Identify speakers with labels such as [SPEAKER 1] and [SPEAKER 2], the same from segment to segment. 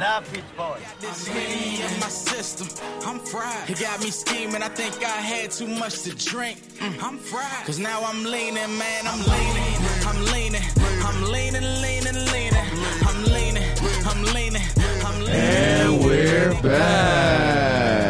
[SPEAKER 1] Love Pitch Boy.
[SPEAKER 2] This Henny in my system, I'm fried. It got me scheming, I think I had too much to drink. Mm, I'm fried. Cause now I'm leaning, man, I'm leaning. I'm leaning, I'm leaning, leaning, leaning. I'm leaning, I'm leaning, I'm leaning.
[SPEAKER 3] And we're back.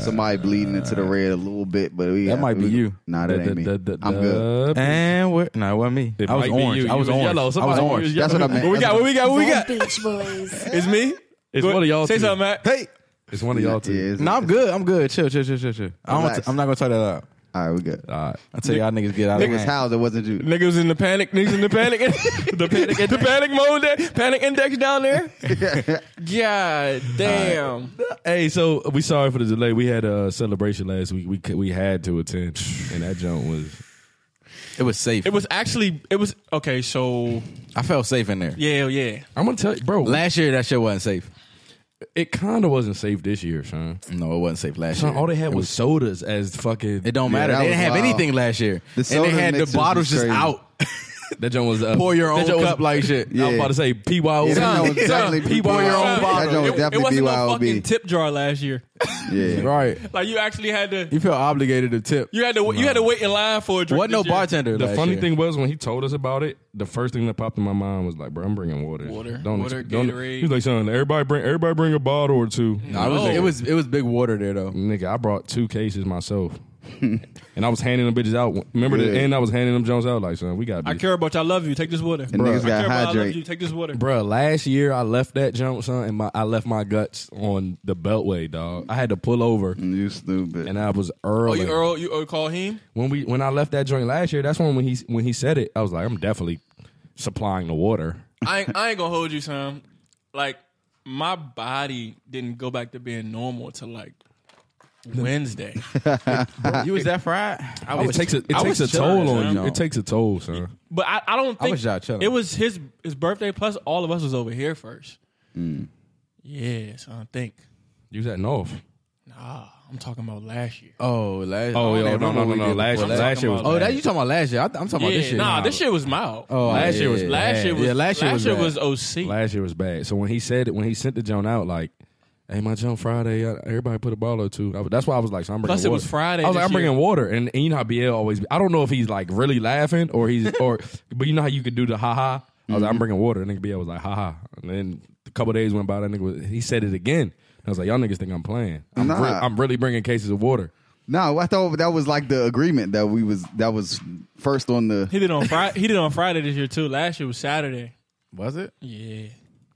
[SPEAKER 4] Somebody bleeding into the red a little bit, but we
[SPEAKER 3] That
[SPEAKER 4] have-
[SPEAKER 3] might be
[SPEAKER 4] we-
[SPEAKER 3] you.
[SPEAKER 4] Nah, that
[SPEAKER 5] Da-
[SPEAKER 4] ain't me.
[SPEAKER 5] da- da-
[SPEAKER 4] I'm good.
[SPEAKER 5] da-
[SPEAKER 3] And we're no, it wasn't me.
[SPEAKER 5] It
[SPEAKER 3] I was
[SPEAKER 5] might be
[SPEAKER 3] orange.
[SPEAKER 5] you.
[SPEAKER 3] I
[SPEAKER 5] You
[SPEAKER 3] was,
[SPEAKER 5] was
[SPEAKER 3] orange.
[SPEAKER 5] yellow.
[SPEAKER 3] I was
[SPEAKER 5] Somebody- you
[SPEAKER 3] orange.
[SPEAKER 5] was
[SPEAKER 4] That's what I
[SPEAKER 5] yellow.
[SPEAKER 4] meant.
[SPEAKER 3] What we got? What we got? What we got?
[SPEAKER 6] Beach Boys.
[SPEAKER 3] It's me.
[SPEAKER 5] It's
[SPEAKER 3] Go-
[SPEAKER 5] one of y'all.
[SPEAKER 3] Say
[SPEAKER 5] two.
[SPEAKER 3] something, Matt. Hey.
[SPEAKER 5] It's one of y'all
[SPEAKER 4] Yeah,
[SPEAKER 5] two.
[SPEAKER 4] it's-
[SPEAKER 3] No, I'm good. I'm good. Chill, chill, chill, chill, chill. I don't want
[SPEAKER 4] Relax.
[SPEAKER 3] to, I'm not gonna talk that out.
[SPEAKER 4] All right, we good.
[SPEAKER 5] All right.
[SPEAKER 3] I tell y'all niggas get out of
[SPEAKER 4] It was
[SPEAKER 3] hand.
[SPEAKER 4] Howes. It wasn't you.
[SPEAKER 7] Niggas in the panic. Niggas in the panic. the panic. the panic mode. There. Panic index down there. God damn.
[SPEAKER 5] Hey, so we sorry for the delay. We had a celebration last week. We c- we had to attend, and that joint was.
[SPEAKER 3] It was safe.
[SPEAKER 7] It was actually. It was okay. So
[SPEAKER 3] I felt safe in there.
[SPEAKER 7] yeah, yeah.
[SPEAKER 5] I'm gonna tell you, bro.
[SPEAKER 3] Last year that shit wasn't safe.
[SPEAKER 5] it kind of wasn't safe this year, Sean.
[SPEAKER 3] No, it wasn't safe last
[SPEAKER 5] Sean,
[SPEAKER 3] year.
[SPEAKER 5] all they had was sodas as fucking.
[SPEAKER 3] it don't matter.
[SPEAKER 4] that
[SPEAKER 3] They
[SPEAKER 4] was
[SPEAKER 3] didn't have
[SPEAKER 4] wild.
[SPEAKER 3] anything last year.
[SPEAKER 4] The
[SPEAKER 3] and
[SPEAKER 4] soda
[SPEAKER 3] they had the
[SPEAKER 4] mixers was
[SPEAKER 3] bottles just
[SPEAKER 4] crazy.
[SPEAKER 3] out.
[SPEAKER 5] That joint was uh,
[SPEAKER 3] Pour your
[SPEAKER 5] that
[SPEAKER 3] own
[SPEAKER 5] joint was-
[SPEAKER 3] cup like shit.
[SPEAKER 5] I was about to say PYO.
[SPEAKER 4] Yeah, that
[SPEAKER 7] Son,
[SPEAKER 4] was definitely
[SPEAKER 7] son,
[SPEAKER 4] BYOB.
[SPEAKER 3] pour your own
[SPEAKER 4] That
[SPEAKER 3] bottle.
[SPEAKER 4] joint was
[SPEAKER 7] it, it
[SPEAKER 4] definitely
[SPEAKER 7] wasn't no fucking
[SPEAKER 4] BYOB.
[SPEAKER 7] tip jar last year.
[SPEAKER 4] Yeah.
[SPEAKER 3] Right.
[SPEAKER 7] Like you actually had to.
[SPEAKER 3] You feel obligated to tip.
[SPEAKER 7] You had to. You had to wait in line for a drink.
[SPEAKER 3] Wasn't no
[SPEAKER 7] this year.
[SPEAKER 3] bartender.
[SPEAKER 5] The
[SPEAKER 3] last
[SPEAKER 5] funny
[SPEAKER 3] year.
[SPEAKER 5] thing was when he told us about it, the first thing that popped in my mind was like, "Bro, I'm bringing water.
[SPEAKER 7] Water,
[SPEAKER 5] don't,
[SPEAKER 7] water,
[SPEAKER 5] don't."
[SPEAKER 7] Gatorade.
[SPEAKER 5] He was like, "Son, everybody bring, everybody bring a bottle or two.
[SPEAKER 3] I was
[SPEAKER 7] No.
[SPEAKER 3] it was it was big water there though.
[SPEAKER 5] Nigga, I brought two cases myself, and I was handing them bitches out. Remember the
[SPEAKER 4] Yeah.
[SPEAKER 5] end? I was handing them Jones out like, "Son, we got."
[SPEAKER 7] I
[SPEAKER 5] this."
[SPEAKER 7] care about you. I love you. Take this water.
[SPEAKER 4] And niggas
[SPEAKER 7] I
[SPEAKER 4] got
[SPEAKER 7] care about you. I love
[SPEAKER 4] hydrate.
[SPEAKER 7] you. Take this water.
[SPEAKER 5] Bruh, last year I left that jump, son, and my I left my guts on the beltway, dog. I had to pull over
[SPEAKER 4] Mm, You stupid.
[SPEAKER 5] and I was
[SPEAKER 7] Oh,
[SPEAKER 5] early.
[SPEAKER 7] you Earl, you Earl call him?
[SPEAKER 5] When we when I left that joint last year, that's when when he when he said it, I was like, I'm definitely supplying the water.
[SPEAKER 7] I ain't, I ain't gonna hold you, son. Like my body didn't go back to being normal till like Wednesday.
[SPEAKER 3] You was that fried? I
[SPEAKER 5] it takes a, it
[SPEAKER 3] I
[SPEAKER 5] takes a
[SPEAKER 3] was
[SPEAKER 5] toll
[SPEAKER 3] chilling,
[SPEAKER 5] on you.
[SPEAKER 3] son.
[SPEAKER 5] It takes a toll, son.
[SPEAKER 7] But I, I don't think
[SPEAKER 3] was y'all chilling.
[SPEAKER 7] it was his his birthday. Plus, all of us was over here first. Mm. Yeah, so I think.
[SPEAKER 5] You was at North.
[SPEAKER 7] Nah, I'm talking about last year.
[SPEAKER 3] Oh, last
[SPEAKER 5] Oh,
[SPEAKER 3] I
[SPEAKER 5] yo,
[SPEAKER 3] don't
[SPEAKER 5] no, no,
[SPEAKER 3] remember
[SPEAKER 5] no,
[SPEAKER 3] what we
[SPEAKER 5] no.
[SPEAKER 3] did
[SPEAKER 5] Last,
[SPEAKER 3] before
[SPEAKER 7] I'm
[SPEAKER 5] last year was
[SPEAKER 7] talking
[SPEAKER 3] Oh,
[SPEAKER 5] bad.
[SPEAKER 3] that you talking about last year? I, I'm talking about
[SPEAKER 7] yeah,
[SPEAKER 3] this shit.
[SPEAKER 7] nah, Oh, this shit was mild.
[SPEAKER 3] Oh,
[SPEAKER 5] Last
[SPEAKER 3] yeah,
[SPEAKER 5] year was-
[SPEAKER 3] yeah,
[SPEAKER 7] last
[SPEAKER 3] yeah.
[SPEAKER 7] year was
[SPEAKER 3] yeah. Last year was bad.
[SPEAKER 7] OC.
[SPEAKER 5] last year was bad. So when he said it, when he sent the joint out, like, "Hey, my joint Friday, uh, everybody put a ball or two. I, was- that's why I was like, so I'm bringing
[SPEAKER 7] Plus it
[SPEAKER 5] water.
[SPEAKER 7] was Friday
[SPEAKER 5] I was like,
[SPEAKER 7] this
[SPEAKER 5] I'm bringing water, and, and you know how BL always. Be, I don't know if he's like really laughing or he's or, but you know how you could do the ha ha. I was like,
[SPEAKER 7] Mm-hmm.
[SPEAKER 5] I'm bringing water. And nigga BL was like, ha ha. And then a couple days went by. That nigga was, he said it again. I was like, y'all niggas think I'm playing. I'm,
[SPEAKER 4] Nah.
[SPEAKER 5] re- I'm really bringing cases of water.
[SPEAKER 4] No, I thought that was like the agreement that we was that was first on the.
[SPEAKER 7] He did on Friday. he did on Friday this year too. Last year was Saturday.
[SPEAKER 3] was it?
[SPEAKER 7] Yeah,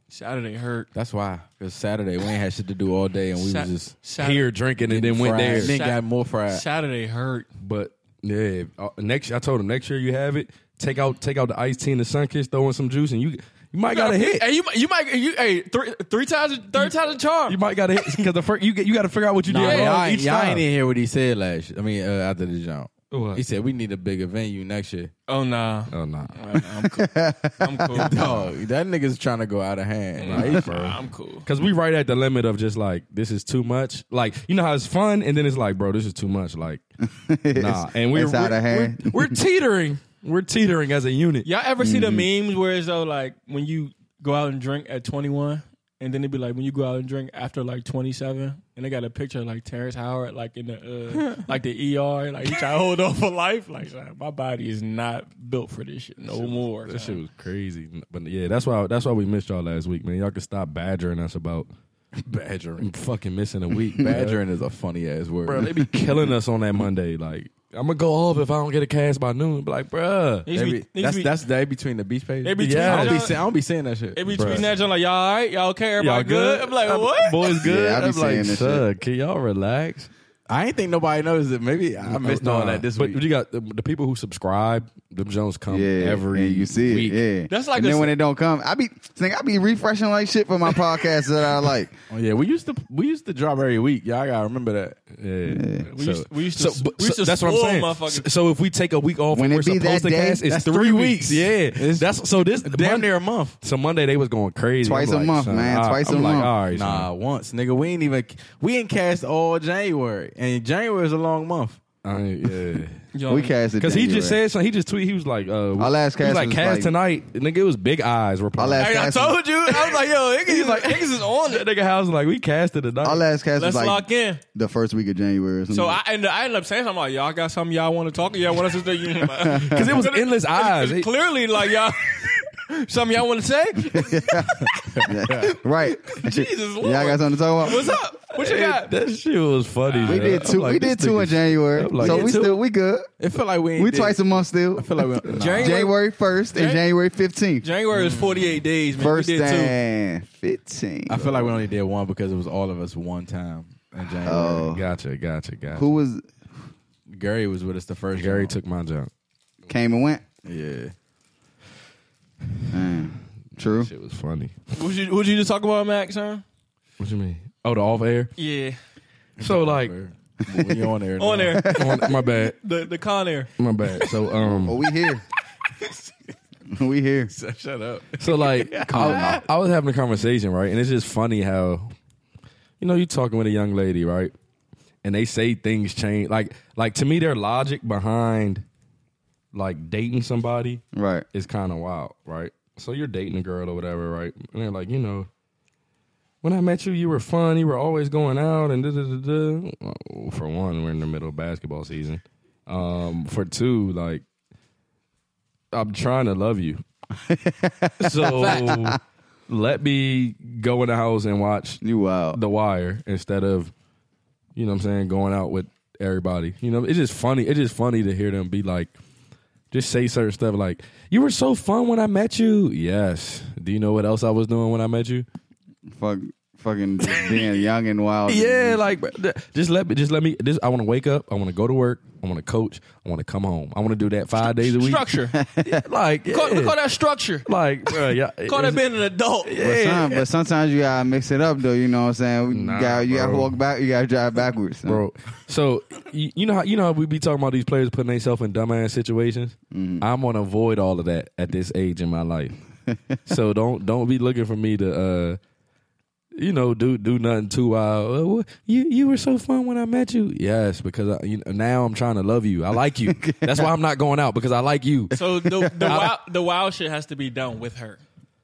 [SPEAKER 7] Saturday hurt.
[SPEAKER 3] That's why. Cause Saturday we ain't had shit to do all day, and we
[SPEAKER 7] Sa-
[SPEAKER 3] was just
[SPEAKER 7] Sat-
[SPEAKER 5] Here drinking and then went
[SPEAKER 3] fried.
[SPEAKER 5] there.
[SPEAKER 3] Then
[SPEAKER 7] Sa-
[SPEAKER 3] got more fried.
[SPEAKER 7] Saturday hurt.
[SPEAKER 5] But yeah, uh, next I told him next year you have it. Take out take out the iced tea and the sun kiss, throw in some juice, and you you might got a hit.
[SPEAKER 7] Hey, you, you might you hey three three times third times a charm.
[SPEAKER 5] You might got a hit because the first you get you got to figure out what you
[SPEAKER 3] Nah,
[SPEAKER 5] did wrong
[SPEAKER 3] y'all, ain't-
[SPEAKER 5] each
[SPEAKER 3] y'all
[SPEAKER 5] time.
[SPEAKER 3] ain't even hear what he said last. year. I mean, uh, after the jump,
[SPEAKER 5] What?
[SPEAKER 3] he said we need a bigger venue next year.
[SPEAKER 7] oh nah.
[SPEAKER 5] oh nah.
[SPEAKER 7] Nah, nah, I'm cool. I'm cool.
[SPEAKER 3] Dog, that nigga's trying to go out of hand. Like,
[SPEAKER 7] Nah, I'm cool.
[SPEAKER 5] Cause we right at the limit of just like this is too much. Like you know how it's fun, and then it's like, bro, this is too much. Like nah, and we're
[SPEAKER 4] it's out
[SPEAKER 5] we're,
[SPEAKER 4] of hand.
[SPEAKER 5] we're, we're teetering. We're teetering as a unit.
[SPEAKER 7] Y'all ever see the memes where it's though like when you go out and drink at 21 and then it'd be like when you go out and drink after like 27 and they got a picture of like Terrence Howard like in the uh, like the ER like he try to hold on for life like son, my body is not built for this shit no more.
[SPEAKER 5] That shit
[SPEAKER 7] son.
[SPEAKER 5] was crazy. But yeah, that's why that's why we missed y'all last week, man. Y'all can stop badgering us about
[SPEAKER 3] badgering.
[SPEAKER 5] fucking missing a week. bruh.
[SPEAKER 3] Badgering is a funny ass word.
[SPEAKER 5] bro. They be killing us on that Monday. Like, I'm gonna go off if I don't get a cast by noon. Be like, bruh.
[SPEAKER 7] They used
[SPEAKER 3] They
[SPEAKER 7] to
[SPEAKER 3] be-
[SPEAKER 7] be- they used
[SPEAKER 3] that's
[SPEAKER 7] to be-
[SPEAKER 3] that's they between the beach page.
[SPEAKER 7] They be
[SPEAKER 3] I
[SPEAKER 7] tweeting
[SPEAKER 3] don't be,
[SPEAKER 7] that
[SPEAKER 3] say, I don't be saying that shit.
[SPEAKER 7] They be
[SPEAKER 5] Bruh.
[SPEAKER 7] tweeting that y'all like y'all all right, y'all okay, everybody good? I'm like, what?
[SPEAKER 5] Boys good.
[SPEAKER 4] Yeah, I be
[SPEAKER 5] I'm like,
[SPEAKER 4] saying that
[SPEAKER 5] "Suck, can y'all relax? Oh,
[SPEAKER 3] I ain't think nobody noticed it. Maybe I missed all that this
[SPEAKER 5] but
[SPEAKER 3] week.
[SPEAKER 5] you got the, the people who subscribe. Them Jones come
[SPEAKER 4] Yeah,
[SPEAKER 5] every
[SPEAKER 4] and you see
[SPEAKER 5] week.
[SPEAKER 4] it. Yeah,
[SPEAKER 7] That's like
[SPEAKER 4] and
[SPEAKER 7] a-
[SPEAKER 4] then when it don't come, I be think I be refreshing like shit for my podcast that I like.
[SPEAKER 3] Oh, yeah, we used to we used to drop every week. Y'all gotta remember that.
[SPEAKER 5] Yeah.
[SPEAKER 7] We used, we used to,
[SPEAKER 5] So, but-
[SPEAKER 7] we used
[SPEAKER 5] so
[SPEAKER 7] to
[SPEAKER 5] that's what I'm
[SPEAKER 7] spoil
[SPEAKER 5] saying.
[SPEAKER 7] motherfuckers.
[SPEAKER 5] So if we take a week off and
[SPEAKER 4] When it
[SPEAKER 5] we're
[SPEAKER 4] be that
[SPEAKER 5] supposed to
[SPEAKER 4] day,
[SPEAKER 5] cast, it's
[SPEAKER 4] that's
[SPEAKER 5] three
[SPEAKER 4] three
[SPEAKER 5] weeks.
[SPEAKER 4] weeks.
[SPEAKER 5] Yeah, that's so this
[SPEAKER 3] Damn
[SPEAKER 5] Mon-
[SPEAKER 3] near a month.
[SPEAKER 5] So Monday they was going crazy.
[SPEAKER 4] Twice
[SPEAKER 5] I'm
[SPEAKER 4] a
[SPEAKER 5] like,
[SPEAKER 4] month,
[SPEAKER 5] son,
[SPEAKER 4] man.
[SPEAKER 5] all right.
[SPEAKER 4] Twice a
[SPEAKER 5] I'm like,
[SPEAKER 4] month.
[SPEAKER 5] All right, son.
[SPEAKER 3] Nah, once nigga, we ain't even we ain't cast all January, and January is a long month.
[SPEAKER 5] I ain't- yeah.
[SPEAKER 7] Yo,
[SPEAKER 4] We cast it
[SPEAKER 5] Because Um, he just
[SPEAKER 4] January.
[SPEAKER 5] said something. He just tweeted. He was like, uh,
[SPEAKER 4] Our last
[SPEAKER 5] he was
[SPEAKER 4] cast
[SPEAKER 5] like,
[SPEAKER 4] was
[SPEAKER 5] cast
[SPEAKER 4] like-
[SPEAKER 5] tonight. Nigga, it was big eyes replying.
[SPEAKER 4] Our last
[SPEAKER 7] Hey, I
[SPEAKER 4] cast
[SPEAKER 7] told you. I was like, yo, niggas,
[SPEAKER 5] He's like,
[SPEAKER 7] niggas is on
[SPEAKER 5] that
[SPEAKER 7] it.
[SPEAKER 5] nigga house like, we casted tonight.
[SPEAKER 4] Our last cast
[SPEAKER 7] Let's
[SPEAKER 4] was like Mm.
[SPEAKER 7] lock in.
[SPEAKER 4] the first week of January. Or something.
[SPEAKER 7] So I ended, I ended up saying something like, y'all got something y'all want to talk? Y'all want us to do? Because
[SPEAKER 5] Because it was endless eyes. It-
[SPEAKER 7] clearly like y'all. Something y'all want to say?
[SPEAKER 4] right.
[SPEAKER 7] Jesus Lord.
[SPEAKER 4] Y'all got something to talk about?
[SPEAKER 7] What's up? What you
[SPEAKER 5] Yeah,
[SPEAKER 7] got?
[SPEAKER 5] that shit was funny.
[SPEAKER 4] We
[SPEAKER 5] man.
[SPEAKER 4] did
[SPEAKER 5] I'm
[SPEAKER 4] two.
[SPEAKER 5] like,
[SPEAKER 4] we
[SPEAKER 5] this
[SPEAKER 4] did two in
[SPEAKER 5] nigga's-
[SPEAKER 4] January,
[SPEAKER 5] I'm like,
[SPEAKER 4] so
[SPEAKER 5] yeah,
[SPEAKER 4] we
[SPEAKER 5] two.
[SPEAKER 4] still we good.
[SPEAKER 3] It feel like we ain't
[SPEAKER 4] We
[SPEAKER 3] did-
[SPEAKER 4] twice a month still.
[SPEAKER 3] I feel like we, nah.
[SPEAKER 4] January first and
[SPEAKER 7] Jan-
[SPEAKER 4] January fifteenth.
[SPEAKER 7] January is 48 days, man.
[SPEAKER 4] First
[SPEAKER 7] we did too.
[SPEAKER 4] and fifteen.
[SPEAKER 3] I feel like we only did one because it was all of us one time in January.
[SPEAKER 4] Oh,
[SPEAKER 5] Gotcha, gotcha, gotcha.
[SPEAKER 4] who was
[SPEAKER 3] Gary was with us the first.
[SPEAKER 5] Gary
[SPEAKER 3] one.
[SPEAKER 5] took my job.
[SPEAKER 4] came and went?
[SPEAKER 3] Yeah.
[SPEAKER 4] Damn. True.
[SPEAKER 5] Shit was funny.
[SPEAKER 7] Would you would you just talk about Max, huh?
[SPEAKER 5] What you mean? Oh, the off air.
[SPEAKER 7] Yeah.
[SPEAKER 5] So like,
[SPEAKER 3] when you on there,
[SPEAKER 7] On
[SPEAKER 3] now.
[SPEAKER 7] air.
[SPEAKER 5] on- my bad,
[SPEAKER 7] The the con air.
[SPEAKER 5] my bad. So
[SPEAKER 4] Well,
[SPEAKER 5] um,
[SPEAKER 4] we here. we here.
[SPEAKER 3] Shut up.
[SPEAKER 5] so like, I, I was having a conversation, right? And it's just funny how, you know, you talking with a young lady, right? And they say things change. Like, like to me, their logic behind, like dating somebody
[SPEAKER 4] Right.
[SPEAKER 5] is kind of wild, right? So you're dating a girl or whatever, right? And they're like, you know, when I met you, you were fun. You were always going out and da da da da. Well, For one, we're in the middle of basketball season. Um, for two, like, I'm trying to love you. so let me go in the house and watch
[SPEAKER 4] You wild.
[SPEAKER 5] The Wire instead of, you know what I'm saying, going out with everybody. You know, it's just funny. It's just funny to hear them be like, just say certain stuff like, you were so fun when I met you. Yes. Do you know what else I was doing when I met you?
[SPEAKER 4] Fuck. Fucking just being young and wild.
[SPEAKER 5] Yeah, like uh, bro, th- just let me, just let me. This I want to wake up. I want to go to work. I want to coach. I want to come home. I want to do that five days a week.
[SPEAKER 7] Structure.
[SPEAKER 5] Yeah, like, yeah.
[SPEAKER 7] call, call that structure.
[SPEAKER 5] like, bro, yeah,
[SPEAKER 7] Call that
[SPEAKER 5] it's-
[SPEAKER 7] being an adult.
[SPEAKER 4] But,
[SPEAKER 5] yeah.
[SPEAKER 4] some, but sometimes you gotta mix it up though. You know what I'm saying? You
[SPEAKER 5] Nah,
[SPEAKER 4] gotta, you gotta
[SPEAKER 5] bro.
[SPEAKER 4] walk back. You gotta drive backwards, son.
[SPEAKER 5] bro. So you, you know how you know how we be talking about these players putting themselves in dumbass situations. I'm gonna avoid all of that at this age in my life. so don't don't be looking for me to, uh you know, do do nothing too wild. Uh, wha- You you were so fun when I met you. Yes, because I, you know, now I'm trying to love you. I like you. That's why I'm not going out because I like you.
[SPEAKER 7] So the the wild the wild shit has to be done with her.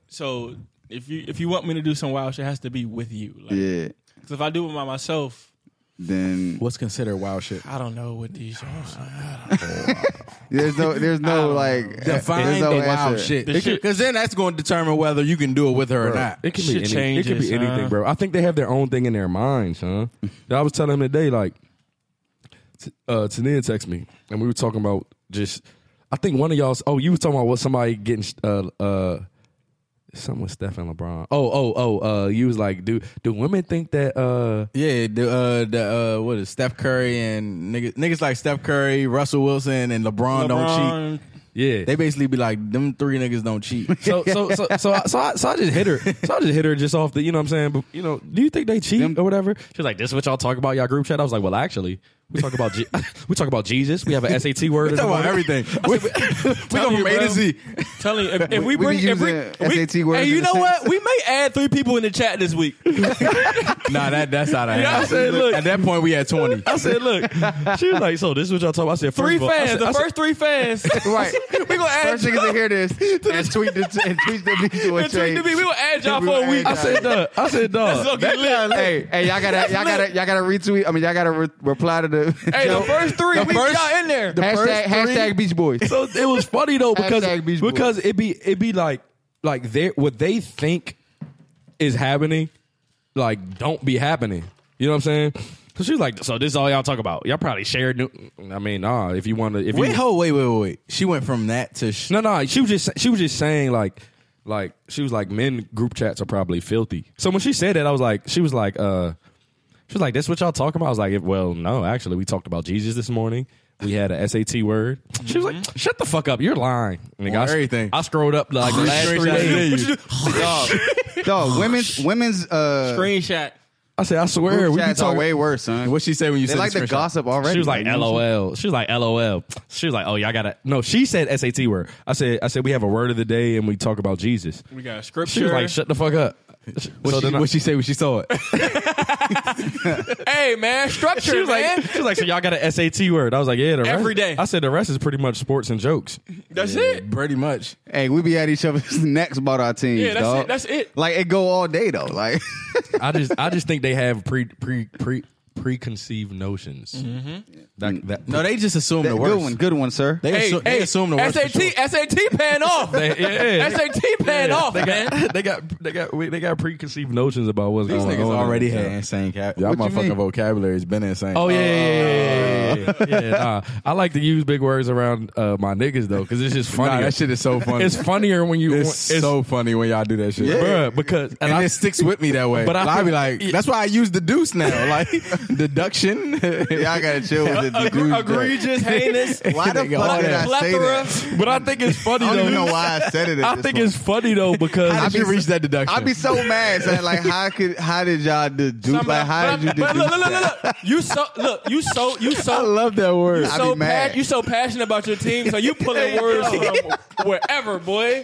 [SPEAKER 7] So if you if you want me to do some wild shit, it has to be with you. Like,
[SPEAKER 4] Yeah.
[SPEAKER 7] 'cause if I do it by myself,
[SPEAKER 4] Then
[SPEAKER 3] What's considered wild shit?
[SPEAKER 7] I don't know what these.
[SPEAKER 4] there's no, there's no like,
[SPEAKER 3] Define
[SPEAKER 4] there's no
[SPEAKER 3] the wild
[SPEAKER 4] answer.
[SPEAKER 3] shit.
[SPEAKER 7] The shit-
[SPEAKER 3] Because then that's going to determine whether you can do it with her or
[SPEAKER 5] Bro,
[SPEAKER 3] not.
[SPEAKER 5] It can
[SPEAKER 7] Shit
[SPEAKER 5] be any, it can
[SPEAKER 7] changes,
[SPEAKER 5] be anything,
[SPEAKER 7] huh?
[SPEAKER 5] bro. I think they have their own thing in their minds, huh? I was telling him today, like, t- uh, Tania texted me, and we were talking about just. I think one of y'all. Oh, you were talking about what somebody getting. Uh, uh, something with Steph and LeBron. Oh, oh, oh. Uh, you was like, do do women think that? Uh,
[SPEAKER 3] Yeah, the uh, the uh, what is Steph Curry and niggas, niggas like Steph Curry, Russell Wilson, and LeBron, don't cheat.
[SPEAKER 7] LeBron,
[SPEAKER 5] yeah.
[SPEAKER 3] They basically be like, them three niggas don't cheat.
[SPEAKER 5] so so so so I, so, I, so I just hit her. So I just hit her just off the. You know what I'm saying? But you know, do you think they cheat or whatever? She was like, "This is what y'all talk about in y'all group chat." I was like, "Well, actually, we talk about Je- we talk about Jesus. We have an SAT word. in the
[SPEAKER 3] Talk about
[SPEAKER 5] morning."
[SPEAKER 3] everything. We, we go
[SPEAKER 7] you,
[SPEAKER 3] from A
[SPEAKER 7] bro.
[SPEAKER 3] to Z.
[SPEAKER 7] Tell me if, if we,
[SPEAKER 4] We- we be
[SPEAKER 7] bring if we,
[SPEAKER 4] using
[SPEAKER 7] we-
[SPEAKER 4] SAT words
[SPEAKER 7] Hey,
[SPEAKER 4] in
[SPEAKER 7] you
[SPEAKER 4] a
[SPEAKER 7] know
[SPEAKER 4] sentence.
[SPEAKER 7] what? We may add three people in the chat this week.
[SPEAKER 3] Nah, that that's not
[SPEAKER 5] Yeah, I said, look.
[SPEAKER 3] At that point, we had twenty.
[SPEAKER 5] I said, "Look," she was like, "So this is what y'all talk about." I said, first
[SPEAKER 7] Three
[SPEAKER 5] of all- I
[SPEAKER 7] fans.
[SPEAKER 5] said- I
[SPEAKER 7] the
[SPEAKER 5] said-
[SPEAKER 7] first three fans.
[SPEAKER 4] Right.
[SPEAKER 7] we gonna add.
[SPEAKER 4] First niggas to hear this and tweet this and tweet the beat to a
[SPEAKER 7] and tweet
[SPEAKER 4] chain.
[SPEAKER 7] to me. We gonna add y'all
[SPEAKER 4] We
[SPEAKER 7] for a
[SPEAKER 4] gonna
[SPEAKER 7] week.
[SPEAKER 5] I said, "Duh." I said,
[SPEAKER 7] This is
[SPEAKER 5] "Duh."
[SPEAKER 7] gonna get lit.
[SPEAKER 4] Hey, hey, y'all gotta, y'all gotta, y'all gotta retweet. I mean, y'all gotta re- reply to the
[SPEAKER 7] Hey, the
[SPEAKER 4] Yo,
[SPEAKER 7] first three,
[SPEAKER 3] the
[SPEAKER 7] we
[SPEAKER 3] first-
[SPEAKER 7] y'all in there.
[SPEAKER 3] the first
[SPEAKER 4] hashtag,
[SPEAKER 3] three-
[SPEAKER 4] hashtag Beach Boys.
[SPEAKER 5] So it was funny though because
[SPEAKER 4] Hashtag Beach Boys.
[SPEAKER 5] because it be it be like like they what they think is happening like don't be happening. You know what I'm saying? So she's like, so this is all y'all talk about. Y'all probably shared. New- I mean, nah. If you want to, if
[SPEAKER 3] Wait,
[SPEAKER 5] you
[SPEAKER 3] hold, wait, wait, wait, wait. She went from that to sh-
[SPEAKER 5] no, no. She was just she was just saying like like she was like men group chats are probably filthy. So when she said that, I was like, she was like, uh, she was like, that's what y'all talking about. I was like, well, no, actually, we talked about Jesus this morning. We had a SAT word. She was like,
[SPEAKER 4] Mm-hmm.
[SPEAKER 5] shut the fuck up. You're lying. Nigga, I,
[SPEAKER 3] On
[SPEAKER 5] sc-
[SPEAKER 3] everything.
[SPEAKER 5] I scrolled up like the last
[SPEAKER 3] Straight
[SPEAKER 5] three
[SPEAKER 3] out of
[SPEAKER 5] days.
[SPEAKER 3] the
[SPEAKER 7] What you do?
[SPEAKER 4] Dog, dog, women's, women's, uh,
[SPEAKER 7] Screenshot.
[SPEAKER 5] I said, I swear,
[SPEAKER 4] group
[SPEAKER 5] we be
[SPEAKER 4] chats are
[SPEAKER 5] talking.
[SPEAKER 4] way worse, son.
[SPEAKER 3] What she said when you
[SPEAKER 4] They
[SPEAKER 3] said
[SPEAKER 4] like
[SPEAKER 3] the
[SPEAKER 4] to
[SPEAKER 3] screenshot?
[SPEAKER 4] gossip already.
[SPEAKER 5] She was like,
[SPEAKER 4] you know what I'm saying?
[SPEAKER 5] LOL. She was like, LOL. She was like, oh, y'all got to. No, she said SAT word. I said, I said, we have a word of the day and we talk about Jesus.
[SPEAKER 7] We got
[SPEAKER 5] She was
[SPEAKER 7] scripture.
[SPEAKER 5] like, shut the fuck up.
[SPEAKER 3] What
[SPEAKER 5] So
[SPEAKER 3] she,
[SPEAKER 5] then I-
[SPEAKER 3] what she say when she saw it?
[SPEAKER 1] Hey man, structure,
[SPEAKER 5] She was
[SPEAKER 1] man.
[SPEAKER 5] like, she was like, so y'all got an SAT word. I was like, yeah, the rest.
[SPEAKER 7] Every day.
[SPEAKER 5] I said the rest is pretty much sports and jokes.
[SPEAKER 7] That's it.
[SPEAKER 3] Pretty much.
[SPEAKER 4] Hey, we be at each other's necks about our teams.
[SPEAKER 7] Yeah, that's
[SPEAKER 4] dawg.
[SPEAKER 7] it. That's it.
[SPEAKER 4] Like it go all day though. Like
[SPEAKER 5] I just, I just think they have pre, pre, pre, preconceived notions. That, that,
[SPEAKER 3] No, they just assume the worst.
[SPEAKER 4] good one, good one, sir.
[SPEAKER 3] They, assu- they assume the worst. for
[SPEAKER 1] SAT,
[SPEAKER 3] sure.
[SPEAKER 1] SAT pan off.
[SPEAKER 5] They- yeah, yeah.
[SPEAKER 1] SAT pan off,
[SPEAKER 5] they
[SPEAKER 1] man.
[SPEAKER 5] got, they got, they got, we- they got preconceived notions about what's
[SPEAKER 3] These
[SPEAKER 5] going
[SPEAKER 3] niggas
[SPEAKER 5] on.
[SPEAKER 3] already
[SPEAKER 5] Yeah.
[SPEAKER 3] had insane cap. Y'all
[SPEAKER 4] What you
[SPEAKER 3] motherfucking
[SPEAKER 4] mean?
[SPEAKER 3] vocabulary's been insane.
[SPEAKER 5] Oh yeah, yeah, yeah, yeah, yeah, yeah. Yeah, nah. I like to use big words around uh, my niggas though, because it's just funny.
[SPEAKER 3] nah, that shit is so funny.
[SPEAKER 5] It's funnier when you.
[SPEAKER 3] It's, so funny when y'all do that shit.
[SPEAKER 5] bruh, because and,
[SPEAKER 3] And,
[SPEAKER 5] I,
[SPEAKER 3] it sticks with me that way.
[SPEAKER 5] But
[SPEAKER 3] But
[SPEAKER 5] I-
[SPEAKER 3] I be like, that's why I use the deuce now. Like deduction.
[SPEAKER 4] Y'all gotta chill with it. dude.
[SPEAKER 7] Egregious, heinous.
[SPEAKER 4] Why the
[SPEAKER 3] They got all
[SPEAKER 4] fuck did
[SPEAKER 3] that.
[SPEAKER 4] I say
[SPEAKER 7] Plethora.
[SPEAKER 4] that?
[SPEAKER 5] but I think it's funny
[SPEAKER 4] I don't even know
[SPEAKER 5] though.
[SPEAKER 4] why I said it. at
[SPEAKER 5] I
[SPEAKER 4] this
[SPEAKER 5] think
[SPEAKER 4] point.
[SPEAKER 5] it's funny though
[SPEAKER 3] I
[SPEAKER 5] because
[SPEAKER 3] should reach that deduction.
[SPEAKER 4] I'd be so mad. Saying, like, how could, how did y'all deduce?
[SPEAKER 7] Some of
[SPEAKER 4] Like,
[SPEAKER 7] the-
[SPEAKER 4] how
[SPEAKER 7] but-
[SPEAKER 4] did you
[SPEAKER 7] but
[SPEAKER 4] deduce?
[SPEAKER 7] look, look,
[SPEAKER 4] that?
[SPEAKER 7] look, look, look. You so look. You so you
[SPEAKER 3] I
[SPEAKER 7] so
[SPEAKER 3] love that word.
[SPEAKER 4] I
[SPEAKER 7] so
[SPEAKER 4] be
[SPEAKER 7] pa-
[SPEAKER 4] mad.
[SPEAKER 7] you so passionate about your team, so you pulling words from wherever, boy,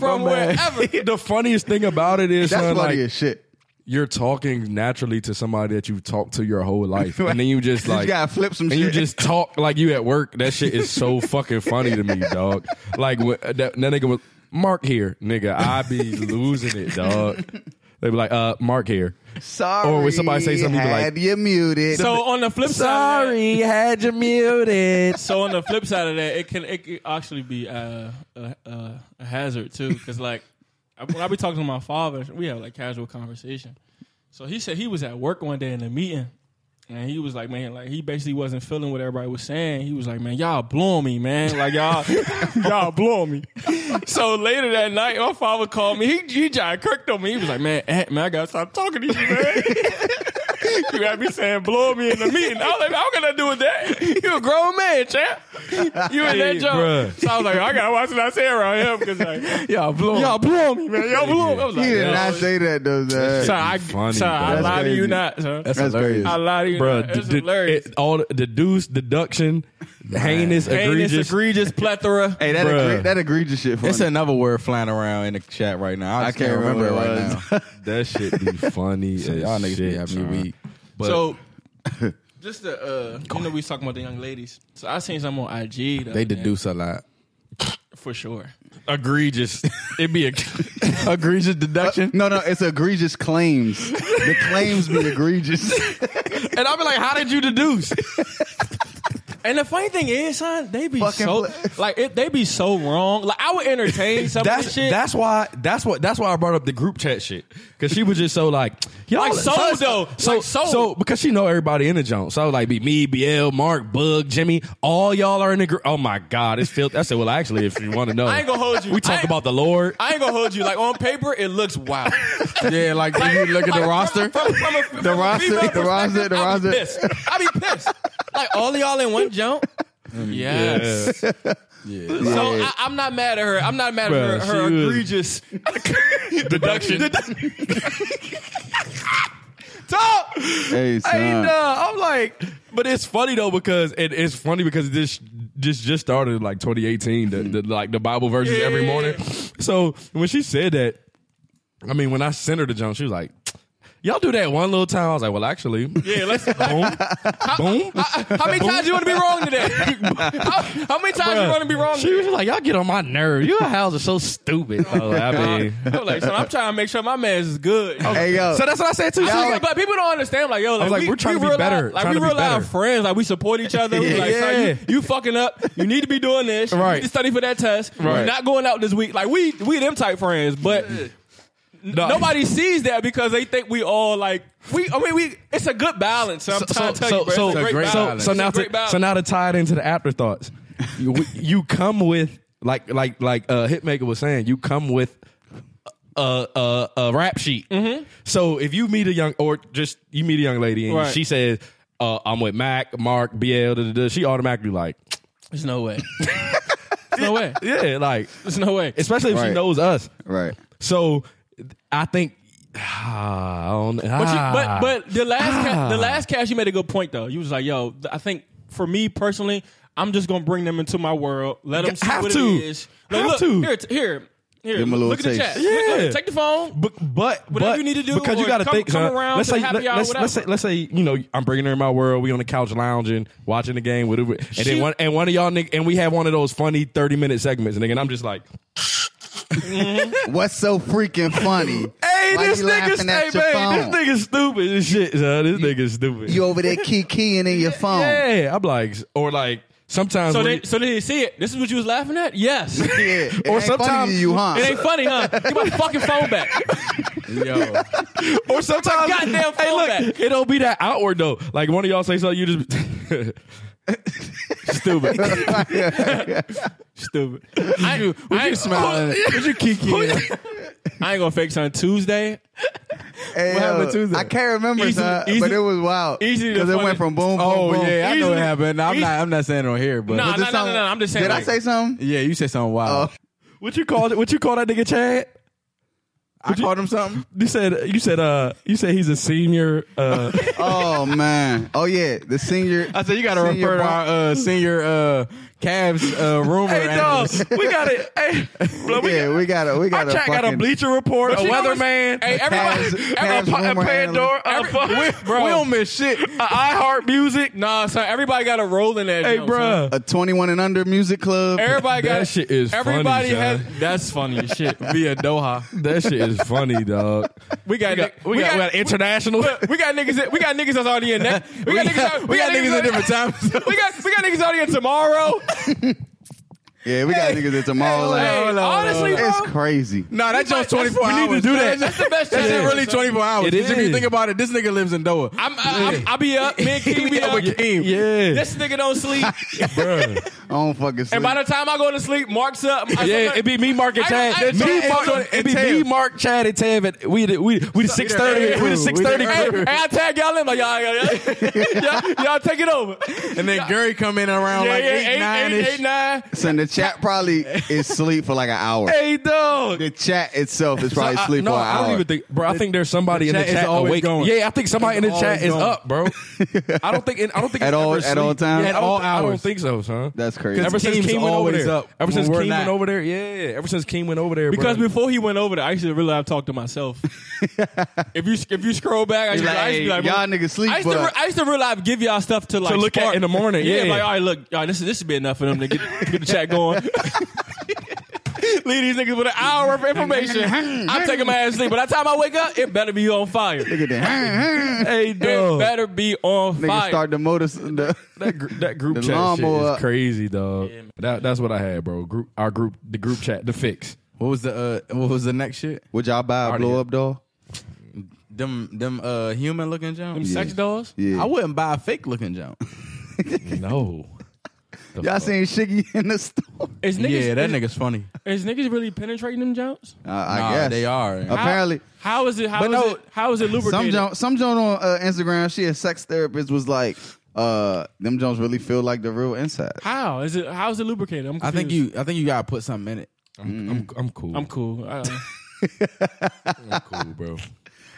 [SPEAKER 7] from wherever.
[SPEAKER 5] the funniest thing about it is
[SPEAKER 4] That's
[SPEAKER 5] son,
[SPEAKER 4] funny
[SPEAKER 5] like,
[SPEAKER 4] as shit.
[SPEAKER 5] you're talking naturally to somebody that you've talked to your whole life, and then you just
[SPEAKER 4] You
[SPEAKER 5] like
[SPEAKER 4] gotta flip some
[SPEAKER 5] and
[SPEAKER 4] shit.
[SPEAKER 5] you just talk like you at work. That shit is so fucking funny to me, dog. Like when, that, that nigga was Mark here, nigga. I be losing it, dog. They be like, uh, Mark here.
[SPEAKER 4] Sorry.
[SPEAKER 5] Or when somebody say something, you be like-
[SPEAKER 4] had you muted.
[SPEAKER 7] So on the flip side, of that-
[SPEAKER 5] had you muted.
[SPEAKER 7] so on the flip side of that, it can it can actually be uh, a, a, a hazard too, because like I- when I be talking to my father, we have like casual conversation. So he said he was at work one day in a meeting, and he was like, man, like he basically wasn't feeling what everybody was saying. He was like, man, y'all blowing me, man, like y'all y'all blowing me. So later that night, my father called me. He he John Kirk on me. He was like, man, Aunt, man, I gotta stop talking to you, man. You got me saying blow me in the meeting. I was like, how can I do with that? You a grown man, champ. You in that job.
[SPEAKER 5] bruh.
[SPEAKER 7] So I was like, I gotta watch what I say around him because like
[SPEAKER 5] Y'all blow.
[SPEAKER 7] y'all blow me, man. Y'all blow me. I was
[SPEAKER 4] he
[SPEAKER 7] like,
[SPEAKER 4] did
[SPEAKER 7] yo,
[SPEAKER 4] not say that though. sir.
[SPEAKER 7] Sorry, I,
[SPEAKER 5] Funny,
[SPEAKER 7] sorry, I
[SPEAKER 5] bro.
[SPEAKER 7] lie to you
[SPEAKER 4] That's
[SPEAKER 7] not, sir.
[SPEAKER 3] that's,
[SPEAKER 4] That's
[SPEAKER 3] hilarious.
[SPEAKER 4] crazy.
[SPEAKER 7] I lie to you
[SPEAKER 5] Bruh,
[SPEAKER 7] not. That's
[SPEAKER 5] d- d-
[SPEAKER 7] hilarious.
[SPEAKER 5] it- all the deduce, deduction,
[SPEAKER 7] Heinous,
[SPEAKER 5] heinous, egregious.
[SPEAKER 7] egregious, plethora.
[SPEAKER 4] hey, that
[SPEAKER 5] Bruh.
[SPEAKER 4] agree, that egregious shit. Funny.
[SPEAKER 3] It's another word flying around in the chat right now. I, just can't, remember it
[SPEAKER 4] what
[SPEAKER 3] right
[SPEAKER 4] it
[SPEAKER 3] now.
[SPEAKER 4] was.
[SPEAKER 5] that shit be funny. as
[SPEAKER 3] y'all niggas
[SPEAKER 5] shit,
[SPEAKER 3] be having
[SPEAKER 5] son.
[SPEAKER 3] me weak.
[SPEAKER 5] But
[SPEAKER 7] so just the uh, you know we was talking about the young ladies. So I seen some on IG. the
[SPEAKER 3] They
[SPEAKER 7] other day,
[SPEAKER 3] deduce a lot.
[SPEAKER 7] for sure.
[SPEAKER 5] egregious. It'd be a
[SPEAKER 3] Egregious deduction.
[SPEAKER 4] No, no, it's egregious claims. the claims be egregious.
[SPEAKER 5] And I'll be like, how did you deduce?
[SPEAKER 7] And the funny thing is, son, they be
[SPEAKER 4] Fucking
[SPEAKER 7] so
[SPEAKER 4] pla-
[SPEAKER 7] like it, they be so wrong. Like I would entertain some of
[SPEAKER 5] That's
[SPEAKER 7] this shit.
[SPEAKER 5] that's why that's what that's why I brought up the group chat shit because she was just so like y'all
[SPEAKER 7] Like sold,
[SPEAKER 5] so-
[SPEAKER 7] though.
[SPEAKER 5] so
[SPEAKER 7] Like sold.
[SPEAKER 5] so because she know everybody in the joint so I was like be me BL Mark Bug Jimmy all y'all are in the group oh my god it's filth I said well actually if you want to know
[SPEAKER 7] I ain't gonna hold you.
[SPEAKER 5] we
[SPEAKER 7] I
[SPEAKER 5] talk
[SPEAKER 7] ain't-
[SPEAKER 5] about the Lord
[SPEAKER 7] I ain't gonna hold you. Like on paper, it looks wild.
[SPEAKER 3] yeah, like if you look at the roster.
[SPEAKER 7] From, from a, from
[SPEAKER 4] The
[SPEAKER 7] a
[SPEAKER 4] roster,
[SPEAKER 7] female
[SPEAKER 4] the roster, the
[SPEAKER 7] perspective, I be
[SPEAKER 4] roster.
[SPEAKER 7] pissed. I be pissed. Like all of y'all in one jump. Yes. So I, I'm not mad at her. I'm not mad
[SPEAKER 5] Bruh,
[SPEAKER 7] at her, her
[SPEAKER 5] she was-
[SPEAKER 7] egregious
[SPEAKER 5] deduction
[SPEAKER 7] talk.
[SPEAKER 4] hey,
[SPEAKER 5] Hey,
[SPEAKER 4] son.
[SPEAKER 5] nah, I'm like, but it's funny though because it, it's funny because this just just started in, like 2018, the, the like the Bible verses every morning. So when she said that, I mean, when I sent her to John, she was like, "Y'all do that one little time." I was like, "Well, actually, yeah, let's boom, boom."
[SPEAKER 7] How many times you want to be wrong today? How, how many times you want to be wrong?
[SPEAKER 5] She was like, "Y'all get on my nerves. Your house is so stupid." I was like, Oh, I mean-
[SPEAKER 7] I'm like, so I'm trying to make sure my man's is good.
[SPEAKER 4] Hey, yo.
[SPEAKER 5] so that's what I said too. She was
[SPEAKER 7] But-
[SPEAKER 5] like,
[SPEAKER 7] but people don't understand. Like, yo, like,
[SPEAKER 5] like,
[SPEAKER 7] we,
[SPEAKER 5] we're trying
[SPEAKER 7] we
[SPEAKER 5] to be
[SPEAKER 7] real
[SPEAKER 5] better,
[SPEAKER 7] life- Like,
[SPEAKER 5] trying
[SPEAKER 7] we
[SPEAKER 5] to be
[SPEAKER 7] real life
[SPEAKER 5] better.
[SPEAKER 7] friends. Like, we support each other. We like, son,
[SPEAKER 5] Yeah.
[SPEAKER 7] you, you fucking up. You need to be doing this. You
[SPEAKER 5] Right.
[SPEAKER 7] need to study for that test.
[SPEAKER 5] Right.
[SPEAKER 7] You're not going out this week. Like, we we them type friends, but. n-
[SPEAKER 5] No.
[SPEAKER 7] Nobody sees that because they think we all like we. I mean, we. It's a good balance. I'm trying to tell you, bro. It's a great
[SPEAKER 5] so,
[SPEAKER 7] balance.
[SPEAKER 5] so
[SPEAKER 7] It's a
[SPEAKER 5] now
[SPEAKER 7] great
[SPEAKER 5] to,
[SPEAKER 7] balance.
[SPEAKER 5] so now to tie it into the afterthoughts, you, you come with like like like uh, Hitmaker was saying, you come with a a, a rap sheet.
[SPEAKER 7] Mm-hmm.
[SPEAKER 5] So if you meet a young or just you meet a young lady and
[SPEAKER 7] Right.
[SPEAKER 5] she says, uh, "I'm with Mac, Mark, BL," da, da, da, she automatically like,
[SPEAKER 7] there's no way. there's no way.
[SPEAKER 5] yeah, like
[SPEAKER 7] There's no way.
[SPEAKER 5] especially if she
[SPEAKER 4] Right.
[SPEAKER 5] knows us.
[SPEAKER 4] Right.
[SPEAKER 5] So I think. I don't,
[SPEAKER 7] But, you,
[SPEAKER 5] ah.
[SPEAKER 7] but but the last ca- the last cast you made a good point though. You was like, yo, th- I think for me personally, I'm just gonna bring them into my world. Let them see
[SPEAKER 5] Have
[SPEAKER 7] what
[SPEAKER 5] to.
[SPEAKER 7] it is. Like,
[SPEAKER 5] Have
[SPEAKER 7] look,
[SPEAKER 5] to.
[SPEAKER 7] Here, t- here. Here,
[SPEAKER 4] Give 'em a little
[SPEAKER 7] look at the
[SPEAKER 4] taste.
[SPEAKER 7] chat.
[SPEAKER 5] Yeah.
[SPEAKER 7] Take the phone.
[SPEAKER 5] But but
[SPEAKER 7] Whatever
[SPEAKER 5] but-
[SPEAKER 7] you need to do,
[SPEAKER 5] because you
[SPEAKER 7] or
[SPEAKER 5] got to
[SPEAKER 7] come-
[SPEAKER 5] think.
[SPEAKER 7] come
[SPEAKER 5] huh?
[SPEAKER 7] around
[SPEAKER 5] let's
[SPEAKER 7] to
[SPEAKER 5] say
[SPEAKER 7] the happy hour,
[SPEAKER 5] let's, let's say
[SPEAKER 7] whatever.
[SPEAKER 5] let's say you know I'm bringing her in my world. We on the couch lounging, watching the game, whatever. And then one and one of y'all nigg- and we have one of those funny thirty minute segments, nigga. And I'm just like,
[SPEAKER 4] What's so freaking funny?
[SPEAKER 5] hey,
[SPEAKER 4] Why
[SPEAKER 5] this
[SPEAKER 4] you
[SPEAKER 5] nigga,
[SPEAKER 4] laughing at
[SPEAKER 5] hey,
[SPEAKER 4] your
[SPEAKER 5] man,
[SPEAKER 4] phone?
[SPEAKER 5] this nigga stupid as shit. son. This nigga stupid.
[SPEAKER 4] You over there key keying in your phone.
[SPEAKER 5] Yeah, I'm like, or like sometimes.
[SPEAKER 7] So
[SPEAKER 5] when
[SPEAKER 7] they,
[SPEAKER 5] you-
[SPEAKER 7] so they didn't see it. This is what you was laughing at. Yes, it
[SPEAKER 4] Yeah, it
[SPEAKER 5] Or
[SPEAKER 4] ain't funny
[SPEAKER 5] sometime-
[SPEAKER 4] to you, huh?
[SPEAKER 7] ain't funny, huh? Give my fucking phone back.
[SPEAKER 3] Yo,
[SPEAKER 5] or sometimes,
[SPEAKER 7] goddamn
[SPEAKER 5] hey,
[SPEAKER 7] phone
[SPEAKER 5] look,
[SPEAKER 7] back.
[SPEAKER 5] it don't be that outward though. Like one of y'all say something, you just be- stupid.
[SPEAKER 7] Stupid. I, ain't- I ain't
[SPEAKER 3] smiling. What you kiki?
[SPEAKER 7] I ain't gonna fake son. Tuesday.
[SPEAKER 4] Hey,
[SPEAKER 7] What happened Tuesday?
[SPEAKER 4] I can't remember,
[SPEAKER 7] Easy-
[SPEAKER 4] son,
[SPEAKER 7] easy-
[SPEAKER 4] but it was wild.
[SPEAKER 7] easy to
[SPEAKER 4] Because it
[SPEAKER 7] funny.
[SPEAKER 4] went from boom, boom,
[SPEAKER 3] Oh
[SPEAKER 4] boom.
[SPEAKER 3] yeah, Ah, I know
[SPEAKER 7] Easily-
[SPEAKER 3] what happened. I'm
[SPEAKER 7] easy-
[SPEAKER 3] not. I'm not saying it on here, but
[SPEAKER 7] Nah,
[SPEAKER 4] Did
[SPEAKER 7] nah, nah,
[SPEAKER 4] some-
[SPEAKER 7] nah, nah, I'm just saying,
[SPEAKER 4] Did I
[SPEAKER 7] like-
[SPEAKER 4] say something?
[SPEAKER 3] yeah, you said something wild.
[SPEAKER 4] Oh.
[SPEAKER 5] What you call it? What you call that nigga Chad?
[SPEAKER 3] I called him something.
[SPEAKER 5] You said you said uh you said he's a senior. Uh,
[SPEAKER 4] Oh man. Oh yeah. The senior.
[SPEAKER 3] I said you got to
[SPEAKER 4] Senior
[SPEAKER 3] refer to
[SPEAKER 4] bro-
[SPEAKER 3] our uh, senior uh, Cavs uh, rumor.
[SPEAKER 5] hey dog,
[SPEAKER 3] analyst.
[SPEAKER 5] we got it. Hey, bro, we
[SPEAKER 4] yeah,
[SPEAKER 5] got,
[SPEAKER 4] we got a we
[SPEAKER 5] our
[SPEAKER 4] got a
[SPEAKER 5] Chad got a
[SPEAKER 4] fucking.
[SPEAKER 5] Bleacher Report, a
[SPEAKER 7] you know what's-
[SPEAKER 5] weatherman,
[SPEAKER 7] Hey, everybody.
[SPEAKER 4] Cavs-
[SPEAKER 5] a,
[SPEAKER 4] Cavs
[SPEAKER 5] pa- a
[SPEAKER 4] rumor
[SPEAKER 5] Pandora, a fuck,
[SPEAKER 3] we don't miss shit.
[SPEAKER 5] a iHeart Music.
[SPEAKER 7] Nah, son. Everybody got a role in that.
[SPEAKER 5] Hey,
[SPEAKER 7] jump, son.
[SPEAKER 5] bruh.
[SPEAKER 4] a 21 and under music club.
[SPEAKER 7] Everybody got
[SPEAKER 5] That shit is funny,
[SPEAKER 7] Everybody
[SPEAKER 5] son.
[SPEAKER 7] has. That's funny as shit. Via Doha.
[SPEAKER 5] That shit is funny, dog.
[SPEAKER 7] We got. nigg-
[SPEAKER 5] We, got, we got international.
[SPEAKER 7] we- we got niggas. that- We got niggas that's already in that. We got niggas. out-
[SPEAKER 3] We got niggas at
[SPEAKER 7] out-
[SPEAKER 3] different times.
[SPEAKER 7] We got we got niggas out here tomorrow.
[SPEAKER 4] yeah, we got niggas at
[SPEAKER 7] Hey,
[SPEAKER 4] Tomorrowland.
[SPEAKER 3] hold on,
[SPEAKER 7] honestly, bro,
[SPEAKER 4] It's crazy.
[SPEAKER 3] Nah, that
[SPEAKER 7] might-
[SPEAKER 3] just 24
[SPEAKER 5] we
[SPEAKER 3] hours.
[SPEAKER 5] need to do that.
[SPEAKER 3] That's
[SPEAKER 7] that's the best.
[SPEAKER 3] that's
[SPEAKER 7] chance
[SPEAKER 3] it,
[SPEAKER 7] ever,
[SPEAKER 3] really
[SPEAKER 7] son.
[SPEAKER 3] 24 hours.
[SPEAKER 5] It is.
[SPEAKER 3] If you think about it, this nigga lives in Doha.
[SPEAKER 7] I'm, I, I'm, I'll be up. Me and King be
[SPEAKER 3] Yeah,
[SPEAKER 7] up.
[SPEAKER 3] with Keem.
[SPEAKER 5] yeah,
[SPEAKER 7] This nigga don't sleep.
[SPEAKER 5] bruh.
[SPEAKER 4] I don't fucking sleep.
[SPEAKER 7] and by the time I go to sleep, Mark's up. I-
[SPEAKER 5] Yeah, it'd be me, Mark, and
[SPEAKER 7] I-
[SPEAKER 5] Chad.
[SPEAKER 7] I- I-
[SPEAKER 5] me,
[SPEAKER 7] I-
[SPEAKER 5] Mark,
[SPEAKER 3] I-
[SPEAKER 5] it'd be
[SPEAKER 3] I-
[SPEAKER 5] me, Mark, Chad, and Tav. and We the we the- we the six thirty.
[SPEAKER 3] there.
[SPEAKER 5] We the
[SPEAKER 3] We
[SPEAKER 5] six thirty.
[SPEAKER 3] there.
[SPEAKER 7] Hey, hey, I tag y'all in like y'all, y'all, y'all, y'all take it over.
[SPEAKER 3] and then Gary come in around
[SPEAKER 7] Yeah,
[SPEAKER 3] like
[SPEAKER 7] yeah,
[SPEAKER 3] 8,
[SPEAKER 7] eight,
[SPEAKER 3] 9
[SPEAKER 7] eight, eight, nine.
[SPEAKER 4] so the chat probably is sleep for like an hour.
[SPEAKER 5] Hey, dog.
[SPEAKER 4] The chat itself is probably
[SPEAKER 5] I-
[SPEAKER 4] sleep
[SPEAKER 5] no,
[SPEAKER 4] for an
[SPEAKER 5] I don't
[SPEAKER 4] hour.
[SPEAKER 5] even think, bro. I think there's somebody in
[SPEAKER 3] the
[SPEAKER 5] the
[SPEAKER 3] chat is
[SPEAKER 5] chat
[SPEAKER 3] always
[SPEAKER 5] awake.
[SPEAKER 3] going.
[SPEAKER 5] Yeah, I think somebody in
[SPEAKER 3] It's
[SPEAKER 5] the chat is
[SPEAKER 3] always going.
[SPEAKER 5] up, bro. I don't think. I don't think
[SPEAKER 4] At
[SPEAKER 5] it's
[SPEAKER 4] all-
[SPEAKER 5] ever
[SPEAKER 4] at
[SPEAKER 5] sleep.
[SPEAKER 4] all times?
[SPEAKER 5] Yeah,
[SPEAKER 4] At
[SPEAKER 5] I don't
[SPEAKER 3] all
[SPEAKER 5] thi- I don't
[SPEAKER 3] hours.
[SPEAKER 5] think so, son.
[SPEAKER 4] That's crazy.
[SPEAKER 5] Ever since
[SPEAKER 3] Team's
[SPEAKER 5] Keem went over
[SPEAKER 3] always
[SPEAKER 5] there.
[SPEAKER 3] up
[SPEAKER 5] Ever
[SPEAKER 3] when
[SPEAKER 5] since
[SPEAKER 3] we're
[SPEAKER 5] Keem
[SPEAKER 3] not.
[SPEAKER 5] went over there. Yeah. Ever since Keem went over there,
[SPEAKER 7] Because
[SPEAKER 5] bro.
[SPEAKER 7] before he went over there, I used to really have talked to myself. if you if you scroll back, I used, to- I used to be like,
[SPEAKER 4] y'all
[SPEAKER 7] bro,
[SPEAKER 4] niggas sleep,
[SPEAKER 7] I used, to
[SPEAKER 4] but
[SPEAKER 7] re- I used to really like, give y'all stuff to like
[SPEAKER 5] look at
[SPEAKER 7] spark.
[SPEAKER 5] in the morning, yeah.
[SPEAKER 7] like all right, look, all right, this this should be enough for them to get, get the chat going. Leave these niggas with an hour of information. I'm taking my ass to sleep. By the time I wake up, it better be on fire. It
[SPEAKER 4] look at that.
[SPEAKER 5] hey, dog.
[SPEAKER 7] better be on
[SPEAKER 4] Niggas
[SPEAKER 7] fire.
[SPEAKER 4] start the motor. The,
[SPEAKER 5] That gr- that group
[SPEAKER 4] The
[SPEAKER 5] chat shit
[SPEAKER 4] lawnmower
[SPEAKER 5] is
[SPEAKER 4] up.
[SPEAKER 5] crazy, dog. That that's what I had, bro. Group our group the group chat the fix.
[SPEAKER 3] What was the uh, what was the next shit?
[SPEAKER 4] would y'all buy a
[SPEAKER 5] Already
[SPEAKER 4] blow
[SPEAKER 5] up.
[SPEAKER 4] up doll?
[SPEAKER 3] Them them uh, human looking jump.
[SPEAKER 7] Them sex dolls.
[SPEAKER 4] Yeah.
[SPEAKER 3] I wouldn't buy a fake looking jump.
[SPEAKER 5] No, The
[SPEAKER 4] y'all
[SPEAKER 5] fuck?
[SPEAKER 4] seen Shiggy in the store?
[SPEAKER 7] Is niggas,
[SPEAKER 3] yeah, that
[SPEAKER 7] is-
[SPEAKER 3] nigga's funny.
[SPEAKER 7] Is niggas really penetrating them Jones?
[SPEAKER 4] Uh, I
[SPEAKER 3] Nah,
[SPEAKER 4] guess
[SPEAKER 3] they are.
[SPEAKER 4] Apparently,
[SPEAKER 7] How is it? How is
[SPEAKER 3] But no,
[SPEAKER 7] it? How is it
[SPEAKER 4] some
[SPEAKER 7] lubricated?
[SPEAKER 4] Jones, some Jones on uh, Instagram, she a sex therapist was like, uh, them Jones really feel like the real inside.
[SPEAKER 7] how is it? How is it lubricated? I'm
[SPEAKER 3] I think
[SPEAKER 7] confused.
[SPEAKER 3] you I think you gotta put something in it.
[SPEAKER 5] I'm, I'm I'm cool.
[SPEAKER 7] I'm cool. I don't know.
[SPEAKER 5] I'm cool, bro.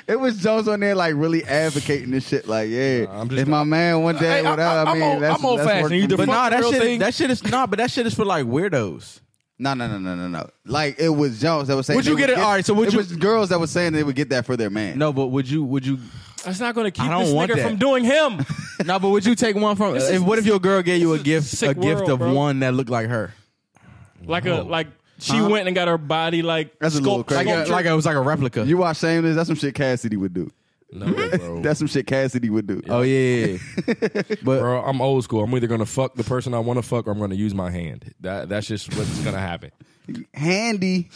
[SPEAKER 4] It was Jones on there like really advocating this shit. Like, yeah,
[SPEAKER 5] I'm just-
[SPEAKER 4] if my man one day,
[SPEAKER 5] Hey, I-
[SPEAKER 4] whatever. I,
[SPEAKER 5] I- I'm
[SPEAKER 4] mean,
[SPEAKER 5] old-
[SPEAKER 4] that's,
[SPEAKER 5] I'm old
[SPEAKER 4] that's
[SPEAKER 5] fashioned. You
[SPEAKER 4] working.
[SPEAKER 5] the
[SPEAKER 4] But
[SPEAKER 5] fuck-
[SPEAKER 3] Nah, that
[SPEAKER 5] Girl
[SPEAKER 3] shit
[SPEAKER 5] thing.
[SPEAKER 3] that shit is nah, but that shit is for like weirdos.
[SPEAKER 4] No, no, no, no, no, no. Like it was Jones that was saying.
[SPEAKER 3] Would you
[SPEAKER 4] they
[SPEAKER 3] get it- all right, so would
[SPEAKER 4] it
[SPEAKER 3] you-
[SPEAKER 4] was girls that was saying they would get that for their man.
[SPEAKER 3] No, but would you would you
[SPEAKER 7] That's not going to keep
[SPEAKER 3] I don't
[SPEAKER 7] this
[SPEAKER 3] want
[SPEAKER 7] nigga
[SPEAKER 3] that.
[SPEAKER 7] from doing him.
[SPEAKER 3] No, but would you take one from
[SPEAKER 7] is-
[SPEAKER 3] if, what if your girl gave you a
[SPEAKER 7] this is
[SPEAKER 3] gift
[SPEAKER 7] sick
[SPEAKER 3] a gift
[SPEAKER 7] world,
[SPEAKER 3] of
[SPEAKER 7] bro.
[SPEAKER 3] one that looked like her?
[SPEAKER 7] Like a like she went and got her body like
[SPEAKER 4] Oh. That's a little
[SPEAKER 7] sculpt-
[SPEAKER 4] crazy.
[SPEAKER 3] Like a,
[SPEAKER 7] sculpture.
[SPEAKER 3] like a, it was like a replica.
[SPEAKER 4] You watch Shameless? That's some shit Cassidy would do.
[SPEAKER 5] No, bro.
[SPEAKER 4] That's some shit Cassidy would do. Uh,
[SPEAKER 3] oh yeah. yeah, yeah. but
[SPEAKER 5] Bro, I'm old school. I'm either gonna fuck the person I want to fuck, or I'm gonna use my hand. That that's just what's gonna happen.
[SPEAKER 4] Handy.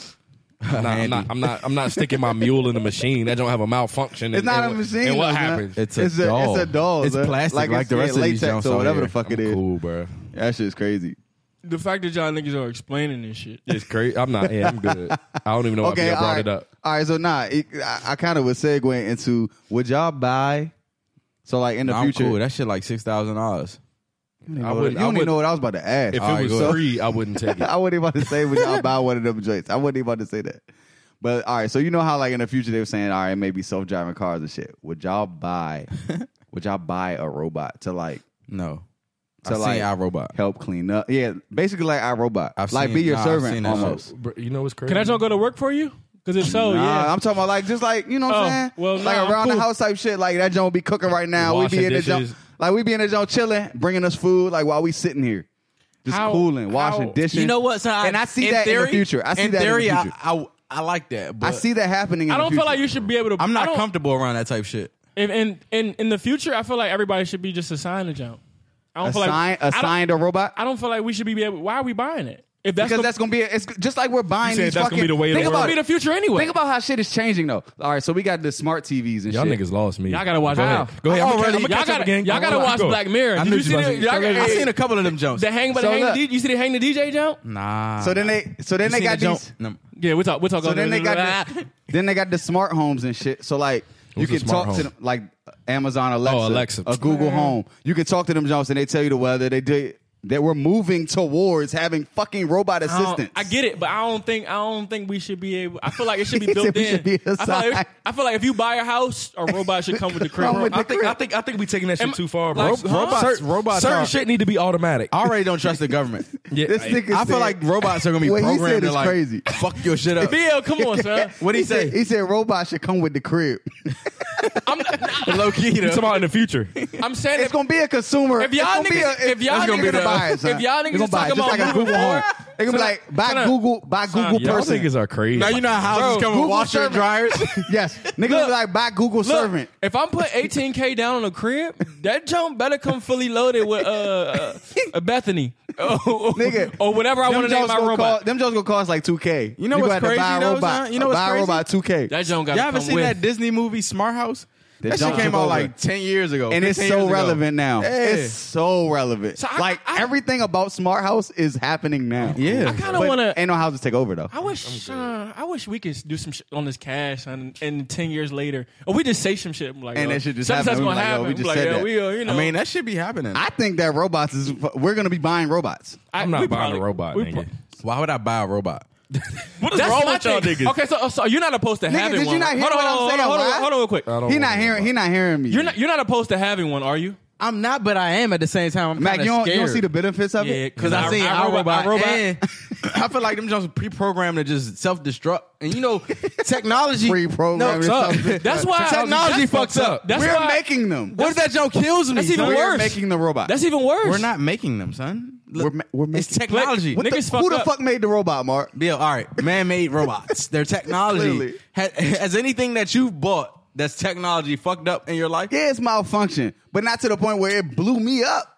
[SPEAKER 5] I'm not, I'm not. I'm not. I'm not sticking my mule in a machine. That don't have a malfunction.
[SPEAKER 4] It's
[SPEAKER 5] and-
[SPEAKER 4] not
[SPEAKER 5] and
[SPEAKER 4] a
[SPEAKER 5] what-
[SPEAKER 4] machine.
[SPEAKER 5] And what
[SPEAKER 4] though, man.
[SPEAKER 5] happens?
[SPEAKER 3] It's a doll.
[SPEAKER 4] It's a doll.
[SPEAKER 3] It's
[SPEAKER 4] son.
[SPEAKER 3] plastic, like
[SPEAKER 4] it's,
[SPEAKER 3] the rest
[SPEAKER 4] yeah,
[SPEAKER 3] of these
[SPEAKER 4] latex
[SPEAKER 3] jumps
[SPEAKER 4] or
[SPEAKER 3] out
[SPEAKER 4] whatever
[SPEAKER 3] here.
[SPEAKER 4] the fuck
[SPEAKER 5] I'm
[SPEAKER 4] it is.
[SPEAKER 5] cool, bro.
[SPEAKER 4] That shit's crazy.
[SPEAKER 7] the fact that y'all niggas are explaining this shit.
[SPEAKER 5] It's crazy. I'm not. Yeah, I'm good. I don't even know
[SPEAKER 4] Okay,
[SPEAKER 5] why I brought
[SPEAKER 4] all right.
[SPEAKER 5] it up.
[SPEAKER 4] All right, so nah, it, I, I kind of was segueing into would y'all buy? So like in the
[SPEAKER 3] I'm
[SPEAKER 4] future,
[SPEAKER 3] cool. That shit like six thousand dollars.
[SPEAKER 4] you
[SPEAKER 5] I
[SPEAKER 4] don't
[SPEAKER 5] wouldn't- I
[SPEAKER 4] even
[SPEAKER 5] wouldn't-
[SPEAKER 4] know what I was about to ask.
[SPEAKER 5] If
[SPEAKER 4] All right,
[SPEAKER 5] it was
[SPEAKER 4] go ahead.
[SPEAKER 5] free, I wouldn't take it.
[SPEAKER 4] I wasn't even about to say would y'all buy one of them joints. I wasn't even about to say that. But all right, so you know how like in the future they were saying, all right, maybe self driving cars and shit. Would y'all buy? would y'all buy a robot to like
[SPEAKER 3] No.
[SPEAKER 4] to
[SPEAKER 3] I've
[SPEAKER 4] like
[SPEAKER 3] seen iRobot.
[SPEAKER 4] help clean up. Yeah, basically like iRobot.
[SPEAKER 3] I've
[SPEAKER 4] like
[SPEAKER 3] seen-
[SPEAKER 4] be your
[SPEAKER 3] nah, I've seen
[SPEAKER 4] servant
[SPEAKER 3] that
[SPEAKER 4] almost.
[SPEAKER 5] Bro, you know what's crazy?
[SPEAKER 7] Can I just go to work for you? Because if so,
[SPEAKER 4] Nah,
[SPEAKER 7] Oh, yeah.
[SPEAKER 4] I'm talking about like just like you know what
[SPEAKER 7] Oh,
[SPEAKER 4] I'm saying.
[SPEAKER 7] well,
[SPEAKER 4] like
[SPEAKER 7] nah, I'm
[SPEAKER 4] around the
[SPEAKER 7] cool.
[SPEAKER 4] house type shit. Like that joint be cooking right now. we
[SPEAKER 5] Washing
[SPEAKER 4] be in the joint,
[SPEAKER 5] dishes.
[SPEAKER 4] like we be in the joint chilling, bringing us food. Like while we sitting here, just
[SPEAKER 7] How-
[SPEAKER 4] cooling, washing
[SPEAKER 7] how-
[SPEAKER 4] dishes.
[SPEAKER 3] You know what? So
[SPEAKER 4] and I see that in the future. I see
[SPEAKER 3] in
[SPEAKER 4] that
[SPEAKER 3] theory,
[SPEAKER 4] in the future.
[SPEAKER 3] I, I I like that. But
[SPEAKER 4] I, see that happening. In
[SPEAKER 7] I
[SPEAKER 4] the
[SPEAKER 7] don't
[SPEAKER 4] future.
[SPEAKER 7] feel like you should be able to.
[SPEAKER 3] I'm
[SPEAKER 7] I
[SPEAKER 3] not
[SPEAKER 7] don't-
[SPEAKER 3] comfortable around that type shit.
[SPEAKER 7] in, in in in the future, I feel like everybody should be just assigned a jump. I don't feel
[SPEAKER 4] assign,
[SPEAKER 7] like I don't-
[SPEAKER 4] assigned a robot.
[SPEAKER 7] I don't feel like we should be able. Why are we buying it? If that's
[SPEAKER 4] because
[SPEAKER 7] the,
[SPEAKER 4] that's gonna be it's just like we're buying
[SPEAKER 5] said
[SPEAKER 4] these
[SPEAKER 5] that's
[SPEAKER 4] fucking.
[SPEAKER 5] gonna be the way of the
[SPEAKER 4] think
[SPEAKER 5] world.
[SPEAKER 4] about
[SPEAKER 7] be the
[SPEAKER 4] it.
[SPEAKER 7] future anyway.
[SPEAKER 4] Think about how shit is changing though. All right, so we got the smart TVs and
[SPEAKER 5] Y'all
[SPEAKER 4] shit.
[SPEAKER 5] niggas lost me.
[SPEAKER 7] Y'all gotta watch
[SPEAKER 5] Go
[SPEAKER 7] Wow.
[SPEAKER 5] ahead. Go ahead.
[SPEAKER 7] I
[SPEAKER 5] I'm gonna
[SPEAKER 7] already-
[SPEAKER 5] catch- I'm
[SPEAKER 7] y'all
[SPEAKER 5] gonna catch up
[SPEAKER 7] gotta-
[SPEAKER 5] again.
[SPEAKER 7] y'all
[SPEAKER 5] Come
[SPEAKER 7] gotta
[SPEAKER 5] on,
[SPEAKER 7] watch
[SPEAKER 5] go.
[SPEAKER 7] Black Mirror.
[SPEAKER 5] I
[SPEAKER 7] Did you
[SPEAKER 5] knew you
[SPEAKER 7] see
[SPEAKER 5] was
[SPEAKER 7] the- y'all
[SPEAKER 5] about to-
[SPEAKER 7] got-
[SPEAKER 3] I've
[SPEAKER 7] Hey.
[SPEAKER 3] seen a couple of them jumps.
[SPEAKER 7] the hang by
[SPEAKER 4] So
[SPEAKER 7] the hang
[SPEAKER 4] look.
[SPEAKER 7] the, D- you see the hang the DJ jump?
[SPEAKER 3] Nah.
[SPEAKER 4] so then they, so then they
[SPEAKER 3] Seen the
[SPEAKER 4] got
[SPEAKER 3] jump-
[SPEAKER 4] these.
[SPEAKER 3] No.
[SPEAKER 7] Yeah, we talk. We talk.
[SPEAKER 4] So
[SPEAKER 7] about
[SPEAKER 4] then
[SPEAKER 7] that.
[SPEAKER 4] they got the, then they got the smart homes and shit. So like
[SPEAKER 5] What's
[SPEAKER 4] you
[SPEAKER 5] a
[SPEAKER 4] can
[SPEAKER 5] smart
[SPEAKER 4] talk to
[SPEAKER 5] home?
[SPEAKER 4] them like Amazon Alexa,
[SPEAKER 5] Oh, Alexa.
[SPEAKER 4] a Google Home. You can talk to them Jones and they tell you the weather. They do that we're moving towards having fucking robot
[SPEAKER 7] Oh, I don't-
[SPEAKER 4] assistants.
[SPEAKER 7] I get it, but I don't think I don't think we should be able. I feel like it should
[SPEAKER 4] He
[SPEAKER 7] be
[SPEAKER 4] said
[SPEAKER 7] built
[SPEAKER 4] we
[SPEAKER 7] in.
[SPEAKER 4] should be
[SPEAKER 7] I, feel like,
[SPEAKER 4] assigned.
[SPEAKER 7] I feel like if you buy a house, a robot should come with the crib.
[SPEAKER 4] Come with
[SPEAKER 5] I
[SPEAKER 4] the
[SPEAKER 5] think I think I think we taking that shit
[SPEAKER 7] Am-
[SPEAKER 5] too far, bro.
[SPEAKER 7] like,
[SPEAKER 5] Cer-
[SPEAKER 7] huh?
[SPEAKER 3] Robots,
[SPEAKER 5] Certain,
[SPEAKER 3] robots are,
[SPEAKER 5] shit need to be automatic.
[SPEAKER 3] I already don't trust the government.
[SPEAKER 5] Yeah,
[SPEAKER 4] This
[SPEAKER 5] like,
[SPEAKER 4] nigga
[SPEAKER 3] I feel
[SPEAKER 4] said-
[SPEAKER 3] like robots are gonna be
[SPEAKER 4] What he said
[SPEAKER 3] programmed to
[SPEAKER 4] is
[SPEAKER 3] like
[SPEAKER 4] crazy.
[SPEAKER 3] fuck your shit up.
[SPEAKER 7] Bill, come on, son.
[SPEAKER 3] What'd he,
[SPEAKER 4] He said,
[SPEAKER 3] say?
[SPEAKER 4] he said robots should come with the crib.
[SPEAKER 3] Low key
[SPEAKER 5] you
[SPEAKER 3] though.
[SPEAKER 5] talking about in the future.
[SPEAKER 7] I'm saying
[SPEAKER 4] It's
[SPEAKER 7] if-
[SPEAKER 4] gonna be a consumer.
[SPEAKER 7] If y'all
[SPEAKER 4] it's gonna
[SPEAKER 7] niggas-
[SPEAKER 4] be a,
[SPEAKER 7] if y'all
[SPEAKER 4] it's gonna be
[SPEAKER 7] niggas-
[SPEAKER 4] the buyer,
[SPEAKER 7] if
[SPEAKER 4] son.
[SPEAKER 7] y'all niggas
[SPEAKER 4] They gonna
[SPEAKER 7] is
[SPEAKER 4] buy it,
[SPEAKER 7] talking
[SPEAKER 4] just
[SPEAKER 7] about
[SPEAKER 4] like a Google
[SPEAKER 7] moving
[SPEAKER 4] home.
[SPEAKER 7] forward,
[SPEAKER 4] They gonna be
[SPEAKER 7] son,
[SPEAKER 4] like buy
[SPEAKER 7] son,
[SPEAKER 4] Google, buy
[SPEAKER 7] son,
[SPEAKER 4] Google
[SPEAKER 5] Y'all
[SPEAKER 4] person.
[SPEAKER 5] niggas are crazy.
[SPEAKER 3] Now you know how houses
[SPEAKER 7] Bro,
[SPEAKER 3] come with
[SPEAKER 4] Google
[SPEAKER 3] washer and
[SPEAKER 4] servant.
[SPEAKER 3] dryers.
[SPEAKER 4] yes, niggas
[SPEAKER 7] Look.
[SPEAKER 4] be like buy Google
[SPEAKER 7] Look,
[SPEAKER 4] servant.
[SPEAKER 7] If I'm putting 18k down on a crib, that jump better come fully loaded with uh, uh, uh Bethany,
[SPEAKER 4] Nigga,
[SPEAKER 7] or whatever I
[SPEAKER 4] Them
[SPEAKER 7] want to name
[SPEAKER 4] Jones
[SPEAKER 7] my
[SPEAKER 4] gonna
[SPEAKER 7] robot.
[SPEAKER 4] cost- them Jones gonna cost like two k.
[SPEAKER 3] You know what's crazy
[SPEAKER 4] buy a
[SPEAKER 3] though,
[SPEAKER 4] robot,
[SPEAKER 3] son? You know
[SPEAKER 4] uh,
[SPEAKER 3] what's
[SPEAKER 4] buy a
[SPEAKER 3] crazy?
[SPEAKER 4] robot two k.
[SPEAKER 7] that jump got
[SPEAKER 3] Y'all
[SPEAKER 7] to
[SPEAKER 3] haven't
[SPEAKER 7] come
[SPEAKER 3] seen
[SPEAKER 7] with.
[SPEAKER 3] that Disney movie Smart House?
[SPEAKER 4] They
[SPEAKER 3] That shit
[SPEAKER 4] don't
[SPEAKER 3] came
[SPEAKER 4] jump
[SPEAKER 3] out
[SPEAKER 4] over.
[SPEAKER 3] like ten years ago,
[SPEAKER 4] and it's
[SPEAKER 3] 15 years
[SPEAKER 4] so
[SPEAKER 3] ago.
[SPEAKER 4] relevant now.
[SPEAKER 3] Yeah.
[SPEAKER 4] It's so relevant.
[SPEAKER 7] So I-
[SPEAKER 4] like
[SPEAKER 7] I-
[SPEAKER 4] everything about smart house is happening now.
[SPEAKER 3] Yeah. I
[SPEAKER 7] kinda
[SPEAKER 4] But
[SPEAKER 7] wanna-
[SPEAKER 4] Ain't no houses take over though.
[SPEAKER 7] I wish, uh, I wish we could do some shit on this cash, and, and ten years later, or we just say some shit like,
[SPEAKER 4] And
[SPEAKER 7] yo,
[SPEAKER 4] that shit just
[SPEAKER 7] something's
[SPEAKER 4] happened. We
[SPEAKER 7] gonna
[SPEAKER 4] like, yo,
[SPEAKER 7] happen.
[SPEAKER 4] we
[SPEAKER 7] We
[SPEAKER 4] just
[SPEAKER 7] like,
[SPEAKER 4] said
[SPEAKER 7] yo,
[SPEAKER 4] that.
[SPEAKER 7] we, uh, you know,
[SPEAKER 3] I mean, that should be happening.
[SPEAKER 4] I think that robots is. We're gonna be buying robots.
[SPEAKER 7] I-
[SPEAKER 5] I'm not
[SPEAKER 7] we
[SPEAKER 5] buying
[SPEAKER 7] probably-
[SPEAKER 5] a robot,
[SPEAKER 7] we
[SPEAKER 5] nigga.
[SPEAKER 7] pro-
[SPEAKER 3] Why would I buy a robot?
[SPEAKER 5] what is
[SPEAKER 7] That's
[SPEAKER 5] wrong
[SPEAKER 7] my
[SPEAKER 5] with y'all
[SPEAKER 7] thing.
[SPEAKER 5] niggas?
[SPEAKER 7] Okay, so, so you're not opposed to having
[SPEAKER 4] did you
[SPEAKER 7] one.
[SPEAKER 4] not hear
[SPEAKER 7] hold on,
[SPEAKER 4] what I'm
[SPEAKER 7] hold on,
[SPEAKER 4] saying,
[SPEAKER 7] hold on,
[SPEAKER 4] why?
[SPEAKER 7] hold on, real quick.
[SPEAKER 5] I don't
[SPEAKER 4] He
[SPEAKER 5] want
[SPEAKER 4] not
[SPEAKER 5] a
[SPEAKER 4] hearing.
[SPEAKER 5] robot.
[SPEAKER 4] He not hearing me.
[SPEAKER 7] You're not, you're not opposed to having one, are you?
[SPEAKER 3] I'm not, but I am at the same time. I'm
[SPEAKER 4] Mac, you
[SPEAKER 3] kinda
[SPEAKER 4] don't, you don't
[SPEAKER 3] scared.
[SPEAKER 4] see the benefits of
[SPEAKER 7] Yeah,
[SPEAKER 4] it.
[SPEAKER 3] Because I,
[SPEAKER 7] I-
[SPEAKER 3] seen
[SPEAKER 7] I
[SPEAKER 3] our
[SPEAKER 7] robot-
[SPEAKER 3] robot.
[SPEAKER 7] I robot.
[SPEAKER 3] and I feel like them jobs are pre-programmed to just self-destruct. And you know, technology
[SPEAKER 4] Pre-programmed to self-destruct.
[SPEAKER 7] That's why-
[SPEAKER 3] technology
[SPEAKER 7] That's
[SPEAKER 3] fucks
[SPEAKER 7] fucked
[SPEAKER 3] up.
[SPEAKER 7] up. That's
[SPEAKER 4] we're
[SPEAKER 7] why-
[SPEAKER 4] making them.
[SPEAKER 3] what if that joke kills me?
[SPEAKER 7] That's even
[SPEAKER 3] son?
[SPEAKER 4] we're
[SPEAKER 7] worse.
[SPEAKER 4] making the robot.
[SPEAKER 7] That's even worse.
[SPEAKER 3] We're not making them, son.
[SPEAKER 4] We're ma- we're
[SPEAKER 3] it's
[SPEAKER 4] making-
[SPEAKER 3] technology.
[SPEAKER 4] What the-
[SPEAKER 7] Niggas
[SPEAKER 4] who
[SPEAKER 7] fucked
[SPEAKER 4] the
[SPEAKER 7] up.
[SPEAKER 4] fuck made the robot, Mark?
[SPEAKER 3] Bill, all right, man-made robots. Their technology
[SPEAKER 4] Clearly.
[SPEAKER 3] has, has anything that you've bought that's technology fucked up in your life.
[SPEAKER 4] Yeah, it's malfunction, but not to the point where it blew me up.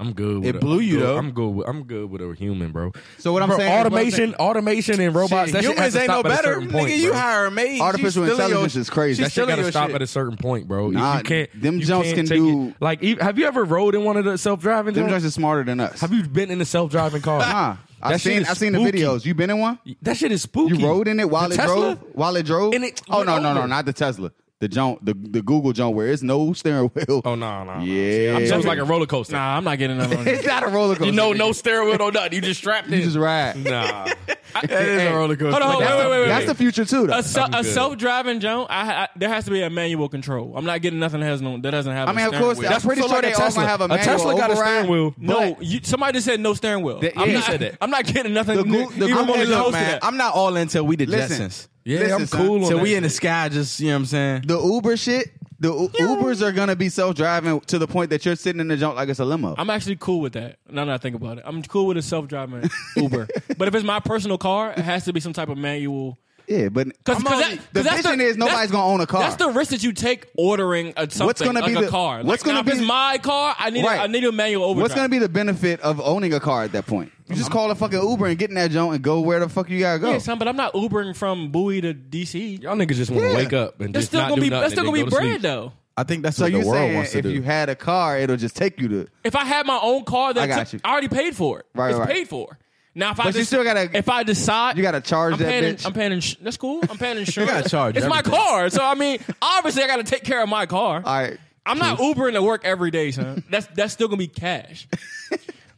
[SPEAKER 5] I'm good. With
[SPEAKER 3] It blew
[SPEAKER 5] I'm
[SPEAKER 3] you,
[SPEAKER 5] good-
[SPEAKER 3] though.
[SPEAKER 5] I'm good. With, I'm good with a human, bro.
[SPEAKER 4] So what I'm
[SPEAKER 5] Bro,
[SPEAKER 4] saying is-
[SPEAKER 5] automation, automation, and robots. that shit has
[SPEAKER 3] humans
[SPEAKER 5] to
[SPEAKER 3] ain't no
[SPEAKER 5] stop at a
[SPEAKER 3] better.
[SPEAKER 5] certain point,
[SPEAKER 3] Nigga, you
[SPEAKER 5] bro.
[SPEAKER 3] hire a maid.
[SPEAKER 4] Artificial
[SPEAKER 3] she's stealing
[SPEAKER 4] intelligence
[SPEAKER 3] your,
[SPEAKER 4] is crazy.
[SPEAKER 3] she's
[SPEAKER 4] That shit
[SPEAKER 5] That shit
[SPEAKER 3] stealing
[SPEAKER 5] gotta
[SPEAKER 3] your
[SPEAKER 5] stop
[SPEAKER 3] shit.
[SPEAKER 5] at a certain point, bro. You-
[SPEAKER 4] Nah,
[SPEAKER 5] you can't.
[SPEAKER 4] them
[SPEAKER 5] you
[SPEAKER 4] jumps
[SPEAKER 5] can't
[SPEAKER 4] can
[SPEAKER 5] take
[SPEAKER 4] do-
[SPEAKER 5] it. Like, even, have you ever rode in one of the self driving?
[SPEAKER 4] Them guys are smarter than us.
[SPEAKER 5] Have you been in a self driving car?
[SPEAKER 4] Nah,
[SPEAKER 5] That
[SPEAKER 4] I've
[SPEAKER 5] shit
[SPEAKER 4] seen
[SPEAKER 5] is
[SPEAKER 4] I've seen the
[SPEAKER 5] spooky.
[SPEAKER 4] videos. You been in one?
[SPEAKER 5] That shit is spooky.
[SPEAKER 4] You rode in it while
[SPEAKER 5] The
[SPEAKER 4] it
[SPEAKER 5] Tesla?
[SPEAKER 4] drove. While it drove.
[SPEAKER 5] And it
[SPEAKER 4] oh
[SPEAKER 5] went
[SPEAKER 4] no no no,
[SPEAKER 5] over.
[SPEAKER 4] not the Tesla. The jump the the Google jump where it's no steering wheel.
[SPEAKER 5] Oh no, no. no.
[SPEAKER 4] Yeah.
[SPEAKER 5] I'm just like a roller coaster.
[SPEAKER 7] Nah, I'm not getting another one.
[SPEAKER 4] It's not a roller coaster.
[SPEAKER 5] You know, no
[SPEAKER 4] nigga.
[SPEAKER 5] steering wheel, no nothing. You just strapped in.
[SPEAKER 4] You just ride.
[SPEAKER 5] nah.
[SPEAKER 3] That is a roller coaster.
[SPEAKER 7] Hold on, hold on, wait, wait, wait, wait.
[SPEAKER 4] That's the future too. Though.
[SPEAKER 7] a, se-
[SPEAKER 5] I'm
[SPEAKER 7] a
[SPEAKER 5] good.
[SPEAKER 7] self-driving Joan, I, I, there has to be a manual control. I'm not getting nothing that has no that doesn't have.
[SPEAKER 4] I
[SPEAKER 7] a
[SPEAKER 4] mean, of
[SPEAKER 7] steering
[SPEAKER 4] course,
[SPEAKER 7] wheel.
[SPEAKER 4] I'm pretty
[SPEAKER 5] so
[SPEAKER 4] sure
[SPEAKER 5] like a
[SPEAKER 4] they all
[SPEAKER 5] Tesla.
[SPEAKER 4] gonna have a,
[SPEAKER 5] A
[SPEAKER 4] manual
[SPEAKER 5] Tesla got a
[SPEAKER 4] override,
[SPEAKER 5] steering wheel.
[SPEAKER 7] no.
[SPEAKER 4] but
[SPEAKER 7] You, somebody just said no steering wheel.
[SPEAKER 4] The-
[SPEAKER 7] I'm,
[SPEAKER 4] yeah.
[SPEAKER 7] not,
[SPEAKER 4] said
[SPEAKER 5] that.
[SPEAKER 7] I'm not getting nothing.
[SPEAKER 4] The Goo- the
[SPEAKER 7] even
[SPEAKER 4] Google-
[SPEAKER 3] I'm,
[SPEAKER 7] remotely
[SPEAKER 3] hey, look,
[SPEAKER 7] close to
[SPEAKER 3] man,
[SPEAKER 7] that.
[SPEAKER 3] I'm not all until we the
[SPEAKER 4] Listen.
[SPEAKER 3] Jetsons.
[SPEAKER 5] Yeah, I'm
[SPEAKER 4] Listen,
[SPEAKER 5] cool.
[SPEAKER 4] son.
[SPEAKER 5] on
[SPEAKER 3] Till
[SPEAKER 5] that
[SPEAKER 3] we in the
[SPEAKER 5] shit.
[SPEAKER 3] sky, just you know what I'm saying.
[SPEAKER 4] the Uber shit. The U- Ubers are gonna be self driving to the point that you're sitting in the jump like it's a limo.
[SPEAKER 7] I'm actually cool with that. Now that I think about it, I'm cool with a self-driving Uber. But if it's my personal car, it has to be some type of manual.
[SPEAKER 4] yeah, but
[SPEAKER 7] Because
[SPEAKER 4] I'm only- the
[SPEAKER 7] that, that's
[SPEAKER 4] vision is nobody's
[SPEAKER 7] that's-
[SPEAKER 4] gonna own a car.
[SPEAKER 7] That's the risk that you take ordering a something
[SPEAKER 4] gonna
[SPEAKER 7] like
[SPEAKER 4] be
[SPEAKER 7] a
[SPEAKER 4] the-
[SPEAKER 7] car. Like,
[SPEAKER 4] what's gonna
[SPEAKER 7] now, if
[SPEAKER 4] be
[SPEAKER 7] it's
[SPEAKER 4] the-
[SPEAKER 7] my car? I need
[SPEAKER 4] Right.
[SPEAKER 7] a, I need a manual overdrive.
[SPEAKER 4] What's going to be the benefit of owning a car at that point? You just call a fucking Uber and get in that joint and go where the fuck you gotta go.
[SPEAKER 7] yeah, son, but I'm not Ubering from Bowie to DC.
[SPEAKER 5] Y'all niggas just want to
[SPEAKER 4] Yeah.
[SPEAKER 5] wake up and
[SPEAKER 7] That's
[SPEAKER 5] just
[SPEAKER 7] still
[SPEAKER 5] not
[SPEAKER 7] gonna
[SPEAKER 5] do
[SPEAKER 7] be
[SPEAKER 5] nothing
[SPEAKER 7] that's still
[SPEAKER 5] and
[SPEAKER 7] gonna
[SPEAKER 5] then
[SPEAKER 7] be
[SPEAKER 5] go to
[SPEAKER 7] bread
[SPEAKER 5] sleep.
[SPEAKER 7] though.
[SPEAKER 3] I think that's
[SPEAKER 4] so
[SPEAKER 3] what
[SPEAKER 4] you
[SPEAKER 3] the world
[SPEAKER 4] saying
[SPEAKER 3] wants to
[SPEAKER 4] if
[SPEAKER 3] do.
[SPEAKER 4] you had a car, it'll just take you to.
[SPEAKER 7] If I had my own car, that
[SPEAKER 4] I got
[SPEAKER 7] took-
[SPEAKER 4] you.
[SPEAKER 7] I already paid for it.
[SPEAKER 4] Right,
[SPEAKER 7] it's
[SPEAKER 4] right.
[SPEAKER 7] paid for. Now if I
[SPEAKER 4] But you
[SPEAKER 7] just-
[SPEAKER 4] still gotta-
[SPEAKER 7] if I decide
[SPEAKER 4] you gotta charge
[SPEAKER 7] I'm
[SPEAKER 4] that
[SPEAKER 7] paying,
[SPEAKER 4] bitch.
[SPEAKER 7] I'm paying. Ins- that's cool. I'm paying insurance.
[SPEAKER 3] gotta charge
[SPEAKER 7] It's my
[SPEAKER 3] everything.
[SPEAKER 7] car, so I mean, obviously I gotta take care of my car.
[SPEAKER 4] All right,
[SPEAKER 7] I'm not Ubering to work every day, son. That's that's still gonna be cash.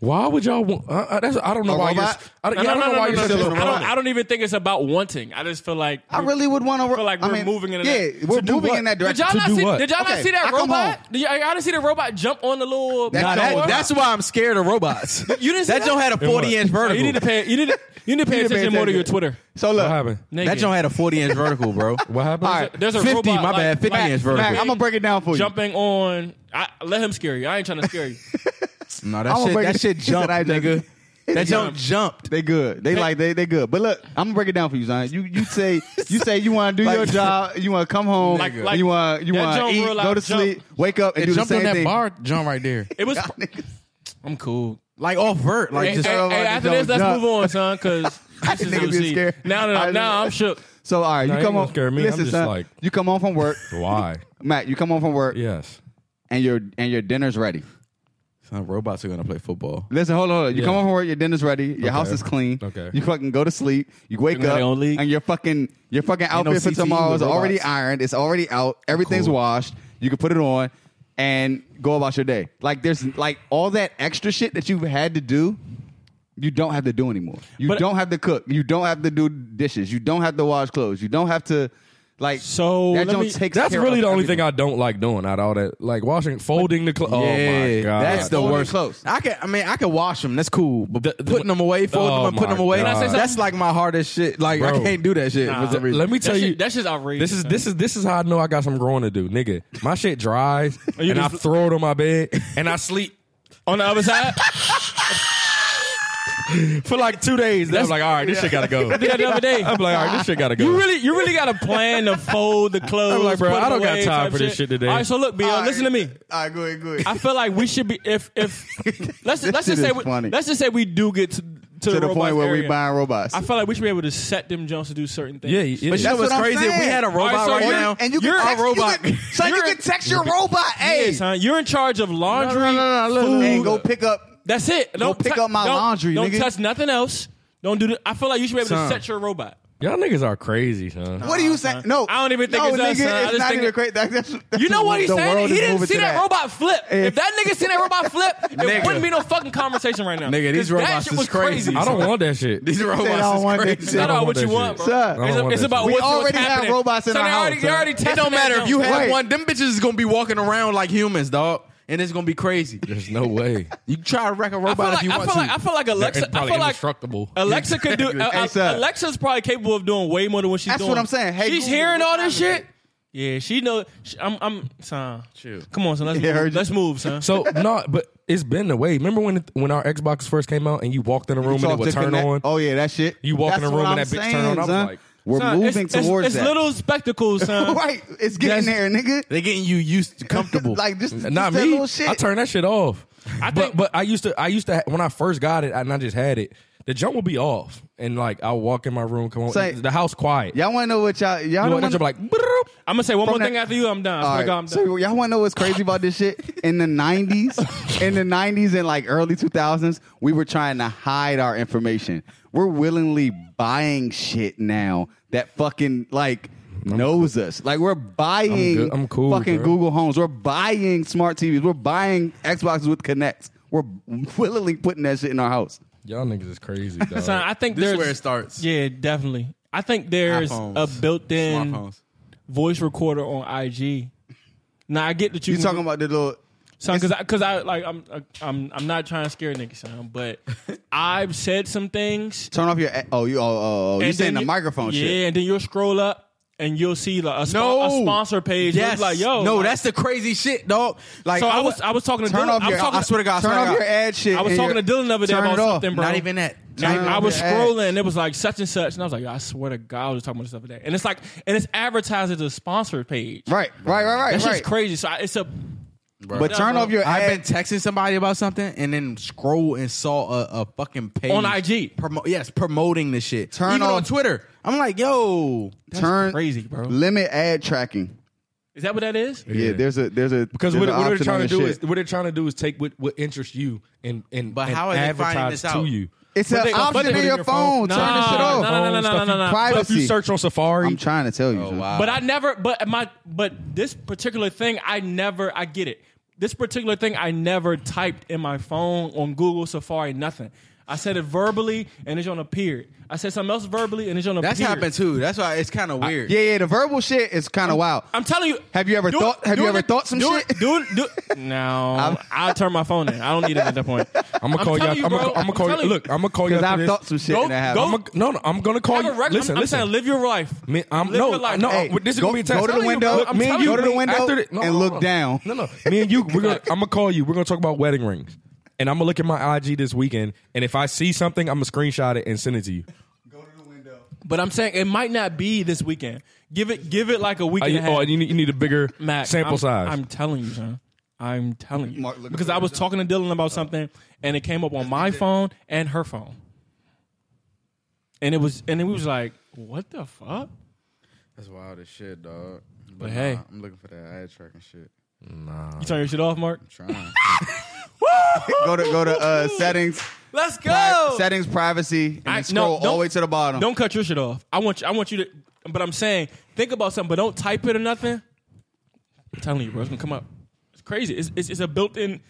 [SPEAKER 5] Why would y'all want? Uh, uh, that's, I don't know
[SPEAKER 4] A
[SPEAKER 5] why
[SPEAKER 4] robot?
[SPEAKER 5] you're. I don't,
[SPEAKER 7] No, no,
[SPEAKER 5] yeah, I don't
[SPEAKER 7] no,
[SPEAKER 5] know why
[SPEAKER 7] no,
[SPEAKER 5] you're
[SPEAKER 7] no,
[SPEAKER 5] still.
[SPEAKER 7] no.
[SPEAKER 5] a-
[SPEAKER 7] I don't, I don't even think it's about wanting. I just feel like
[SPEAKER 4] I really would want to.
[SPEAKER 7] feel like
[SPEAKER 4] I
[SPEAKER 7] we're
[SPEAKER 4] mean,
[SPEAKER 7] moving in that-
[SPEAKER 4] Yeah, we're
[SPEAKER 5] do
[SPEAKER 4] moving
[SPEAKER 5] what?
[SPEAKER 4] in that
[SPEAKER 7] Did
[SPEAKER 4] direction.
[SPEAKER 7] y'all
[SPEAKER 5] To
[SPEAKER 7] not
[SPEAKER 5] do
[SPEAKER 7] see?
[SPEAKER 5] what?
[SPEAKER 7] Did y'all
[SPEAKER 4] Okay,
[SPEAKER 7] not see
[SPEAKER 4] I
[SPEAKER 7] that
[SPEAKER 4] come
[SPEAKER 7] robot?
[SPEAKER 4] home.
[SPEAKER 7] Did y'all, y'all didn't see the robot jump on the little?
[SPEAKER 3] Nah,
[SPEAKER 7] door?
[SPEAKER 3] that, that's why I'm scared of robots.
[SPEAKER 7] You didn't see
[SPEAKER 3] That
[SPEAKER 7] that?
[SPEAKER 3] joint had a 40 inch
[SPEAKER 7] Oh,
[SPEAKER 3] vertical.
[SPEAKER 7] You need to pay. You need to. You need to pay
[SPEAKER 4] need to pay
[SPEAKER 7] attention more to your
[SPEAKER 4] attention.
[SPEAKER 7] Twitter.
[SPEAKER 4] So look,
[SPEAKER 5] What happened?
[SPEAKER 3] that
[SPEAKER 7] Nigga.
[SPEAKER 3] joint had a 40 inch vertical, bro.
[SPEAKER 5] What happened?
[SPEAKER 4] All right.
[SPEAKER 7] There's a
[SPEAKER 3] 50,
[SPEAKER 7] robot,
[SPEAKER 3] my
[SPEAKER 7] like-
[SPEAKER 3] bad, 50
[SPEAKER 7] like-
[SPEAKER 3] inch vertical.
[SPEAKER 7] like
[SPEAKER 4] I'm gonna break it down for you.
[SPEAKER 7] Jumping on. I, let him scare you. I ain't trying to scare you.
[SPEAKER 3] No, that
[SPEAKER 4] I'm gonna
[SPEAKER 3] shit,
[SPEAKER 4] break
[SPEAKER 3] that
[SPEAKER 4] it-
[SPEAKER 3] shit
[SPEAKER 4] he said
[SPEAKER 3] jumped,
[SPEAKER 4] I just-
[SPEAKER 3] nigga.
[SPEAKER 4] It
[SPEAKER 3] That jump
[SPEAKER 4] jumped.
[SPEAKER 3] jumped.
[SPEAKER 4] They good. They like they they good. But look, I'm gonna break it down for you, Zion. You you say you say you want to do your
[SPEAKER 3] Like-
[SPEAKER 4] job. You want to come home.
[SPEAKER 7] Like- like-
[SPEAKER 4] you want you
[SPEAKER 7] that
[SPEAKER 4] want to
[SPEAKER 7] jump
[SPEAKER 4] eat,
[SPEAKER 7] real
[SPEAKER 4] go
[SPEAKER 7] out
[SPEAKER 4] to
[SPEAKER 7] jump.
[SPEAKER 4] sleep, wake up, and
[SPEAKER 3] It
[SPEAKER 4] do the
[SPEAKER 3] jumped
[SPEAKER 4] same
[SPEAKER 3] on that
[SPEAKER 4] thing.
[SPEAKER 3] bar jump right there.
[SPEAKER 7] It was.
[SPEAKER 3] I'm cool. Like off vert. Like
[SPEAKER 7] Hey,
[SPEAKER 3] just
[SPEAKER 7] hey, hey, after this, let's move on, son. Because this is
[SPEAKER 4] Nigga be
[SPEAKER 7] OC.
[SPEAKER 4] scared.
[SPEAKER 7] Now that
[SPEAKER 4] I
[SPEAKER 7] I'm, now
[SPEAKER 4] know.
[SPEAKER 7] I'm shook.
[SPEAKER 4] So all right,
[SPEAKER 5] Nah,
[SPEAKER 4] you
[SPEAKER 5] ain't
[SPEAKER 4] come
[SPEAKER 5] gonna
[SPEAKER 4] home.
[SPEAKER 5] scare me. I'm
[SPEAKER 4] Listen,
[SPEAKER 5] just
[SPEAKER 4] son,
[SPEAKER 5] like-
[SPEAKER 4] you come home from work,
[SPEAKER 5] Why?
[SPEAKER 4] Matt. You come home from work,
[SPEAKER 5] Yes.
[SPEAKER 4] and your and your dinner's ready.
[SPEAKER 3] Son, robots are gonna play football.
[SPEAKER 4] Listen, hold on, hold on. You
[SPEAKER 5] Yeah.
[SPEAKER 4] come home from work, your dinner's ready, your house is clean.
[SPEAKER 5] Okay.
[SPEAKER 4] You fucking go to sleep, you wake
[SPEAKER 7] got
[SPEAKER 4] up,
[SPEAKER 7] their own league?
[SPEAKER 4] and your fucking your fucking
[SPEAKER 3] no
[SPEAKER 4] outfit for
[SPEAKER 3] CTE
[SPEAKER 4] tomorrow
[SPEAKER 3] with
[SPEAKER 4] is already
[SPEAKER 3] robots.
[SPEAKER 4] ironed, it's already out, everything's
[SPEAKER 3] Cool.
[SPEAKER 4] washed. You can put it on and go about your day. Like there's like all that extra shit that you've had to do. You don't have to do anymore. You
[SPEAKER 7] But-
[SPEAKER 4] don't have to cook. You don't have to do dishes. You don't have to wash clothes. You don't have to like.
[SPEAKER 7] So,
[SPEAKER 4] that
[SPEAKER 7] let
[SPEAKER 4] don't
[SPEAKER 7] me-
[SPEAKER 4] take.
[SPEAKER 5] That's really the only thing I don't like doing out of all that, like washing, folding the clothes. Oh my god,
[SPEAKER 3] that's the
[SPEAKER 4] Folding
[SPEAKER 3] worst.
[SPEAKER 4] clothes.
[SPEAKER 3] I can, I mean, I can wash them. That's cool. But putting them away, folding
[SPEAKER 5] Oh
[SPEAKER 3] them, and putting
[SPEAKER 5] my
[SPEAKER 3] them away.
[SPEAKER 5] God. Can I say something?
[SPEAKER 3] That's like my hardest shit. Like I
[SPEAKER 5] Bro.
[SPEAKER 3] can't do that shit. for some reason.
[SPEAKER 5] Let me tell
[SPEAKER 7] That
[SPEAKER 5] you,
[SPEAKER 7] shit- that shit's outrageous.
[SPEAKER 5] This is this is this is how I know I got some growing to do, nigga. My shit dries,
[SPEAKER 7] you
[SPEAKER 5] and I
[SPEAKER 7] just-
[SPEAKER 5] throw it on my bed, and I sleep
[SPEAKER 7] On the other side,
[SPEAKER 5] for like two days. Then I'm like, all right, this shit gotta go.
[SPEAKER 7] I did that the other day.
[SPEAKER 5] I'm like, all right, this shit gotta go.
[SPEAKER 7] You really, you really got to plan to fold the clothes.
[SPEAKER 5] I'm like, bro,
[SPEAKER 7] put
[SPEAKER 5] I don't
[SPEAKER 7] them
[SPEAKER 5] got
[SPEAKER 7] away
[SPEAKER 5] time
[SPEAKER 7] type
[SPEAKER 5] for this shit today.
[SPEAKER 7] All right, so look, Bill, listen to me.
[SPEAKER 4] All right, go ahead, go ahead.
[SPEAKER 7] I feel like we should be if if let's
[SPEAKER 4] This
[SPEAKER 7] let's
[SPEAKER 4] shit
[SPEAKER 7] just say
[SPEAKER 4] is
[SPEAKER 7] we,
[SPEAKER 4] funny.
[SPEAKER 7] let's just say we do get to, to,
[SPEAKER 4] to the point
[SPEAKER 7] robots
[SPEAKER 4] where we
[SPEAKER 7] area.
[SPEAKER 4] buying robots.
[SPEAKER 7] I feel like we should be able to set them Jones to do certain things.
[SPEAKER 5] yeah, yeah.
[SPEAKER 3] But you know
[SPEAKER 4] That's
[SPEAKER 3] what's
[SPEAKER 4] what I'm
[SPEAKER 3] crazy? If we
[SPEAKER 4] saying.
[SPEAKER 3] had a
[SPEAKER 7] right,
[SPEAKER 3] robot
[SPEAKER 7] so
[SPEAKER 3] right
[SPEAKER 7] you're-
[SPEAKER 3] now.
[SPEAKER 4] and you
[SPEAKER 7] You're
[SPEAKER 4] can
[SPEAKER 7] a
[SPEAKER 4] text,
[SPEAKER 3] robot.
[SPEAKER 4] You can, son, you
[SPEAKER 7] You're-
[SPEAKER 4] can text your robot. Hey,
[SPEAKER 7] Yeah, son, you're in charge of laundry.
[SPEAKER 4] Food.
[SPEAKER 7] food.
[SPEAKER 4] And go pick up.
[SPEAKER 7] That's it. Don't
[SPEAKER 4] pick
[SPEAKER 7] tou-
[SPEAKER 4] up my
[SPEAKER 7] don't-
[SPEAKER 4] laundry,
[SPEAKER 7] Don't
[SPEAKER 4] nigga.
[SPEAKER 7] touch nothing else. Don't do. The, I feel like you should be able
[SPEAKER 3] Son.
[SPEAKER 7] to set your robot.
[SPEAKER 5] Y'all niggas are crazy, son.
[SPEAKER 4] What are you saying? No,
[SPEAKER 7] Uh-huh. I don't even think
[SPEAKER 4] no,
[SPEAKER 7] it's
[SPEAKER 4] nigga,
[SPEAKER 7] us, son. I
[SPEAKER 4] It's
[SPEAKER 7] just
[SPEAKER 4] not
[SPEAKER 7] think
[SPEAKER 4] even
[SPEAKER 7] it-
[SPEAKER 4] crazy. That- that's- that's
[SPEAKER 7] You know what he's
[SPEAKER 4] the
[SPEAKER 7] saying?
[SPEAKER 4] world
[SPEAKER 7] He
[SPEAKER 4] is
[SPEAKER 7] didn't
[SPEAKER 4] moving
[SPEAKER 7] see
[SPEAKER 4] to
[SPEAKER 7] that, robot flip. If that nigga seen that robot flip,
[SPEAKER 3] Nigga.
[SPEAKER 7] it wouldn't be no fucking conversation right now.
[SPEAKER 3] Nigga,
[SPEAKER 7] 'Cause
[SPEAKER 3] these
[SPEAKER 7] that
[SPEAKER 3] robots
[SPEAKER 7] shit
[SPEAKER 3] is
[SPEAKER 7] was crazy.
[SPEAKER 3] crazy.
[SPEAKER 5] I don't want that shit.
[SPEAKER 3] These
[SPEAKER 4] I don't want
[SPEAKER 3] robots
[SPEAKER 4] that
[SPEAKER 3] is
[SPEAKER 4] shit.
[SPEAKER 3] crazy.
[SPEAKER 7] It's not
[SPEAKER 5] I
[SPEAKER 7] about
[SPEAKER 5] don't want
[SPEAKER 7] what you
[SPEAKER 5] that
[SPEAKER 7] want,
[SPEAKER 5] shit.
[SPEAKER 7] bro.
[SPEAKER 4] Son. I don't
[SPEAKER 7] It's,
[SPEAKER 5] want
[SPEAKER 7] it's
[SPEAKER 5] that
[SPEAKER 7] about
[SPEAKER 5] shit.
[SPEAKER 4] We
[SPEAKER 7] what's
[SPEAKER 4] already have
[SPEAKER 7] happening.
[SPEAKER 4] robots in
[SPEAKER 7] so
[SPEAKER 4] our
[SPEAKER 7] they
[SPEAKER 4] house,
[SPEAKER 7] Already, they
[SPEAKER 4] son.
[SPEAKER 7] already
[SPEAKER 3] It don't matter if you have
[SPEAKER 4] Wait.
[SPEAKER 3] one. Them bitches is gonna be walking around like humans, dog. And it's gonna be crazy.
[SPEAKER 5] There's no way.
[SPEAKER 3] You try to wreck a
[SPEAKER 7] I feel
[SPEAKER 3] robot
[SPEAKER 7] like
[SPEAKER 3] if you
[SPEAKER 7] I
[SPEAKER 3] want
[SPEAKER 7] feel
[SPEAKER 3] to.
[SPEAKER 7] like I feel like Alexa.
[SPEAKER 5] They're
[SPEAKER 7] I
[SPEAKER 5] probably
[SPEAKER 7] feel like
[SPEAKER 5] indestructible.
[SPEAKER 7] Alexa could do. uh,
[SPEAKER 4] Hey,
[SPEAKER 7] uh,
[SPEAKER 4] son.
[SPEAKER 7] Alexa's probably capable of doing way more than what she's
[SPEAKER 4] That's
[SPEAKER 7] doing.
[SPEAKER 4] what I'm saying. Hey,
[SPEAKER 7] she's
[SPEAKER 4] Google,
[SPEAKER 7] hearing
[SPEAKER 4] what's
[SPEAKER 7] all this shit.
[SPEAKER 4] happening?
[SPEAKER 7] Yeah, she know. She, I'm. I'm. Son, come on, son. Let's
[SPEAKER 4] Yeah, heard
[SPEAKER 7] move.
[SPEAKER 4] you.
[SPEAKER 7] Let's move, son.
[SPEAKER 5] So no, but it's been the way. Remember when when our Xbox first came out and you walked in a room and it
[SPEAKER 4] Talk
[SPEAKER 5] would
[SPEAKER 4] to
[SPEAKER 5] turn
[SPEAKER 4] connect-
[SPEAKER 5] on?
[SPEAKER 4] Oh yeah, that shit.
[SPEAKER 5] You walk in
[SPEAKER 4] That's
[SPEAKER 5] the room
[SPEAKER 4] what
[SPEAKER 5] and that
[SPEAKER 4] I'm
[SPEAKER 5] bitch
[SPEAKER 4] saying,
[SPEAKER 5] turn on, I'm
[SPEAKER 4] son.
[SPEAKER 5] like-
[SPEAKER 4] we're
[SPEAKER 7] Son, it's-
[SPEAKER 4] moving
[SPEAKER 7] it's,
[SPEAKER 4] towards
[SPEAKER 7] it's,
[SPEAKER 4] that.
[SPEAKER 7] little uh, spectacles, son.
[SPEAKER 4] right, it's getting there, nigga.
[SPEAKER 3] They're getting you used to comfortable.
[SPEAKER 4] like just just
[SPEAKER 5] Not
[SPEAKER 4] that
[SPEAKER 5] me.
[SPEAKER 4] little shit.
[SPEAKER 5] I turn that shit off.
[SPEAKER 7] I
[SPEAKER 5] but
[SPEAKER 7] think-
[SPEAKER 5] but I used to I used to ha- when I first got it and I just had it. The jump would be off and like I'll walk in my room, come on,
[SPEAKER 4] Say-
[SPEAKER 5] the house quiet.
[SPEAKER 4] Y'all want to know what y'all y'all
[SPEAKER 5] you
[SPEAKER 4] don't
[SPEAKER 5] know, that
[SPEAKER 4] wanna-
[SPEAKER 5] jump like "Brrrr."
[SPEAKER 7] I'm gonna say one
[SPEAKER 4] From
[SPEAKER 7] more
[SPEAKER 4] that-
[SPEAKER 7] thing after you. I'm done. I swear
[SPEAKER 4] All
[SPEAKER 7] to God, I'm
[SPEAKER 4] right.
[SPEAKER 7] done.
[SPEAKER 4] So y'all want to know what's crazy about this shit? In the nineties, in the nineties and like early two thousands, we were trying to hide our information. We're willingly buying shit now that fucking like knows us. Like we're buying
[SPEAKER 5] good. I'm cool,
[SPEAKER 4] fucking
[SPEAKER 5] bro.
[SPEAKER 4] Google Homes. We're buying smart TVs. We're buying Xboxes with Connects. We're willingly putting that shit in our house.
[SPEAKER 5] y'all niggas is crazy. Dog.
[SPEAKER 7] Son, I think
[SPEAKER 3] this is
[SPEAKER 7] there's
[SPEAKER 3] where it starts.
[SPEAKER 7] Yeah, definitely. I think there's
[SPEAKER 3] iPhones.
[SPEAKER 7] a built-in
[SPEAKER 3] Smartphones.
[SPEAKER 7] voice recorder on IG. Now I get that you
[SPEAKER 4] You talking about the little
[SPEAKER 7] son because I because I like I'm I'm I'm not trying to scare niggas, son, but I've said some things.
[SPEAKER 4] turn off your oh you oh, oh, oh you
[SPEAKER 7] and
[SPEAKER 4] saying
[SPEAKER 7] then
[SPEAKER 4] the
[SPEAKER 7] you-
[SPEAKER 4] microphone
[SPEAKER 7] yeah,
[SPEAKER 4] shit?
[SPEAKER 7] and then you'll scroll up and you'll see like a, spo-
[SPEAKER 3] No.
[SPEAKER 7] a sponsor page. You'll be
[SPEAKER 3] Yes.
[SPEAKER 7] like yo,
[SPEAKER 3] no,
[SPEAKER 7] like-
[SPEAKER 3] that's the crazy shit, dog. Like
[SPEAKER 7] so I was I was talking to
[SPEAKER 4] Turn
[SPEAKER 7] Dylan.
[SPEAKER 4] off
[SPEAKER 7] I
[SPEAKER 4] your
[SPEAKER 7] was talking,
[SPEAKER 3] I swear to God, I
[SPEAKER 4] turn
[SPEAKER 3] swear to
[SPEAKER 4] off
[SPEAKER 3] God.
[SPEAKER 4] your ad shit.
[SPEAKER 7] I was
[SPEAKER 4] and
[SPEAKER 7] talking
[SPEAKER 4] your-
[SPEAKER 7] to Dylan the other day
[SPEAKER 4] turn
[SPEAKER 7] about
[SPEAKER 4] it off.
[SPEAKER 7] something, bro.
[SPEAKER 3] not even that.
[SPEAKER 7] I,
[SPEAKER 4] Turn
[SPEAKER 7] I
[SPEAKER 4] off
[SPEAKER 7] was
[SPEAKER 4] your ads.
[SPEAKER 7] scrolling and it was like such and such, and I was like, I swear to God, I was talking about this the other day. And it's like, and it's advertised as a sponsored page.
[SPEAKER 4] Right, right, right, right.
[SPEAKER 7] That's
[SPEAKER 4] right.
[SPEAKER 7] just crazy. So I, it's a
[SPEAKER 4] But
[SPEAKER 7] Yeah,
[SPEAKER 4] turn
[SPEAKER 7] bro.
[SPEAKER 4] off your
[SPEAKER 3] I've been
[SPEAKER 4] ad.
[SPEAKER 3] texting somebody about something and then scroll and saw a, a fucking page
[SPEAKER 7] On IG.
[SPEAKER 3] Promo- yes, promoting the shit.
[SPEAKER 4] Turn
[SPEAKER 3] Even on
[SPEAKER 4] off-
[SPEAKER 3] Twitter. I'm like, yo, that's
[SPEAKER 4] turn
[SPEAKER 7] crazy, bro.
[SPEAKER 4] Limit ad tracking.
[SPEAKER 7] Is that what that is?
[SPEAKER 4] Yeah, there's a there's a
[SPEAKER 5] because
[SPEAKER 4] there's
[SPEAKER 5] what,
[SPEAKER 4] an
[SPEAKER 5] what they're
[SPEAKER 4] option on
[SPEAKER 5] trying to
[SPEAKER 4] this
[SPEAKER 5] do
[SPEAKER 4] shit.
[SPEAKER 5] is what they're trying to do is take what, what interests you and and
[SPEAKER 3] But
[SPEAKER 5] and
[SPEAKER 3] how are they finding
[SPEAKER 5] advertise
[SPEAKER 3] this
[SPEAKER 5] to
[SPEAKER 3] out?
[SPEAKER 5] you.
[SPEAKER 4] It's an
[SPEAKER 7] they- but
[SPEAKER 4] option
[SPEAKER 7] they put
[SPEAKER 4] in
[SPEAKER 7] it
[SPEAKER 4] your,
[SPEAKER 7] in your phone.
[SPEAKER 4] phone. Turn this shit
[SPEAKER 7] Nah,
[SPEAKER 4] off.
[SPEAKER 7] nah, nah, nah, nah,
[SPEAKER 5] Stuff you-
[SPEAKER 7] nah, nah.
[SPEAKER 5] Stuff you
[SPEAKER 4] Privacy.
[SPEAKER 5] search on Safari.
[SPEAKER 4] I'm trying to tell you.
[SPEAKER 3] Oh,
[SPEAKER 4] son.
[SPEAKER 3] wow.
[SPEAKER 7] But I never. But my. But this particular thing, I never. I get it. this particular thing I never typed in my phone on Google Safari nothing. I said it verbally and it's on a period. I said something else verbally and it's on a
[SPEAKER 3] That's
[SPEAKER 7] period.
[SPEAKER 3] happened too. That's why it's kind of weird.
[SPEAKER 4] Yeah, yeah. The verbal shit is kind of wild.
[SPEAKER 7] I'm telling you.
[SPEAKER 4] Have you ever
[SPEAKER 7] do it-
[SPEAKER 4] thought- have
[SPEAKER 7] do
[SPEAKER 4] you
[SPEAKER 7] it-
[SPEAKER 4] ever thought some
[SPEAKER 7] do
[SPEAKER 4] shit?
[SPEAKER 7] It, do it, do it. No, I'll turn my phone in. I don't need it at that point.
[SPEAKER 5] I'm gonna call you.
[SPEAKER 7] telling
[SPEAKER 5] I'm
[SPEAKER 7] bro.
[SPEAKER 5] gonna call
[SPEAKER 7] telling
[SPEAKER 5] you. Look, I'm gonna call you.
[SPEAKER 4] 'Cause
[SPEAKER 5] after
[SPEAKER 4] I've
[SPEAKER 5] this.
[SPEAKER 4] thought some shit
[SPEAKER 5] Go-
[SPEAKER 4] and that
[SPEAKER 5] go-
[SPEAKER 4] happened.
[SPEAKER 5] No, no. I'm gonna
[SPEAKER 4] Oh,
[SPEAKER 5] call
[SPEAKER 7] have
[SPEAKER 5] you.
[SPEAKER 7] a record.
[SPEAKER 5] Listen,
[SPEAKER 7] I'm,
[SPEAKER 5] listen.
[SPEAKER 7] saying live your life.
[SPEAKER 5] Me, I'm
[SPEAKER 7] Live
[SPEAKER 5] no,
[SPEAKER 7] your life.
[SPEAKER 5] no.
[SPEAKER 7] Hey,
[SPEAKER 5] uh, this is
[SPEAKER 4] go-
[SPEAKER 5] gonna be a text.
[SPEAKER 4] go to the
[SPEAKER 5] I'm telling you,
[SPEAKER 4] window.
[SPEAKER 5] bro, Me and
[SPEAKER 4] Go
[SPEAKER 5] you
[SPEAKER 4] to the window
[SPEAKER 5] after the- no,
[SPEAKER 4] and
[SPEAKER 5] no,
[SPEAKER 4] look
[SPEAKER 5] no.
[SPEAKER 4] down.
[SPEAKER 5] No, no. Me and you. We're gonna. I'm gonna call you. We're gonna talk about wedding rings. And I'm gonna look at my IG this weekend. And if I see something, I'm gonna screenshot it and send it to you.
[SPEAKER 7] But I'm saying it might not be this weekend. Give it, give it like a
[SPEAKER 5] Uh,
[SPEAKER 7] weekend.
[SPEAKER 5] you,
[SPEAKER 7] and a
[SPEAKER 5] oh,
[SPEAKER 7] half.
[SPEAKER 5] and you need, you need a bigger
[SPEAKER 7] Matt,
[SPEAKER 5] sample
[SPEAKER 7] I'm,
[SPEAKER 5] size.
[SPEAKER 7] I'm telling you, son. I'm telling you.
[SPEAKER 4] Mark, look at
[SPEAKER 7] because
[SPEAKER 4] the Uh,
[SPEAKER 7] I was talking to Dylan about something, and it came up on my phone and her phone, and it was, and then we was like, "What the fuck?"
[SPEAKER 3] That's wild as shit, dog. But,
[SPEAKER 7] hey.
[SPEAKER 3] I'm looking for that ad tracking shit.
[SPEAKER 7] You turn your shit off, Mark.
[SPEAKER 3] Trying.
[SPEAKER 4] Go to go to uh, settings,
[SPEAKER 7] Let's go.
[SPEAKER 4] pri- settings, privacy, and
[SPEAKER 7] I-
[SPEAKER 4] then
[SPEAKER 7] no,
[SPEAKER 4] scroll all
[SPEAKER 7] don't-
[SPEAKER 4] the way to the bottom.
[SPEAKER 7] Don't cut your shit off. I want you. I want you to. But I'm saying, think about something, but don't type it or nothing. I'm telling you, bro, it's gonna come up. It's crazy. It's it's, it's a built-in.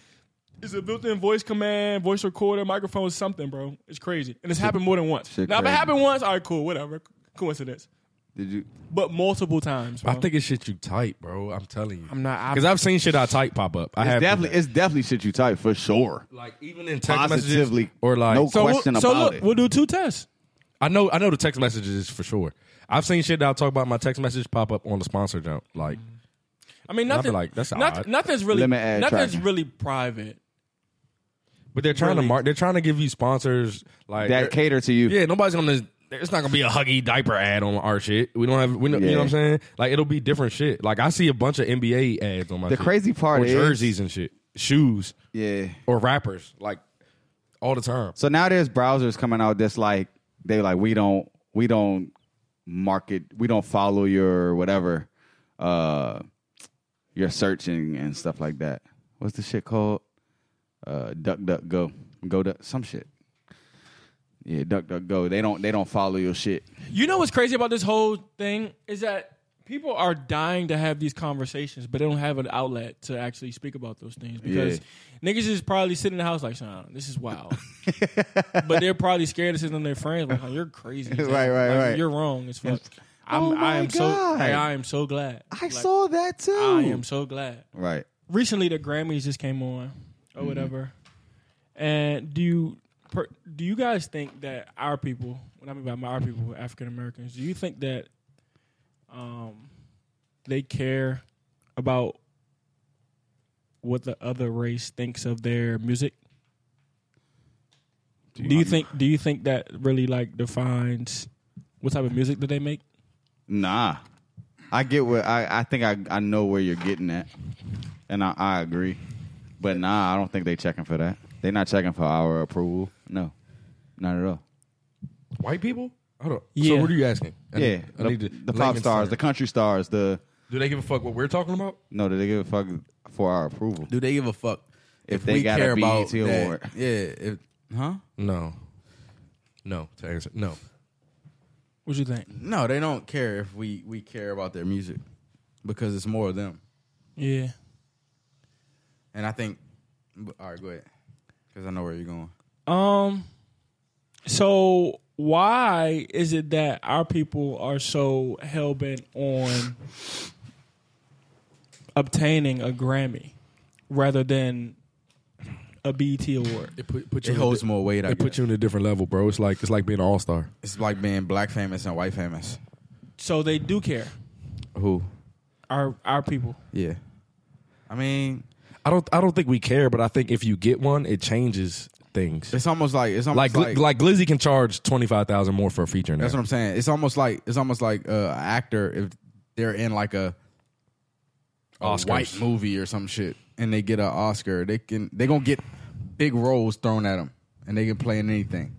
[SPEAKER 7] It's a built-in voice command, voice recorder, microphone, something, bro. It's crazy, and it's happened more than once.
[SPEAKER 4] shit
[SPEAKER 7] Now, if it
[SPEAKER 4] crazy.
[SPEAKER 7] happened once, all right, cool, whatever, coincidence.
[SPEAKER 4] Did you?
[SPEAKER 7] But multiple times, bro.
[SPEAKER 5] I think it's shit you type, bro. I'm telling you.
[SPEAKER 7] I'm not- I-
[SPEAKER 5] because I've seen shit I type pop up. I
[SPEAKER 4] It's
[SPEAKER 5] have
[SPEAKER 4] definitely it's definitely shit you type for sure.
[SPEAKER 5] like even in text
[SPEAKER 4] Positively,
[SPEAKER 5] messages or like
[SPEAKER 4] no
[SPEAKER 7] so. we'll-
[SPEAKER 4] question
[SPEAKER 7] so
[SPEAKER 4] about
[SPEAKER 7] look,
[SPEAKER 4] it.
[SPEAKER 7] we'll do two tests.
[SPEAKER 5] I know I know the text messages for sure. I've seen shit that I'll talk about in my text message pop up on the sponsor jump. Like
[SPEAKER 7] I mean,
[SPEAKER 5] I'll be
[SPEAKER 7] nothing.
[SPEAKER 5] like, that's
[SPEAKER 7] nothing,
[SPEAKER 5] odd.
[SPEAKER 7] Nothing's really.
[SPEAKER 4] Limit ad
[SPEAKER 7] Nothing's
[SPEAKER 4] tracking.
[SPEAKER 7] really private.
[SPEAKER 5] but they're trying
[SPEAKER 7] Really?
[SPEAKER 5] to mark they're trying to give you sponsors like
[SPEAKER 4] that cater to you.
[SPEAKER 5] Yeah, nobody's gonna it's not gonna be a huggy diaper ad on our shit. We don't have we know, you know
[SPEAKER 4] Yeah.
[SPEAKER 5] what I'm saying? Like it'll be different shit. Like I see a bunch of NBA ads on my
[SPEAKER 4] The
[SPEAKER 5] shit.
[SPEAKER 4] crazy part
[SPEAKER 5] or
[SPEAKER 4] is-
[SPEAKER 5] jerseys and shit. Shoes.
[SPEAKER 4] Yeah.
[SPEAKER 5] Or rappers. Like all the time.
[SPEAKER 4] So now there's browsers coming out that's like they like we don't we don't market we don't follow your whatever uh your searching and stuff like that. What's the shit called? Uh duck duck go. Go duck some shit. Yeah, duck duck go. They don't they don't follow your shit.
[SPEAKER 7] You know what's crazy about this whole thing is that people are dying to have these conversations, but they don't have an outlet to actually speak about those things because niggas is probably sitting in the house like, "Son, this is wild," but they're probably scared to sit on their friends like, "Oh, "You're crazy, as hell.
[SPEAKER 4] Right, right,
[SPEAKER 7] Like,
[SPEAKER 4] right.
[SPEAKER 7] You're wrong as fuck." I'm,
[SPEAKER 4] Oh
[SPEAKER 7] I
[SPEAKER 4] my
[SPEAKER 7] am so,
[SPEAKER 4] God.
[SPEAKER 7] like, I am so glad. Like,
[SPEAKER 4] that too.
[SPEAKER 7] I am so glad.
[SPEAKER 4] right.
[SPEAKER 7] Recently, the Grammys just came on or whatever, and do you? per- Do you guys think that our people, when I mean by my our people, African Americans, do you think that um, they care about what the other race thinks of their music? Do you think do you think that really like defines what type of music that they make?
[SPEAKER 4] Nah. I get where I, I think I, I know where you're getting at. And I, I agree. But nah, I don't think they checking for that. They not checking for our approval. No. Not at all.
[SPEAKER 5] White people? Hold on.
[SPEAKER 7] Yeah.
[SPEAKER 5] So what are you asking? I
[SPEAKER 4] yeah.
[SPEAKER 5] need- I
[SPEAKER 4] the,
[SPEAKER 5] need to
[SPEAKER 4] the pop
[SPEAKER 5] layman's
[SPEAKER 4] stars,
[SPEAKER 5] term.
[SPEAKER 4] the country stars, the
[SPEAKER 5] Do they give a fuck what we're talking about?
[SPEAKER 4] no, do they give a fuck for our approval?
[SPEAKER 3] Do they give a fuck
[SPEAKER 4] If they got a BET
[SPEAKER 3] that?
[SPEAKER 4] award.
[SPEAKER 3] Yeah. If, huh?
[SPEAKER 5] No. No. To answer, no.
[SPEAKER 7] What you think?
[SPEAKER 3] No, they don't care if we we care about their music because it's more of them.
[SPEAKER 7] Yeah.
[SPEAKER 3] And I think. All right, go ahead. Because I know where you're going.
[SPEAKER 7] Um. So why is it that our people are so hell bent on obtaining a Grammy rather than a BET award?
[SPEAKER 5] It put, put
[SPEAKER 3] It holds more weight. I
[SPEAKER 5] It
[SPEAKER 3] guess.
[SPEAKER 5] puts you in a different level, bro. It's like it's like being an all star.
[SPEAKER 3] It's like being black famous and white famous.
[SPEAKER 7] So they do care.
[SPEAKER 3] Who?
[SPEAKER 7] Our our people.
[SPEAKER 3] Yeah. I mean,
[SPEAKER 5] I don't I don't think we care, but I think if you get one, it changes things.
[SPEAKER 3] it's almost like it's
[SPEAKER 5] Like
[SPEAKER 3] almost
[SPEAKER 5] like,
[SPEAKER 3] like,
[SPEAKER 5] like Glizzy can charge twenty five thousand more for a feature now.
[SPEAKER 3] that's what I'm saying. It's almost like it's almost like uh, an actor if they're in like a, a
[SPEAKER 5] Oscars.
[SPEAKER 3] white movie or some shit and they get an Oscar, they can they gonna get big roles thrown at them and they can play in anything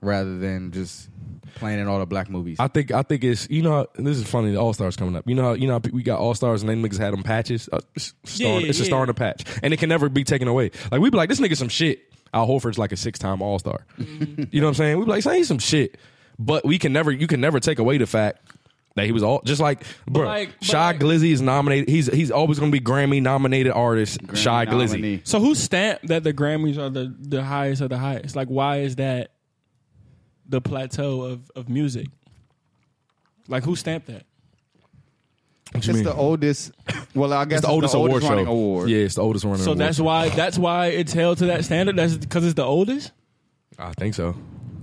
[SPEAKER 3] rather than just playing in all the black movies.
[SPEAKER 5] I think I think it's you know how- this is funny. The All Stars coming up. You know how, you know how pe- we got All Stars and they niggas had them patches. Uh, it's a star,
[SPEAKER 7] Yeah,
[SPEAKER 5] it's a
[SPEAKER 7] yeah.
[SPEAKER 5] star in a patch, and it can never be taken away. Like we be like this nigga some shit. Al Horford's like a six time All Star.
[SPEAKER 7] Mm-hmm.
[SPEAKER 5] You know what I'm saying? We be like say he's some shit, but we can never you can never take away the fact That he was all just like bro.
[SPEAKER 7] like- but
[SPEAKER 5] Shy
[SPEAKER 7] like-
[SPEAKER 5] Glizzy is nominated. He's he's always gonna be Grammy nominated artist. Shy
[SPEAKER 4] nominee.
[SPEAKER 5] Glizzy.
[SPEAKER 7] So who stamped that the Grammys are the, the highest of the highest? Like, why is that the plateau of, of music? Like, who stamped that?
[SPEAKER 5] What you
[SPEAKER 4] It's
[SPEAKER 5] mean?
[SPEAKER 4] the oldest. Well, I guess
[SPEAKER 5] It's the oldest, award
[SPEAKER 4] running
[SPEAKER 5] show.
[SPEAKER 4] award.
[SPEAKER 5] Yeah, it's the oldest running.
[SPEAKER 7] So
[SPEAKER 5] award.
[SPEAKER 7] that's why that's why it's held to that standard. That's because it's the oldest.
[SPEAKER 5] I think so.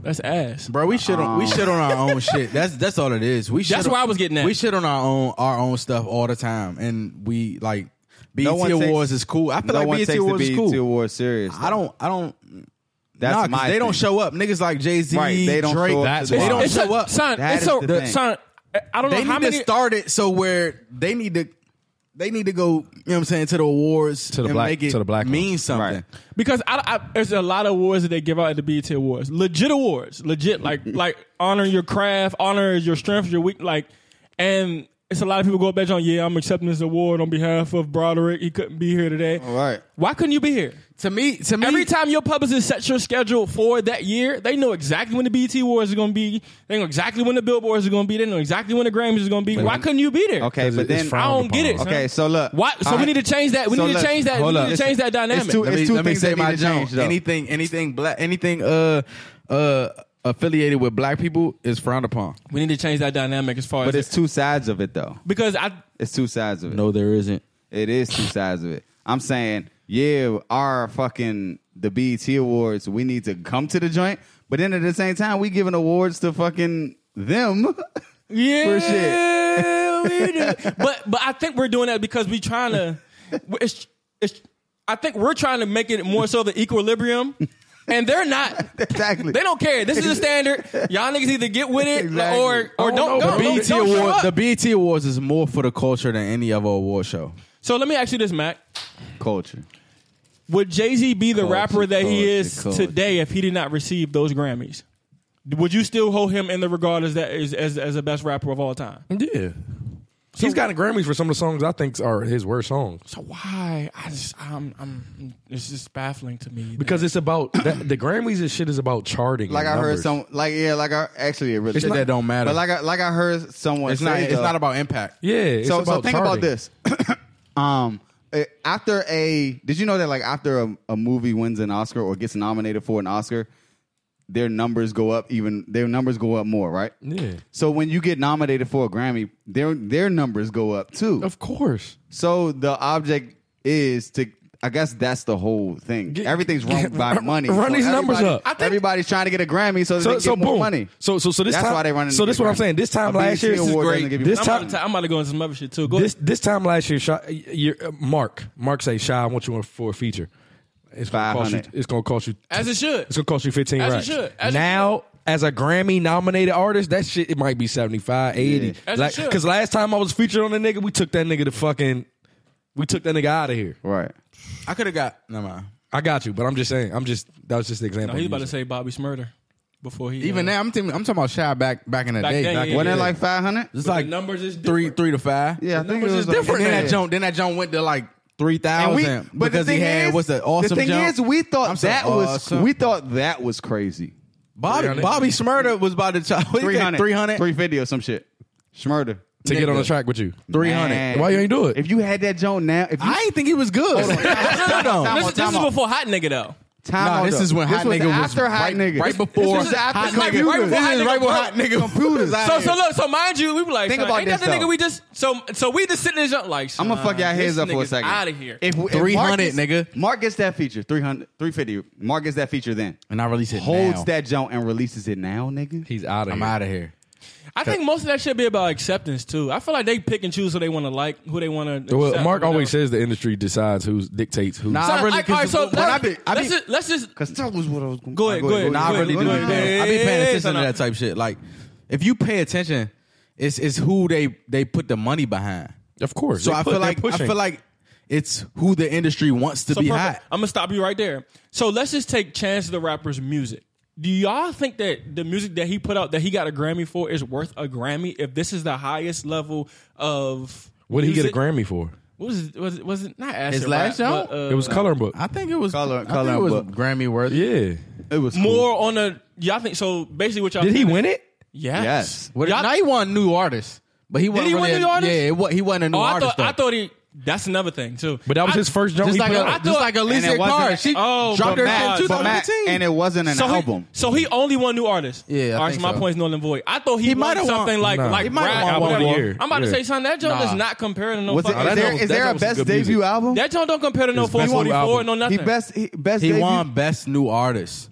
[SPEAKER 7] That's ass.
[SPEAKER 3] Bro, we shit on we shit on our own shit. That's that's all it is. We shit
[SPEAKER 7] That's
[SPEAKER 3] on-
[SPEAKER 7] where I was getting at.
[SPEAKER 3] We shit on our own our own stuff all the time, and we like BET
[SPEAKER 4] one takes-
[SPEAKER 3] Awards is cool. I feel
[SPEAKER 4] No
[SPEAKER 3] like
[SPEAKER 4] one
[SPEAKER 3] BET
[SPEAKER 4] takes
[SPEAKER 3] Awards
[SPEAKER 4] the
[SPEAKER 3] is
[SPEAKER 4] BET
[SPEAKER 3] cool.
[SPEAKER 4] award serious.
[SPEAKER 3] I don't. I don't.
[SPEAKER 4] That's
[SPEAKER 3] nah, 'cause
[SPEAKER 4] my
[SPEAKER 3] they
[SPEAKER 4] thing.
[SPEAKER 3] don't show up. Niggas like Jay Z,
[SPEAKER 4] Right, they don't
[SPEAKER 3] Drake.
[SPEAKER 4] show up
[SPEAKER 5] that's
[SPEAKER 4] to the
[SPEAKER 5] why.
[SPEAKER 3] they don't
[SPEAKER 7] It's a,
[SPEAKER 3] show up.
[SPEAKER 7] Son,
[SPEAKER 4] That
[SPEAKER 7] it's
[SPEAKER 4] is
[SPEAKER 7] a,
[SPEAKER 4] the thing.
[SPEAKER 7] son, I don't
[SPEAKER 3] they
[SPEAKER 7] know how
[SPEAKER 3] need
[SPEAKER 7] many.
[SPEAKER 3] to start it so where they need to. They need to go. You know what I'm saying to the awards to
[SPEAKER 5] the
[SPEAKER 3] and
[SPEAKER 5] black-
[SPEAKER 3] make it
[SPEAKER 5] to the black
[SPEAKER 3] mean
[SPEAKER 5] ones.
[SPEAKER 3] something.
[SPEAKER 4] Right.
[SPEAKER 7] Because I, I, there's a lot of awards that they give out at the BET Awards, legit awards, legit like like honor your craft, honor your strength, your weak, like, and it's a lot of people go up there on, yeah, I'm accepting this award on behalf of Broderick. He couldn't be here today.
[SPEAKER 4] All right.
[SPEAKER 7] Why couldn't you be here?
[SPEAKER 3] To me, to me,
[SPEAKER 7] Every time your publicist sets your schedule for that year, they know exactly when the BET Awards are going to be. They know exactly when the Billboards are going to be. They know exactly when the Grammys is going to be. Why couldn't you be there?
[SPEAKER 4] Okay, but then
[SPEAKER 7] I don't get it. son.
[SPEAKER 4] Okay, so look.
[SPEAKER 7] Why? So
[SPEAKER 4] All
[SPEAKER 7] we
[SPEAKER 4] right.
[SPEAKER 7] need to change that. We
[SPEAKER 4] So
[SPEAKER 7] need to
[SPEAKER 4] look,
[SPEAKER 7] change that. We
[SPEAKER 4] hold
[SPEAKER 7] need
[SPEAKER 4] up.
[SPEAKER 7] to change that dynamic.
[SPEAKER 4] It's too,
[SPEAKER 3] let
[SPEAKER 4] it's
[SPEAKER 3] me,
[SPEAKER 4] two
[SPEAKER 3] let me
[SPEAKER 4] things
[SPEAKER 3] say
[SPEAKER 4] that
[SPEAKER 3] my
[SPEAKER 4] need to
[SPEAKER 3] joke.
[SPEAKER 4] change, though.
[SPEAKER 3] Anything, anything black, anything uh uh affiliated with black people is frowned upon.
[SPEAKER 7] we need to change that dynamic as far
[SPEAKER 4] but
[SPEAKER 7] as
[SPEAKER 4] it's two sides of it, though.
[SPEAKER 7] because I
[SPEAKER 4] It's two sides of it.
[SPEAKER 3] No, there isn't.
[SPEAKER 4] It is two sides of it. I'm saying, yeah, our fucking the BET awards, we need to come to the joint, but then at the same time, we giving awards to fucking them.
[SPEAKER 7] yeah
[SPEAKER 4] shit.
[SPEAKER 7] we do. but but I think we're doing that because we trying to. It's, it's, I think we're trying to make it more so the equilibrium, and they're not.
[SPEAKER 4] exactly.
[SPEAKER 7] They don't care. This is the standard. Y'all niggas either get with it
[SPEAKER 4] Exactly.
[SPEAKER 7] or or don't
[SPEAKER 3] The
[SPEAKER 7] go. Don't-
[SPEAKER 3] BET
[SPEAKER 7] don't show
[SPEAKER 3] awards,
[SPEAKER 7] up.
[SPEAKER 3] the BET awards is more for the culture than any other award show.
[SPEAKER 7] so let me ask you this, Mac.
[SPEAKER 4] culture.
[SPEAKER 7] Would Jay Z be the
[SPEAKER 4] Culture,
[SPEAKER 7] rapper that he
[SPEAKER 4] culture,
[SPEAKER 7] is
[SPEAKER 4] culture.
[SPEAKER 7] today if he did not receive those Grammys? Would you still hold him in the regard as that as as, as the best rapper of all time?
[SPEAKER 5] Yeah. He's gotten Grammys for some of the songs I think are his worst songs.
[SPEAKER 7] So why? I just I'm I'm it's just baffling to me.
[SPEAKER 5] Because it's about that, the Grammys and shit is about charting.
[SPEAKER 4] Like
[SPEAKER 5] and
[SPEAKER 4] I
[SPEAKER 5] numbers.
[SPEAKER 4] heard some, like yeah, like I actually it really
[SPEAKER 3] Shit that don't matter.
[SPEAKER 4] But like I like I heard someone
[SPEAKER 3] It's
[SPEAKER 4] say,
[SPEAKER 3] not. It's
[SPEAKER 4] though,
[SPEAKER 3] not about impact.
[SPEAKER 5] Yeah. It's
[SPEAKER 4] so,
[SPEAKER 5] about
[SPEAKER 4] so think about
[SPEAKER 5] charting.
[SPEAKER 4] this. um, eh, after a, did you know that like after a, a movie wins an Oscar or gets nominated for an Oscar, their numbers go up even their numbers go up more, right?
[SPEAKER 5] Yeah.
[SPEAKER 4] So when you get nominated for a Grammy, their their numbers go up too.
[SPEAKER 5] Of course.
[SPEAKER 4] So the object is to. I guess that's the whole thing.
[SPEAKER 5] Get-
[SPEAKER 4] Everything's run
[SPEAKER 5] get-
[SPEAKER 4] by
[SPEAKER 5] run-
[SPEAKER 4] money.
[SPEAKER 5] run
[SPEAKER 4] So
[SPEAKER 5] these numbers
[SPEAKER 4] everybody-
[SPEAKER 5] up. I think-
[SPEAKER 4] everybody's trying to get a Grammy so that
[SPEAKER 5] So
[SPEAKER 4] they
[SPEAKER 5] so
[SPEAKER 4] get more
[SPEAKER 5] boom.
[SPEAKER 4] money.
[SPEAKER 5] So so so this
[SPEAKER 4] That's
[SPEAKER 5] time,
[SPEAKER 4] why they running.
[SPEAKER 5] So this is what I'm saying. This time last year,
[SPEAKER 4] this
[SPEAKER 5] this, this
[SPEAKER 7] I'm,
[SPEAKER 5] time-
[SPEAKER 7] about to, I'm about to go into some other shit too. Go
[SPEAKER 5] this this time last year, Shy, your, uh, Mark Mark say, "Shy, I want you on for a feature. It's gonna cost you.
[SPEAKER 4] 500.
[SPEAKER 5] It's gonna cost you.
[SPEAKER 7] ahead. as it should.
[SPEAKER 5] It's gonna cost you fifteen.
[SPEAKER 7] As it
[SPEAKER 5] racks.
[SPEAKER 7] should. As it
[SPEAKER 5] now, as a Grammy nominated artist, that shit it might be 75, 80.
[SPEAKER 7] As it
[SPEAKER 5] Like,
[SPEAKER 7] should.
[SPEAKER 5] cause last time I was featured on the nigga, we took that nigga to fucking, we took that nigga out of here.
[SPEAKER 4] right?
[SPEAKER 3] I could have got. Never mind.
[SPEAKER 5] I got you, but I'm just saying. I'm just that was just an example.
[SPEAKER 7] No, he's
[SPEAKER 5] I'm
[SPEAKER 7] Oh, about to
[SPEAKER 5] using.
[SPEAKER 7] say Bobby Smurder before he
[SPEAKER 3] Even
[SPEAKER 7] uh,
[SPEAKER 3] now, I'm, thinking- I'm talking about Shy back back in the
[SPEAKER 7] Back
[SPEAKER 3] day.
[SPEAKER 7] then,
[SPEAKER 3] back
[SPEAKER 7] yeah,
[SPEAKER 3] in
[SPEAKER 7] yeah.
[SPEAKER 4] Wasn't it like five hundred?
[SPEAKER 3] It's
[SPEAKER 7] but
[SPEAKER 3] like
[SPEAKER 7] the numbers is
[SPEAKER 3] three
[SPEAKER 7] different.
[SPEAKER 3] three to five.
[SPEAKER 4] Yeah, I think it
[SPEAKER 7] numbers
[SPEAKER 4] was
[SPEAKER 7] is different
[SPEAKER 4] Like,
[SPEAKER 3] And then
[SPEAKER 4] yeah.
[SPEAKER 3] that jump. Then that jump went to like three
[SPEAKER 4] And we-
[SPEAKER 3] thousand
[SPEAKER 4] but the
[SPEAKER 3] because he
[SPEAKER 4] thing
[SPEAKER 3] had
[SPEAKER 4] is-
[SPEAKER 3] what's the awesome
[SPEAKER 4] The thing
[SPEAKER 3] jump.
[SPEAKER 4] is, we thought
[SPEAKER 3] I'm saying
[SPEAKER 4] that
[SPEAKER 3] awesome.
[SPEAKER 4] was we thought that was crazy.
[SPEAKER 3] Bobby Bobby Smurda was about to chop
[SPEAKER 4] 300,
[SPEAKER 3] 300
[SPEAKER 4] 350 or some shit. Schmurder.
[SPEAKER 5] to get on the
[SPEAKER 3] nigga.
[SPEAKER 5] track with you.
[SPEAKER 3] 300.
[SPEAKER 5] Why you ain't do it?
[SPEAKER 4] If you had that joke now, if you,
[SPEAKER 3] I didn't think he was good. Hold on.
[SPEAKER 4] Time
[SPEAKER 7] This,
[SPEAKER 4] on,
[SPEAKER 7] this
[SPEAKER 4] time
[SPEAKER 7] is
[SPEAKER 4] on.
[SPEAKER 7] before Hot Nigga though.
[SPEAKER 4] time
[SPEAKER 3] Nah,
[SPEAKER 4] out,
[SPEAKER 3] this
[SPEAKER 4] though.
[SPEAKER 3] is when Hot Nigga was
[SPEAKER 4] after hot
[SPEAKER 3] right-
[SPEAKER 4] nigga.
[SPEAKER 3] right before
[SPEAKER 4] this is after
[SPEAKER 7] Hot
[SPEAKER 4] hot
[SPEAKER 7] Nigga. Right
[SPEAKER 4] nigga.
[SPEAKER 7] before Hot
[SPEAKER 3] This is right
[SPEAKER 7] Nigga
[SPEAKER 3] before
[SPEAKER 7] broke.
[SPEAKER 3] hot nigga
[SPEAKER 4] Computers.
[SPEAKER 7] So so look, so mind you, we were like,
[SPEAKER 4] Think
[SPEAKER 7] son,
[SPEAKER 4] about
[SPEAKER 7] ain't that
[SPEAKER 4] this,
[SPEAKER 7] the nigga
[SPEAKER 4] though.
[SPEAKER 7] we just so so we just sitting in the like
[SPEAKER 4] I'm gonna fuck y'all heads up for a second.
[SPEAKER 7] Out of here.
[SPEAKER 4] If, if Marcus-
[SPEAKER 3] 300, nigga.
[SPEAKER 4] Mark gets that feature, 300, 350. Mark gets that feature then.
[SPEAKER 3] And I release it
[SPEAKER 4] Holds
[SPEAKER 3] now.
[SPEAKER 4] that joke and releases it now, nigga.
[SPEAKER 5] he's out of.
[SPEAKER 3] I'm
[SPEAKER 5] here.
[SPEAKER 3] out of here.
[SPEAKER 7] I think most of that should be about acceptance too. I feel like they pick and choose who they want to like, who they want to.
[SPEAKER 5] Well, Mark always says the industry decides who dictates who.
[SPEAKER 3] Nah,
[SPEAKER 7] So,
[SPEAKER 3] I really.
[SPEAKER 7] like, all right, so
[SPEAKER 3] when I
[SPEAKER 7] let's,
[SPEAKER 3] be, I
[SPEAKER 7] let's
[SPEAKER 3] be,
[SPEAKER 7] just, let's just
[SPEAKER 4] Because that was what I was going
[SPEAKER 7] Go ahead, go ahead.
[SPEAKER 3] nah, I
[SPEAKER 7] Wait,
[SPEAKER 3] really
[SPEAKER 7] wait,
[SPEAKER 3] do. be
[SPEAKER 7] wait,
[SPEAKER 3] paying-
[SPEAKER 7] wait,
[SPEAKER 3] I be
[SPEAKER 7] wait,
[SPEAKER 3] paying
[SPEAKER 7] son,
[SPEAKER 3] attention to
[SPEAKER 7] I-
[SPEAKER 3] that type shit. Like, if you pay attention, it's it's who they they put the money behind.
[SPEAKER 5] of course.
[SPEAKER 3] So
[SPEAKER 5] They
[SPEAKER 3] I
[SPEAKER 5] put-
[SPEAKER 3] feel
[SPEAKER 5] they're
[SPEAKER 3] like I
[SPEAKER 5] pushing.
[SPEAKER 3] feel like it's who the industry wants to be hot.
[SPEAKER 7] I'm gonna stop you right there. So let's just take Chance the Rapper's music. Do y'all think that the music that he put out that he got a Grammy for is worth a Grammy? If this is the highest level of
[SPEAKER 5] what did he get a
[SPEAKER 7] music-
[SPEAKER 5] Grammy for?
[SPEAKER 7] What was it? Was it, was it not acid
[SPEAKER 3] His
[SPEAKER 7] rap,
[SPEAKER 3] last show?
[SPEAKER 7] but, uh,
[SPEAKER 5] It was coloring book.
[SPEAKER 3] I think it was
[SPEAKER 4] Color-
[SPEAKER 3] I think
[SPEAKER 4] color
[SPEAKER 3] it was
[SPEAKER 4] book.
[SPEAKER 3] Grammy worthy.
[SPEAKER 5] yeah.
[SPEAKER 4] It was
[SPEAKER 7] more on a y'all think so. Basically, what y'all
[SPEAKER 5] Did he
[SPEAKER 7] think-
[SPEAKER 5] win it?
[SPEAKER 7] Yes.
[SPEAKER 4] Yes.
[SPEAKER 3] What
[SPEAKER 7] Y'all-
[SPEAKER 3] now he won new artist. But he wasn't
[SPEAKER 7] he
[SPEAKER 3] really
[SPEAKER 7] win
[SPEAKER 3] a,
[SPEAKER 7] New Artist?
[SPEAKER 3] Yeah, it, wa- he wasn't a new
[SPEAKER 7] Oh, I
[SPEAKER 3] artist.
[SPEAKER 7] thought, I
[SPEAKER 3] though.
[SPEAKER 7] thought he. That's another thing too.
[SPEAKER 5] But that was
[SPEAKER 7] I-
[SPEAKER 5] his first joint.
[SPEAKER 3] just
[SPEAKER 5] he
[SPEAKER 3] like
[SPEAKER 5] put
[SPEAKER 3] a,
[SPEAKER 5] out.
[SPEAKER 3] just
[SPEAKER 7] thought-
[SPEAKER 3] like
[SPEAKER 4] and
[SPEAKER 3] Alicia
[SPEAKER 4] it wasn't-
[SPEAKER 3] Carr. She
[SPEAKER 7] Oh,
[SPEAKER 3] dropped
[SPEAKER 7] but
[SPEAKER 3] her
[SPEAKER 7] Matt-
[SPEAKER 3] shit in
[SPEAKER 7] but Matt-
[SPEAKER 3] 2015.
[SPEAKER 4] and it wasn't an
[SPEAKER 7] so
[SPEAKER 4] album.
[SPEAKER 7] He, so he only won new artists.
[SPEAKER 3] Yeah, I
[SPEAKER 7] All right, so
[SPEAKER 3] think
[SPEAKER 7] my
[SPEAKER 3] so.
[SPEAKER 7] point's null and void. I thought he,
[SPEAKER 3] might
[SPEAKER 7] won
[SPEAKER 3] have
[SPEAKER 7] something
[SPEAKER 3] won-
[SPEAKER 7] like
[SPEAKER 5] Nah.
[SPEAKER 7] like
[SPEAKER 5] He
[SPEAKER 3] might have
[SPEAKER 7] rap
[SPEAKER 3] won
[SPEAKER 7] or
[SPEAKER 3] one
[SPEAKER 7] whatever.
[SPEAKER 5] year.
[SPEAKER 7] I'm about to
[SPEAKER 5] Yeah.
[SPEAKER 7] say something. That joint
[SPEAKER 3] Nah.
[SPEAKER 7] does not compare to no.
[SPEAKER 4] was it,
[SPEAKER 7] fucking-
[SPEAKER 5] that
[SPEAKER 4] is there,
[SPEAKER 5] was-
[SPEAKER 4] is
[SPEAKER 5] that
[SPEAKER 4] there a
[SPEAKER 5] was some
[SPEAKER 4] best
[SPEAKER 5] good
[SPEAKER 4] debut
[SPEAKER 5] music.
[SPEAKER 4] album?
[SPEAKER 7] That joint don't compare to no
[SPEAKER 5] His best new
[SPEAKER 7] 444,
[SPEAKER 5] album.
[SPEAKER 7] no
[SPEAKER 4] he
[SPEAKER 7] nothing.
[SPEAKER 4] best he, best
[SPEAKER 3] He
[SPEAKER 4] debut.
[SPEAKER 3] won Best New Artist.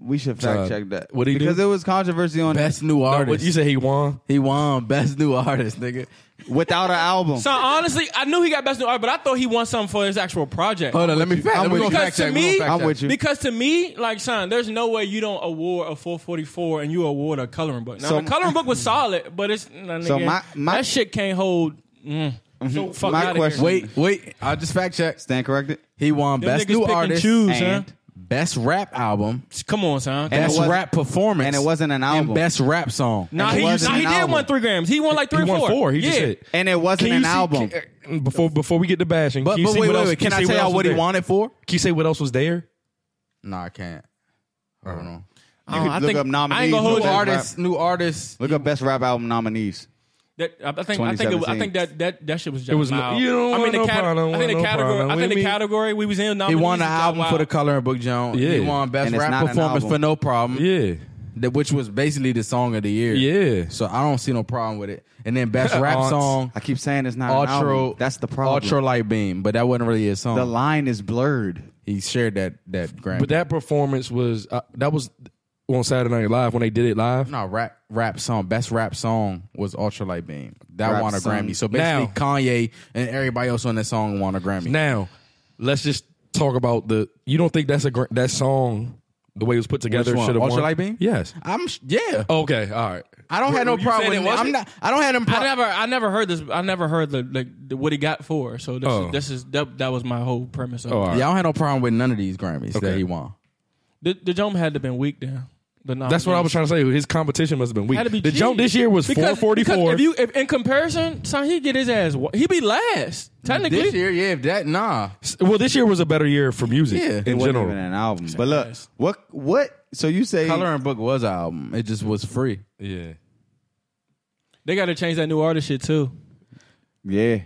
[SPEAKER 4] We should fact
[SPEAKER 5] Uh,
[SPEAKER 4] check that.
[SPEAKER 5] what'd he do?
[SPEAKER 4] because it was controversy on
[SPEAKER 3] Best New
[SPEAKER 5] No, but
[SPEAKER 3] Artist.
[SPEAKER 5] you said he won.
[SPEAKER 3] he won Best New Artist, nigga.
[SPEAKER 4] without an album.
[SPEAKER 7] So honestly, I knew he got best new art, but I thought he won something for his actual project.
[SPEAKER 3] Hold on, let me
[SPEAKER 4] I'm
[SPEAKER 3] fact.
[SPEAKER 4] with
[SPEAKER 3] We
[SPEAKER 4] you.
[SPEAKER 3] gonna fact
[SPEAKER 7] Because
[SPEAKER 3] check.
[SPEAKER 7] to
[SPEAKER 3] we gonna
[SPEAKER 7] me-
[SPEAKER 3] fact
[SPEAKER 4] I'm
[SPEAKER 3] check.
[SPEAKER 4] with you.
[SPEAKER 7] Because to me, like son, there's no way you don't award a 444 and you award a coloring book. Now
[SPEAKER 4] So
[SPEAKER 7] the
[SPEAKER 4] my-
[SPEAKER 7] coloring book was solid, but it's nah,
[SPEAKER 4] So
[SPEAKER 7] nigga,
[SPEAKER 4] my- my- Mm-hmm.
[SPEAKER 7] that shit can't hold. Mm. So fuck
[SPEAKER 4] My
[SPEAKER 7] outta
[SPEAKER 4] question-
[SPEAKER 7] Here.
[SPEAKER 3] Wait, wait. I just fact checked.
[SPEAKER 4] Stand corrected.
[SPEAKER 3] He won
[SPEAKER 7] Them
[SPEAKER 3] Best
[SPEAKER 7] niggas
[SPEAKER 3] New
[SPEAKER 7] pick and
[SPEAKER 3] Artist,
[SPEAKER 7] choose,
[SPEAKER 4] And-
[SPEAKER 7] huh?
[SPEAKER 3] Best Rap Album,
[SPEAKER 7] Come on, son.
[SPEAKER 4] And it
[SPEAKER 3] Best
[SPEAKER 4] wasn't-
[SPEAKER 3] Rap Performance,
[SPEAKER 4] and it wasn't an album.
[SPEAKER 3] and Best Rap Song.
[SPEAKER 7] Nah,
[SPEAKER 4] and it
[SPEAKER 7] he,
[SPEAKER 4] wasn't
[SPEAKER 7] nah, he
[SPEAKER 4] an
[SPEAKER 7] did
[SPEAKER 4] album.
[SPEAKER 7] win three grams. He won like three
[SPEAKER 5] He
[SPEAKER 7] or
[SPEAKER 5] won
[SPEAKER 7] four.
[SPEAKER 5] four. He
[SPEAKER 7] yeah.
[SPEAKER 5] just hit.
[SPEAKER 4] And it wasn't
[SPEAKER 5] Can you
[SPEAKER 4] an
[SPEAKER 5] see-
[SPEAKER 4] album.
[SPEAKER 5] can- uh, before before we get to bashing,
[SPEAKER 3] But,
[SPEAKER 5] can you
[SPEAKER 3] but
[SPEAKER 5] see
[SPEAKER 3] wait,
[SPEAKER 5] what
[SPEAKER 3] wait,
[SPEAKER 5] else-
[SPEAKER 3] wait. Can
[SPEAKER 5] you
[SPEAKER 3] I
[SPEAKER 5] see
[SPEAKER 3] tell
[SPEAKER 5] else
[SPEAKER 3] y'all
[SPEAKER 5] was
[SPEAKER 3] what he
[SPEAKER 5] there?
[SPEAKER 3] wanted for?
[SPEAKER 5] Can you say what else was there?
[SPEAKER 3] Nah, I can't. I don't know.
[SPEAKER 7] I, don't-
[SPEAKER 5] Uh-huh.
[SPEAKER 7] I
[SPEAKER 4] Look up
[SPEAKER 7] think I ain't
[SPEAKER 4] nominees,
[SPEAKER 7] gonna hold
[SPEAKER 4] look
[SPEAKER 3] New
[SPEAKER 7] you.
[SPEAKER 4] up-
[SPEAKER 3] artists, new artists.
[SPEAKER 4] Look up best rap album nominees.
[SPEAKER 7] That, I I think I think it was, I think that that that shit was just
[SPEAKER 5] It was no-
[SPEAKER 7] mild.
[SPEAKER 5] you
[SPEAKER 7] I
[SPEAKER 5] don't
[SPEAKER 7] mean
[SPEAKER 5] want
[SPEAKER 7] the
[SPEAKER 5] no
[SPEAKER 7] cate-
[SPEAKER 5] problem,
[SPEAKER 7] I think
[SPEAKER 5] want
[SPEAKER 7] the
[SPEAKER 5] no
[SPEAKER 7] category.
[SPEAKER 5] problem.
[SPEAKER 7] I think
[SPEAKER 5] What do
[SPEAKER 7] the
[SPEAKER 5] you mean?
[SPEAKER 7] category we was in.
[SPEAKER 3] He won
[SPEAKER 7] nominees
[SPEAKER 3] the
[SPEAKER 7] is just
[SPEAKER 3] album for
[SPEAKER 7] wild.
[SPEAKER 3] the Coloring Book Jones.
[SPEAKER 5] Yeah.
[SPEAKER 3] He won Best
[SPEAKER 4] And it's not
[SPEAKER 3] Rap
[SPEAKER 4] an
[SPEAKER 3] Performance
[SPEAKER 4] album.
[SPEAKER 3] for No Problem.
[SPEAKER 5] Yeah,
[SPEAKER 3] that- which was basically the song of the year.
[SPEAKER 5] Yeah.
[SPEAKER 3] So I don't see no problem with it. And then Best Rap
[SPEAKER 5] Aunts.
[SPEAKER 3] Song,
[SPEAKER 4] I keep saying it's not an
[SPEAKER 3] Ultra.
[SPEAKER 4] album. That's the problem.
[SPEAKER 3] Ultra Light Beam, but that wasn't really his song.
[SPEAKER 4] The line is blurred.
[SPEAKER 3] he shared that that Grammy.
[SPEAKER 5] but that performance was uh, that was on Saturday Night Live when they did it live.
[SPEAKER 3] no rap rap song, best rap song was Ultra Light Beam. That
[SPEAKER 4] Rap
[SPEAKER 3] won a
[SPEAKER 4] song.
[SPEAKER 3] Grammy. So basically,
[SPEAKER 5] Now.
[SPEAKER 3] Kanye and everybody else on that song won a Grammy.
[SPEAKER 5] Now, let's just talk about the. You don't think that's a gr- that song the way it was put together
[SPEAKER 3] one?
[SPEAKER 5] should have won?
[SPEAKER 3] Ultralight Beam?
[SPEAKER 5] Yes.
[SPEAKER 3] I'm sh- yeah.
[SPEAKER 5] Okay. All right.
[SPEAKER 3] I don't have no
[SPEAKER 7] you
[SPEAKER 3] problem.
[SPEAKER 7] said it
[SPEAKER 3] With it. I'm
[SPEAKER 7] wasn't?
[SPEAKER 3] not. I don't have no
[SPEAKER 7] I
[SPEAKER 3] problem.
[SPEAKER 7] never, I never heard this. I never heard the like the, what he got for. So this,
[SPEAKER 5] Oh.
[SPEAKER 7] is, this is that, that was my whole premise. Of
[SPEAKER 5] Oh, all
[SPEAKER 7] it.
[SPEAKER 5] right.
[SPEAKER 3] Yeah, I don't have no problem with none of these Grammys that
[SPEAKER 5] Okay.
[SPEAKER 3] he won.
[SPEAKER 7] the, the jump had to have been weak then. The
[SPEAKER 5] That's what I
[SPEAKER 7] nominees.
[SPEAKER 5] was trying to say. His competition must have been weak.
[SPEAKER 7] Had to be
[SPEAKER 5] the
[SPEAKER 7] G.
[SPEAKER 5] jump this year was
[SPEAKER 7] Because-
[SPEAKER 5] 444.
[SPEAKER 7] because If you, if in comparison, son, he get his ass. wa- He be last technically.
[SPEAKER 3] This year, yeah, if that nah.
[SPEAKER 5] well, this year was a better year for music
[SPEAKER 3] Yeah.
[SPEAKER 4] It
[SPEAKER 5] in
[SPEAKER 4] wasn't
[SPEAKER 5] general.
[SPEAKER 4] even an album. But look, what what? So you say
[SPEAKER 3] Coloring Book was an album. It just was free.
[SPEAKER 5] Yeah.
[SPEAKER 7] They got to change that new artist shit too.
[SPEAKER 4] Yeah.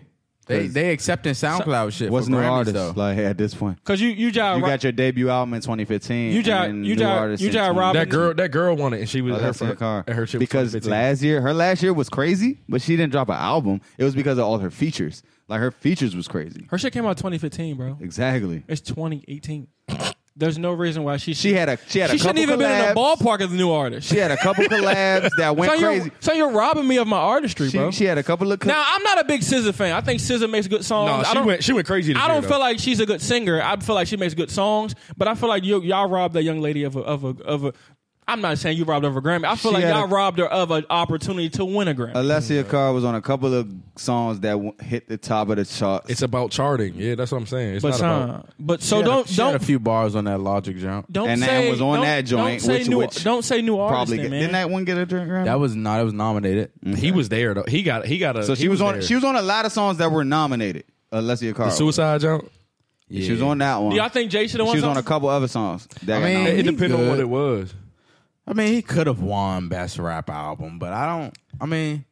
[SPEAKER 3] They they accepting SoundCloud shit.
[SPEAKER 4] What's
[SPEAKER 3] for
[SPEAKER 4] new
[SPEAKER 3] Grammys,
[SPEAKER 4] artist
[SPEAKER 3] though.
[SPEAKER 4] like at this point?
[SPEAKER 7] Cause you you jive
[SPEAKER 4] You got your debut album in 2015.
[SPEAKER 7] You
[SPEAKER 4] and
[SPEAKER 7] got-
[SPEAKER 4] then
[SPEAKER 7] you
[SPEAKER 4] new
[SPEAKER 7] got-
[SPEAKER 4] artists
[SPEAKER 7] you
[SPEAKER 4] in
[SPEAKER 7] got
[SPEAKER 4] 20.
[SPEAKER 7] Robin-
[SPEAKER 5] That girl, that girl won it, and she was
[SPEAKER 4] Oh,
[SPEAKER 5] her,
[SPEAKER 4] that's in
[SPEAKER 5] fir-
[SPEAKER 4] the car.
[SPEAKER 5] her shit was
[SPEAKER 4] because
[SPEAKER 5] 2015.
[SPEAKER 4] last year her last year was crazy, but she didn't drop an album. It was because of all her features. Like her features was crazy.
[SPEAKER 7] her shit came out 2015, bro.
[SPEAKER 4] Exactly.
[SPEAKER 7] It's 2018. There's no reason why she
[SPEAKER 4] She had a she had
[SPEAKER 7] she
[SPEAKER 4] a couple
[SPEAKER 7] shouldn't even been in the
[SPEAKER 4] collabs.
[SPEAKER 7] ballpark of the new artist.
[SPEAKER 4] She had a couple collabs that went
[SPEAKER 7] so
[SPEAKER 4] crazy.
[SPEAKER 7] You're, so you're robbing me of my artistry, bro.
[SPEAKER 4] She, she had a couple of co-
[SPEAKER 7] now I'm not a big SZA fan. I think SZA makes good songs.
[SPEAKER 5] no,
[SPEAKER 7] I
[SPEAKER 5] she
[SPEAKER 7] don't,
[SPEAKER 5] went, she went crazy. This
[SPEAKER 7] I don't
[SPEAKER 5] year,
[SPEAKER 7] feel
[SPEAKER 5] though.
[SPEAKER 7] like she's a good singer. I feel like she makes good songs, but I feel like you, y'all robbed that young lady of a of a of a. I'm not saying you robbed her of a Grammy. I feel
[SPEAKER 4] She
[SPEAKER 7] like
[SPEAKER 4] had
[SPEAKER 7] y'all
[SPEAKER 4] a-
[SPEAKER 7] robbed her of an opportunity to win a Grammy.
[SPEAKER 4] Alessia Carr was on a couple of songs that w- hit the top of the charts.
[SPEAKER 5] it's about charting. Yeah, that's what I'm saying. It's
[SPEAKER 7] but
[SPEAKER 5] not
[SPEAKER 7] son,
[SPEAKER 5] about.
[SPEAKER 7] but so
[SPEAKER 3] She had a-
[SPEAKER 7] don't
[SPEAKER 3] she had
[SPEAKER 7] don't
[SPEAKER 3] a few bars on that Logic jump.
[SPEAKER 7] don't
[SPEAKER 4] and that
[SPEAKER 7] say
[SPEAKER 4] was on
[SPEAKER 7] don't-
[SPEAKER 4] that
[SPEAKER 7] Don't
[SPEAKER 4] joint,
[SPEAKER 7] say
[SPEAKER 4] which-
[SPEAKER 7] new.
[SPEAKER 4] which
[SPEAKER 7] don't say new artist,
[SPEAKER 4] probably
[SPEAKER 7] then,
[SPEAKER 4] get-
[SPEAKER 7] man.
[SPEAKER 4] didn't that one get a drink Grammy?
[SPEAKER 3] That was not. It was nominated.
[SPEAKER 5] He was there though. He got. He got a.
[SPEAKER 4] so she
[SPEAKER 5] he
[SPEAKER 4] was on
[SPEAKER 5] there.
[SPEAKER 4] she was on a lot of songs that were nominated. Alessia Carr.
[SPEAKER 5] suicide jump.
[SPEAKER 4] She was on that one.
[SPEAKER 7] Do y'all think Jay should have won?
[SPEAKER 4] she was on a
[SPEAKER 7] something?
[SPEAKER 4] couple other songs. That got
[SPEAKER 3] mean,
[SPEAKER 4] nominated.
[SPEAKER 5] It
[SPEAKER 3] He
[SPEAKER 5] depends on
[SPEAKER 3] good.
[SPEAKER 5] what it was.
[SPEAKER 3] I mean, he could have won Best Rap Album, but I don't. I mean,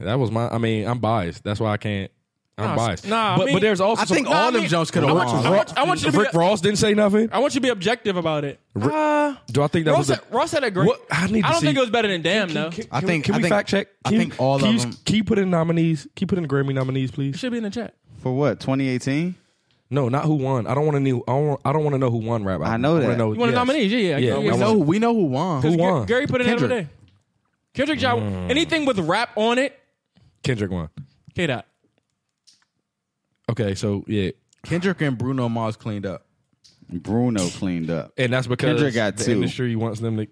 [SPEAKER 5] That was my. I mean, I'm biased. That's why I can't. I'm
[SPEAKER 7] Nah,
[SPEAKER 5] biased.
[SPEAKER 7] nah, I
[SPEAKER 5] but,
[SPEAKER 7] mean-
[SPEAKER 5] but there's also.
[SPEAKER 3] I think
[SPEAKER 5] some,
[SPEAKER 3] all
[SPEAKER 7] I
[SPEAKER 3] them
[SPEAKER 7] mean,
[SPEAKER 3] jumps could have
[SPEAKER 7] I
[SPEAKER 3] won.
[SPEAKER 7] want you- I want- I want you to be
[SPEAKER 5] Rick
[SPEAKER 7] a-
[SPEAKER 5] Ross didn't say nothing.
[SPEAKER 7] I want you to be objective about it. Uh,
[SPEAKER 5] Do I think that
[SPEAKER 7] Ross,
[SPEAKER 5] was?
[SPEAKER 7] had,
[SPEAKER 5] A,
[SPEAKER 7] Ross had a great.
[SPEAKER 5] What- I need to
[SPEAKER 7] don't
[SPEAKER 5] see-
[SPEAKER 7] think it was better than Damn though.
[SPEAKER 3] I
[SPEAKER 5] Can we-
[SPEAKER 3] think-
[SPEAKER 5] Can
[SPEAKER 3] I
[SPEAKER 5] we
[SPEAKER 3] think-
[SPEAKER 5] fact check?
[SPEAKER 3] I
[SPEAKER 5] Can you-
[SPEAKER 3] think all
[SPEAKER 5] can
[SPEAKER 3] of
[SPEAKER 5] you,
[SPEAKER 3] them-
[SPEAKER 5] Can you put in nominees? Can you put in Grammy nominees,
[SPEAKER 7] It
[SPEAKER 5] please?
[SPEAKER 7] should be in the chat.
[SPEAKER 4] For what? 2018?
[SPEAKER 5] No, not who won. I don't want to know. I don't. want- I don't want to know who won. Rap. Album.
[SPEAKER 4] I know
[SPEAKER 5] wanna
[SPEAKER 4] that.
[SPEAKER 5] Know,
[SPEAKER 7] You want
[SPEAKER 5] yes.
[SPEAKER 7] to nominees? Yeah, yeah. I
[SPEAKER 5] Yeah,
[SPEAKER 7] guess.
[SPEAKER 5] we
[SPEAKER 3] we know we know who won.
[SPEAKER 5] Who
[SPEAKER 7] Ga-
[SPEAKER 5] won? Mm.
[SPEAKER 7] Gary put it in every
[SPEAKER 3] Kendrick.
[SPEAKER 7] day. Kendrick, y'all, anything with rap on it,
[SPEAKER 5] Kendrick won.
[SPEAKER 7] K dot.
[SPEAKER 5] Okay, so yeah,
[SPEAKER 3] Kendrick and Bruno Mars cleaned up.
[SPEAKER 4] Bruno cleaned up.
[SPEAKER 5] and that's because
[SPEAKER 4] Kendrick got
[SPEAKER 5] the
[SPEAKER 4] two.
[SPEAKER 5] industry wants them to.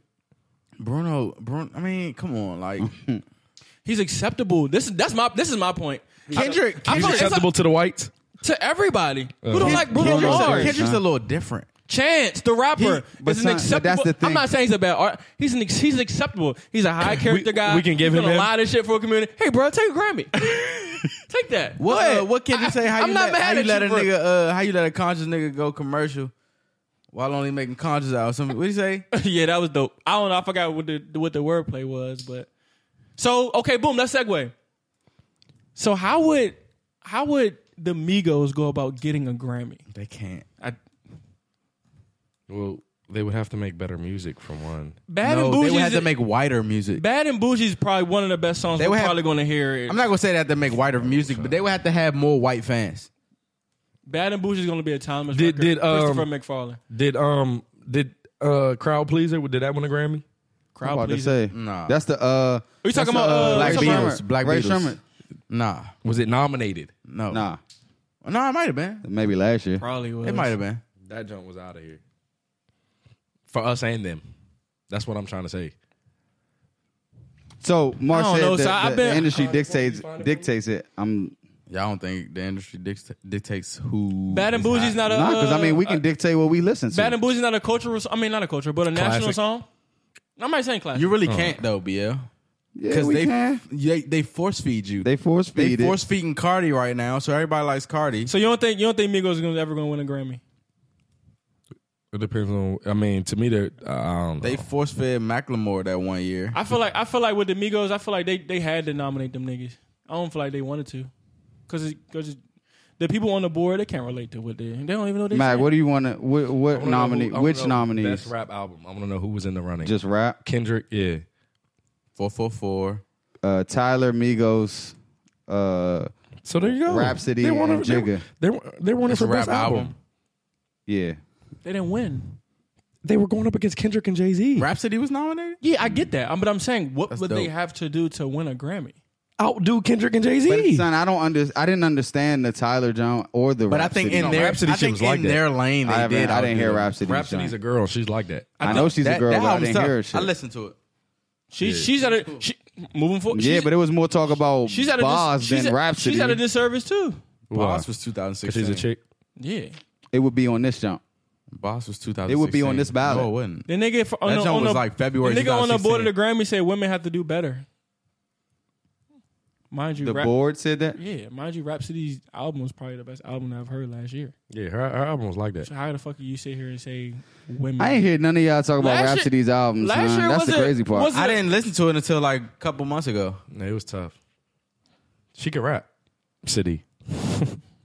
[SPEAKER 3] Bruno, Bruno. I mean, come on, like
[SPEAKER 7] He's acceptable. This is that's my this is my point.
[SPEAKER 3] Kendrick.
[SPEAKER 7] I
[SPEAKER 5] He's
[SPEAKER 7] feel like it's
[SPEAKER 5] acceptable to the whites.
[SPEAKER 7] to everybody
[SPEAKER 5] Uh,
[SPEAKER 7] who don't like Bruno
[SPEAKER 4] Kendrick's-
[SPEAKER 7] Mars.
[SPEAKER 3] Kendrick's a little different.
[SPEAKER 7] Chance, the rapper,
[SPEAKER 4] He- but
[SPEAKER 7] is an
[SPEAKER 4] son- but
[SPEAKER 7] acceptable.
[SPEAKER 4] that's the
[SPEAKER 7] I'm
[SPEAKER 4] thing.
[SPEAKER 7] not saying he's a bad art. He's an ex- he's acceptable. He's a high character guy.
[SPEAKER 5] we can give
[SPEAKER 7] he's
[SPEAKER 5] him
[SPEAKER 7] done
[SPEAKER 5] him.
[SPEAKER 7] a lot of shit for a community. Hey, bro, take a Grammy. take that. Go
[SPEAKER 3] What
[SPEAKER 7] ahead.
[SPEAKER 3] uh, what can you
[SPEAKER 7] I-
[SPEAKER 3] say? How
[SPEAKER 7] I'm
[SPEAKER 3] you
[SPEAKER 7] not
[SPEAKER 3] let, how
[SPEAKER 7] mad
[SPEAKER 3] you
[SPEAKER 7] at
[SPEAKER 3] let
[SPEAKER 7] you
[SPEAKER 3] a
[SPEAKER 7] for-
[SPEAKER 3] nigga uh, how you let a conscious nigga go commercial while only making conscious out of something? What do you say?
[SPEAKER 7] yeah, that was dope. I don't know. I forgot what the what the wordplay was, but So okay, boom. Let's segue. So how would how would the Migos go about getting a Grammy?
[SPEAKER 3] They can't.
[SPEAKER 7] I,
[SPEAKER 5] Well, they would have to make better music from one.
[SPEAKER 7] Bad
[SPEAKER 3] no,
[SPEAKER 7] and
[SPEAKER 3] they
[SPEAKER 7] Bougie's
[SPEAKER 3] would have to make wider music.
[SPEAKER 7] Bad and Bougie's probably one of the best songs
[SPEAKER 3] They
[SPEAKER 7] we're
[SPEAKER 3] would have-
[SPEAKER 7] probably going to hear. It.
[SPEAKER 3] I'm not gonna say they have to make wider music, but they would have to have more white fans.
[SPEAKER 7] Bad and Bougie's going to be a timeless
[SPEAKER 5] Did-
[SPEAKER 7] record.
[SPEAKER 5] did, um,
[SPEAKER 7] Christopher McFarlane.
[SPEAKER 5] Did um did uh Crowd Pleaser did that win a Grammy?
[SPEAKER 4] I'm
[SPEAKER 7] Crowd
[SPEAKER 4] about to
[SPEAKER 7] pleaser.
[SPEAKER 4] say.
[SPEAKER 3] Nah.
[SPEAKER 4] That's the uh.
[SPEAKER 7] you
[SPEAKER 4] that's
[SPEAKER 7] talking
[SPEAKER 4] the,
[SPEAKER 7] about, uh,
[SPEAKER 4] Black
[SPEAKER 7] Ray Sherman?
[SPEAKER 4] Beatles?
[SPEAKER 3] Black
[SPEAKER 4] Ray
[SPEAKER 3] Beatles.
[SPEAKER 4] Sherman.
[SPEAKER 3] Nah,
[SPEAKER 5] Was it nominated?
[SPEAKER 3] no,
[SPEAKER 4] Nah,
[SPEAKER 3] no. It might have been.
[SPEAKER 4] maybe last year.
[SPEAKER 7] Probably was.
[SPEAKER 3] It might have been.
[SPEAKER 5] That jump was out of here. For us and them. That's what I'm trying to say.
[SPEAKER 4] So
[SPEAKER 7] I
[SPEAKER 4] Mark
[SPEAKER 7] don't
[SPEAKER 4] said
[SPEAKER 7] know,
[SPEAKER 4] the,
[SPEAKER 7] so I've
[SPEAKER 4] the
[SPEAKER 7] been-
[SPEAKER 4] industry dictates dictates it. I'm
[SPEAKER 3] Y'all don't think the industry dict- dictates who?
[SPEAKER 7] Bad and Bougie's not a.
[SPEAKER 4] not because I mean we
[SPEAKER 7] uh,
[SPEAKER 4] can dictate what we listen to.
[SPEAKER 7] Bad and Bougie's not a cultural. I mean, not a cultural, but a national
[SPEAKER 5] Classic.
[SPEAKER 7] song. I'm not saying classic.
[SPEAKER 3] You really can't though, BL.
[SPEAKER 4] yeah, we
[SPEAKER 3] they,
[SPEAKER 4] can.
[SPEAKER 3] they they force feed you.
[SPEAKER 4] They force
[SPEAKER 3] They
[SPEAKER 4] feed it.
[SPEAKER 3] force feeding Cardi right now, so everybody likes Cardi.
[SPEAKER 7] so you don't think you don't think Migos is gonna, ever going to win a Grammy?
[SPEAKER 5] It depends on I mean, to me they're I don't know.
[SPEAKER 3] They force fed Macklemore that one year.
[SPEAKER 7] I feel like I feel like with the Migos, I feel like they they had to nominate them niggas. I don't feel like they wanted to, cause because the people on the board they can't relate to what they they don't even know. They
[SPEAKER 4] Mac,
[SPEAKER 7] said.
[SPEAKER 4] what do you want to? What,
[SPEAKER 5] I
[SPEAKER 4] what
[SPEAKER 5] wanna know
[SPEAKER 4] nominee?
[SPEAKER 5] who- I wanna
[SPEAKER 4] Which
[SPEAKER 5] know
[SPEAKER 4] nominees?
[SPEAKER 5] Best rap album. I want to know who was in the running.
[SPEAKER 4] Just rap.
[SPEAKER 5] Kendrick, yeah.
[SPEAKER 3] Four four four.
[SPEAKER 4] Uh, Tyler Migos. Uh,
[SPEAKER 5] So there you go.
[SPEAKER 4] Rhapsody
[SPEAKER 5] They won
[SPEAKER 4] and
[SPEAKER 5] it- they-
[SPEAKER 4] Jigga.
[SPEAKER 5] They were they won it
[SPEAKER 3] It's a
[SPEAKER 5] for
[SPEAKER 3] rap
[SPEAKER 5] best album.
[SPEAKER 3] album.
[SPEAKER 4] yeah.
[SPEAKER 7] they didn't win.
[SPEAKER 5] They were going up against Kendrick and Jay Z.
[SPEAKER 3] Rhapsody was nominated.
[SPEAKER 7] Yeah, I get that, Um, but I'm saying what
[SPEAKER 3] That's
[SPEAKER 7] would they
[SPEAKER 3] dope.
[SPEAKER 7] have to do to win a Grammy?
[SPEAKER 5] Outdo Kendrick and Jay
[SPEAKER 4] But
[SPEAKER 5] Z.
[SPEAKER 4] son, I don't under. I didn't understand the Tyler Jones or the.
[SPEAKER 3] But I
[SPEAKER 4] Rhapsody.
[SPEAKER 3] think in their
[SPEAKER 5] Rhapsody
[SPEAKER 3] I
[SPEAKER 5] shit
[SPEAKER 3] think
[SPEAKER 5] was like
[SPEAKER 3] in
[SPEAKER 5] that.
[SPEAKER 3] their lane they
[SPEAKER 4] I, haven't-
[SPEAKER 3] did.
[SPEAKER 4] I didn't hear
[SPEAKER 3] outdo them.
[SPEAKER 4] Rhapsody.
[SPEAKER 5] Rhapsody's
[SPEAKER 4] son.
[SPEAKER 5] a girl. She's like that.
[SPEAKER 4] I know
[SPEAKER 3] think
[SPEAKER 4] she's a
[SPEAKER 3] that-
[SPEAKER 4] girl,
[SPEAKER 3] that
[SPEAKER 4] but I
[SPEAKER 3] album's
[SPEAKER 4] didn't hear
[SPEAKER 3] tough.
[SPEAKER 4] her shit.
[SPEAKER 3] I listened to it.
[SPEAKER 7] She she's at a she, moving forward.
[SPEAKER 4] yeah,
[SPEAKER 7] she's-
[SPEAKER 4] but it was more talk about
[SPEAKER 7] she's
[SPEAKER 4] she's
[SPEAKER 7] at a
[SPEAKER 4] Boz
[SPEAKER 7] dis, she's
[SPEAKER 4] than
[SPEAKER 7] at-
[SPEAKER 4] Rhapsody.
[SPEAKER 7] She's at a disservice too.
[SPEAKER 5] Why?
[SPEAKER 3] Boss was
[SPEAKER 5] Cause
[SPEAKER 3] 2016.
[SPEAKER 5] she's a chick.
[SPEAKER 7] Yeah.
[SPEAKER 4] it would be on this jump.
[SPEAKER 3] Boss was 2016.
[SPEAKER 4] It would be on this ballot.
[SPEAKER 3] No, it wouldn't.
[SPEAKER 7] The nigga f- on
[SPEAKER 3] That
[SPEAKER 7] the,
[SPEAKER 3] joint
[SPEAKER 7] on
[SPEAKER 3] was
[SPEAKER 7] the-
[SPEAKER 3] like February
[SPEAKER 7] The nigga on the board of
[SPEAKER 3] 2016.
[SPEAKER 7] the Grammy said women have to do better. Mind you,
[SPEAKER 4] The
[SPEAKER 7] Rhap-
[SPEAKER 4] board said that.
[SPEAKER 7] yeah, mind you, Rhapsody's album was probably the best album I've heard last year.
[SPEAKER 5] Yeah, her, her album was like that.
[SPEAKER 7] So how the fuck you sit here and say women?
[SPEAKER 4] I ain't hear none of y'all talk about
[SPEAKER 7] Last year-
[SPEAKER 4] Rhapsody's albums.
[SPEAKER 7] last
[SPEAKER 4] son.
[SPEAKER 7] year
[SPEAKER 4] That's the
[SPEAKER 7] wasn't-
[SPEAKER 4] crazy part.
[SPEAKER 7] wasn't-
[SPEAKER 3] I didn't listen to it until like a couple months ago.
[SPEAKER 5] Yeah, it was tough. She could rap. City.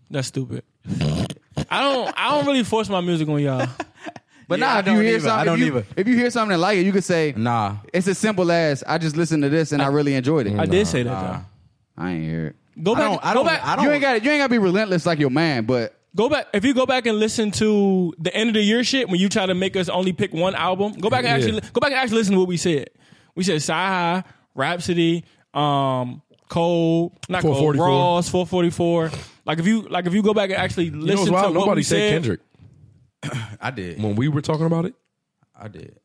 [SPEAKER 7] That's stupid. I don't. I don't really force my music on y'all.
[SPEAKER 4] But
[SPEAKER 3] Yeah,
[SPEAKER 4] nah,
[SPEAKER 3] I
[SPEAKER 4] if you
[SPEAKER 3] don't
[SPEAKER 4] hear
[SPEAKER 3] either. I
[SPEAKER 4] something,
[SPEAKER 3] don't
[SPEAKER 4] if, you,
[SPEAKER 3] either.
[SPEAKER 4] if you hear something and like it, you could say
[SPEAKER 3] Nah,
[SPEAKER 4] it's as simple as I just listened to this and I, really enjoyed it.
[SPEAKER 7] I
[SPEAKER 4] I,
[SPEAKER 7] did say that
[SPEAKER 4] ain't hear it.
[SPEAKER 7] though. Go
[SPEAKER 3] I
[SPEAKER 7] back.
[SPEAKER 3] don't. I don't.
[SPEAKER 7] go back.
[SPEAKER 3] I don't.
[SPEAKER 4] You ain't got you ain't got to be relentless like your man, but
[SPEAKER 7] Go back. If you go back and listen to the end of the year shit, when you try to make us only pick one album, go back and
[SPEAKER 5] Yeah.
[SPEAKER 7] actually go back and actually listen to what we said. We said Sci High, Rhapsody, um, Cold, not Cold,
[SPEAKER 5] 444.
[SPEAKER 7] Ross, four forty four. Like if you like if you go back and actually
[SPEAKER 5] You know
[SPEAKER 7] listen
[SPEAKER 5] what's
[SPEAKER 7] to
[SPEAKER 5] wild?
[SPEAKER 7] what
[SPEAKER 5] Nobody
[SPEAKER 7] we
[SPEAKER 5] said
[SPEAKER 7] said,
[SPEAKER 5] Kendrick
[SPEAKER 3] I did.
[SPEAKER 5] when we were talking about it.
[SPEAKER 3] I did.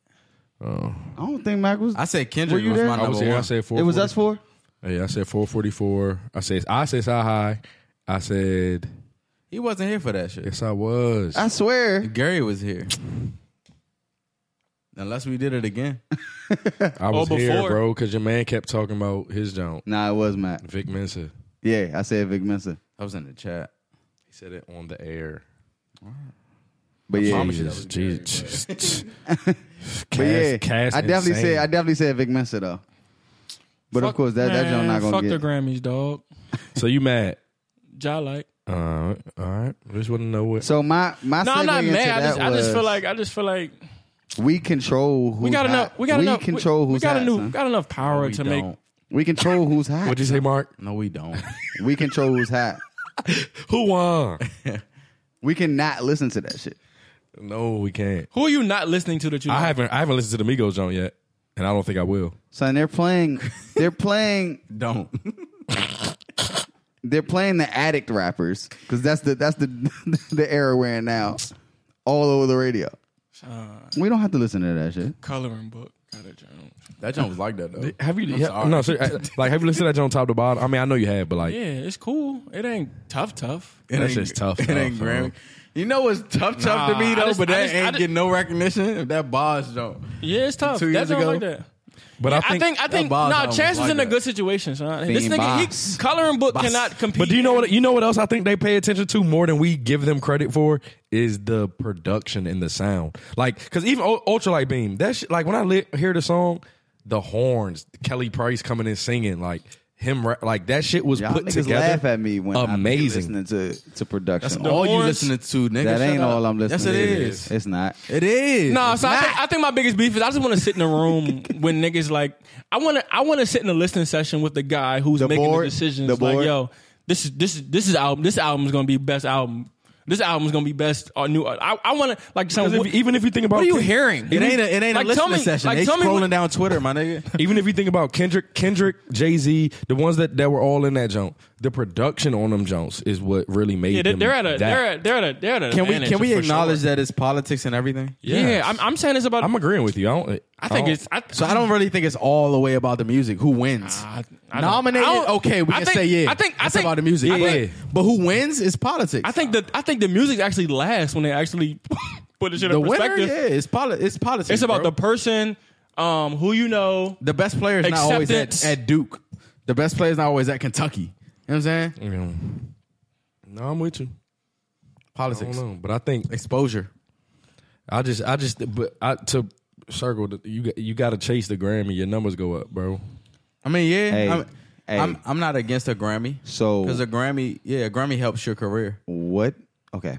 [SPEAKER 4] I don't think Mac was.
[SPEAKER 3] I said Kendrick
[SPEAKER 4] Were you
[SPEAKER 3] was
[SPEAKER 4] there?
[SPEAKER 3] my
[SPEAKER 4] I
[SPEAKER 5] I
[SPEAKER 3] number
[SPEAKER 5] was here. I
[SPEAKER 3] one.
[SPEAKER 5] said four.
[SPEAKER 4] it was us four.
[SPEAKER 5] Yeah, I said four forty four. I said I said side high. I said
[SPEAKER 3] he wasn't here for that shit.
[SPEAKER 5] yes. I was.
[SPEAKER 4] I swear.
[SPEAKER 3] Gary was here. Unless we did it again.
[SPEAKER 5] I was
[SPEAKER 7] Oh,
[SPEAKER 5] here,
[SPEAKER 7] before.
[SPEAKER 5] bro, because your man kept talking about his joint.
[SPEAKER 4] Nah, it was Mac.
[SPEAKER 5] Vic Mensa.
[SPEAKER 4] Yeah, I said Vic Mensa.
[SPEAKER 3] I was in the chat.
[SPEAKER 5] He said it on the air.
[SPEAKER 4] But yeah,
[SPEAKER 3] promise you that
[SPEAKER 5] Jesus,
[SPEAKER 3] was Gary,
[SPEAKER 5] Jesus.
[SPEAKER 4] but yeah,
[SPEAKER 5] Cass- Cass
[SPEAKER 4] I definitely
[SPEAKER 5] insane.
[SPEAKER 4] said I definitely said Vic Mensa though. But of
[SPEAKER 7] Fuck-
[SPEAKER 4] course, that that
[SPEAKER 7] man,
[SPEAKER 4] joint not
[SPEAKER 7] fuck
[SPEAKER 4] gonna
[SPEAKER 7] the
[SPEAKER 4] get.
[SPEAKER 7] Grammys, dog.
[SPEAKER 5] So you mad?
[SPEAKER 7] Jai like.
[SPEAKER 5] Uh, all right. I just want to know what.
[SPEAKER 4] so my my
[SPEAKER 7] No, I'm
[SPEAKER 4] segue
[SPEAKER 7] not
[SPEAKER 4] into
[SPEAKER 7] mad. I
[SPEAKER 4] that
[SPEAKER 7] just, I just
[SPEAKER 4] was
[SPEAKER 7] feel like I just feel like
[SPEAKER 4] we control who's
[SPEAKER 7] we got
[SPEAKER 4] hot.
[SPEAKER 7] enough. We got enough.
[SPEAKER 4] control
[SPEAKER 7] we, we
[SPEAKER 4] who's
[SPEAKER 7] got
[SPEAKER 4] hot,
[SPEAKER 7] enough.
[SPEAKER 4] son.
[SPEAKER 7] Got enough power
[SPEAKER 3] we
[SPEAKER 7] to
[SPEAKER 3] don't.
[SPEAKER 7] make.
[SPEAKER 4] We control who's hot.
[SPEAKER 5] What'd you say, Mark?
[SPEAKER 3] No, we don't.
[SPEAKER 4] we control who's hot.
[SPEAKER 5] Who won?
[SPEAKER 4] We cannot listen to that shit.
[SPEAKER 5] no, we can't.
[SPEAKER 7] Who are you not listening to that you?
[SPEAKER 5] I
[SPEAKER 7] like?
[SPEAKER 5] haven't. I haven't listened to the Migos joint yet, and I don't think I will.
[SPEAKER 4] Son, they're playing. They're playing.
[SPEAKER 3] don't.
[SPEAKER 4] They're playing the addict rappers because that's the that's the the era we're in now, all over the radio. We don't have to listen to that shit.
[SPEAKER 7] Uh, coloring book. Got a joint.
[SPEAKER 3] That joint was like that though.
[SPEAKER 5] Have you?
[SPEAKER 3] I'm
[SPEAKER 5] yeah,
[SPEAKER 3] sorry.
[SPEAKER 5] no, sir, I- like have you listened to that joint top to bottom? I mean, I know you have, but like,
[SPEAKER 7] Yeah, it's cool. It ain't tough, tough.
[SPEAKER 3] It
[SPEAKER 5] That
[SPEAKER 3] ain't-
[SPEAKER 5] shit's tough,
[SPEAKER 3] It
[SPEAKER 5] though,
[SPEAKER 3] ain't
[SPEAKER 5] so.
[SPEAKER 3] Grammy. You know what's tough, tough
[SPEAKER 7] Nah,
[SPEAKER 3] to
[SPEAKER 7] I
[SPEAKER 3] me though,
[SPEAKER 7] just-
[SPEAKER 3] but
[SPEAKER 7] I
[SPEAKER 3] that
[SPEAKER 7] just- I
[SPEAKER 3] ain't
[SPEAKER 7] just-
[SPEAKER 3] getting no recognition. That boss don't.
[SPEAKER 7] Yeah, it's tough.
[SPEAKER 3] Two
[SPEAKER 7] That's
[SPEAKER 3] years ago?
[SPEAKER 7] like that.
[SPEAKER 5] but
[SPEAKER 7] I think I think no.
[SPEAKER 3] Boz
[SPEAKER 7] Nah,
[SPEAKER 3] album
[SPEAKER 7] Chance
[SPEAKER 3] was
[SPEAKER 7] is in
[SPEAKER 3] like
[SPEAKER 7] a
[SPEAKER 3] that.
[SPEAKER 7] good situation, son. This
[SPEAKER 4] Fiend
[SPEAKER 7] nigga,
[SPEAKER 4] Box.
[SPEAKER 7] he, coloring book cannot compete.
[SPEAKER 5] But do you know what? You know what else I think they pay attention to more than we give them credit for is the production and the sound. Like, because even U- Ultralight Beam, that shit, like when I li- hear the song, the horns, Kelly Price coming in singing, like him, ra- like that shit was
[SPEAKER 4] Y'all
[SPEAKER 5] put
[SPEAKER 4] niggas
[SPEAKER 5] together.
[SPEAKER 4] laugh at me when
[SPEAKER 5] amazing.
[SPEAKER 4] I'm listening to to production.
[SPEAKER 3] That's
[SPEAKER 4] All
[SPEAKER 3] all you
[SPEAKER 7] horns-
[SPEAKER 3] listening to, nigga.
[SPEAKER 4] that
[SPEAKER 3] Shut
[SPEAKER 4] ain't
[SPEAKER 3] up.
[SPEAKER 4] all I'm listening
[SPEAKER 3] Yes,
[SPEAKER 4] to.
[SPEAKER 3] it is.
[SPEAKER 4] It's not.
[SPEAKER 3] It is.
[SPEAKER 7] No, so I
[SPEAKER 3] Nah.
[SPEAKER 7] think, I think my biggest beef is I just want to sit in a room with niggas like I want to I want to sit in a listening session with the guy who's making
[SPEAKER 4] board?
[SPEAKER 7] the decisions.
[SPEAKER 4] The
[SPEAKER 7] like,
[SPEAKER 4] board?
[SPEAKER 7] yo, this is this is this is album. This album is gonna be best album. This album is gonna be best or new. uh, I, I want to like some.
[SPEAKER 5] Because if- even if you think about
[SPEAKER 1] What are you
[SPEAKER 5] Ken-
[SPEAKER 1] hearing?
[SPEAKER 3] It ain't a, it ain't
[SPEAKER 7] Like,
[SPEAKER 3] a
[SPEAKER 7] tell
[SPEAKER 3] listening
[SPEAKER 7] me-
[SPEAKER 3] session.
[SPEAKER 7] like,
[SPEAKER 3] they
[SPEAKER 7] tell me
[SPEAKER 3] scrolling
[SPEAKER 7] what-
[SPEAKER 3] down Twitter, my nigga.
[SPEAKER 5] even if you think about Kendrick, Kendrick, Jay Z, the ones that, that were all in that joint, the production on them joints is what really made
[SPEAKER 7] yeah, they're,
[SPEAKER 5] them
[SPEAKER 7] they're at a
[SPEAKER 5] that.
[SPEAKER 7] they're at, they're at a they're at an
[SPEAKER 3] Can we
[SPEAKER 7] advantage
[SPEAKER 3] can we
[SPEAKER 7] for
[SPEAKER 3] acknowledge
[SPEAKER 7] sure.
[SPEAKER 3] that it's politics and everything?
[SPEAKER 7] Yeah,
[SPEAKER 5] Yes.
[SPEAKER 7] I'm, I'm saying this about.
[SPEAKER 5] I'm agreeing with you. I don't.
[SPEAKER 7] I think
[SPEAKER 5] don't-
[SPEAKER 7] it's. I,
[SPEAKER 3] oh. So I don't really think it's all the way about the music. Who wins?
[SPEAKER 7] I- I don't-
[SPEAKER 3] Nominated?
[SPEAKER 7] I don't-
[SPEAKER 3] Okay, we
[SPEAKER 7] I
[SPEAKER 3] can
[SPEAKER 7] think-
[SPEAKER 3] say yeah.
[SPEAKER 7] I think- I
[SPEAKER 3] It's
[SPEAKER 7] think-
[SPEAKER 3] about the music.
[SPEAKER 5] I
[SPEAKER 3] But-
[SPEAKER 5] think-
[SPEAKER 3] but, who wins is politics.
[SPEAKER 7] I think the I think the music actually lasts when they actually put the shit
[SPEAKER 3] the
[SPEAKER 7] in
[SPEAKER 3] winner,
[SPEAKER 7] perspective.
[SPEAKER 3] yeah, it's politics. It's politics.
[SPEAKER 7] It's about
[SPEAKER 3] bro.
[SPEAKER 7] the person, um, who you know.
[SPEAKER 3] the best player is not always at,
[SPEAKER 7] Acceptance.
[SPEAKER 3] at Duke. The best player is not always at Kentucky. You know what I'm saying?
[SPEAKER 7] Mm,
[SPEAKER 5] Yeah. No, I'm with you. I don't
[SPEAKER 3] Politics,
[SPEAKER 5] know, but I think
[SPEAKER 3] exposure.
[SPEAKER 5] I just, I just, but I to circle the, you. got- You got to chase the Grammy. Your numbers go up, bro.
[SPEAKER 3] I mean, yeah,
[SPEAKER 4] Hey,
[SPEAKER 3] I'm,
[SPEAKER 4] hey.
[SPEAKER 3] I'm I'm not against a Grammy.
[SPEAKER 4] So-
[SPEAKER 3] because a Grammy, yeah, a Grammy helps your career.
[SPEAKER 4] What? Okay.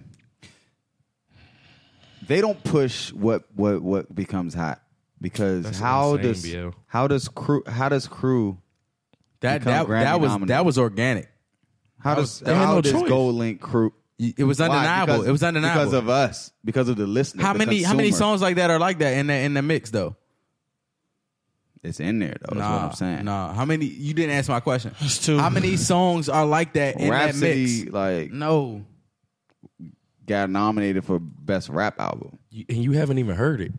[SPEAKER 4] They don't push what what what becomes hot because how
[SPEAKER 5] insane,
[SPEAKER 4] does
[SPEAKER 5] BL.
[SPEAKER 4] how does crew how does crew
[SPEAKER 3] That
[SPEAKER 4] Become
[SPEAKER 3] that,
[SPEAKER 4] Grammy
[SPEAKER 3] that was
[SPEAKER 4] nominated.
[SPEAKER 3] that was organic.
[SPEAKER 4] how does
[SPEAKER 3] was- they had
[SPEAKER 4] how
[SPEAKER 3] no
[SPEAKER 4] does
[SPEAKER 3] choice.
[SPEAKER 4] Gold Link crew
[SPEAKER 3] It was
[SPEAKER 4] Why?
[SPEAKER 3] undeniable.
[SPEAKER 4] Because-
[SPEAKER 3] it was undeniable
[SPEAKER 4] because of us because of the listeners.
[SPEAKER 3] how
[SPEAKER 4] the
[SPEAKER 3] many how many
[SPEAKER 4] consumer.
[SPEAKER 3] songs like that are like that in the in the mix though.
[SPEAKER 4] It's in there though.
[SPEAKER 3] Nah,
[SPEAKER 4] that's what I'm saying.
[SPEAKER 3] Nah, how many? You didn't answer my question.
[SPEAKER 7] That's two.
[SPEAKER 3] How many songs are like that in
[SPEAKER 4] Rhapsody
[SPEAKER 3] that mix?
[SPEAKER 4] like
[SPEAKER 3] No,
[SPEAKER 4] got nominated for best rap album.
[SPEAKER 5] You, and you haven't even heard it.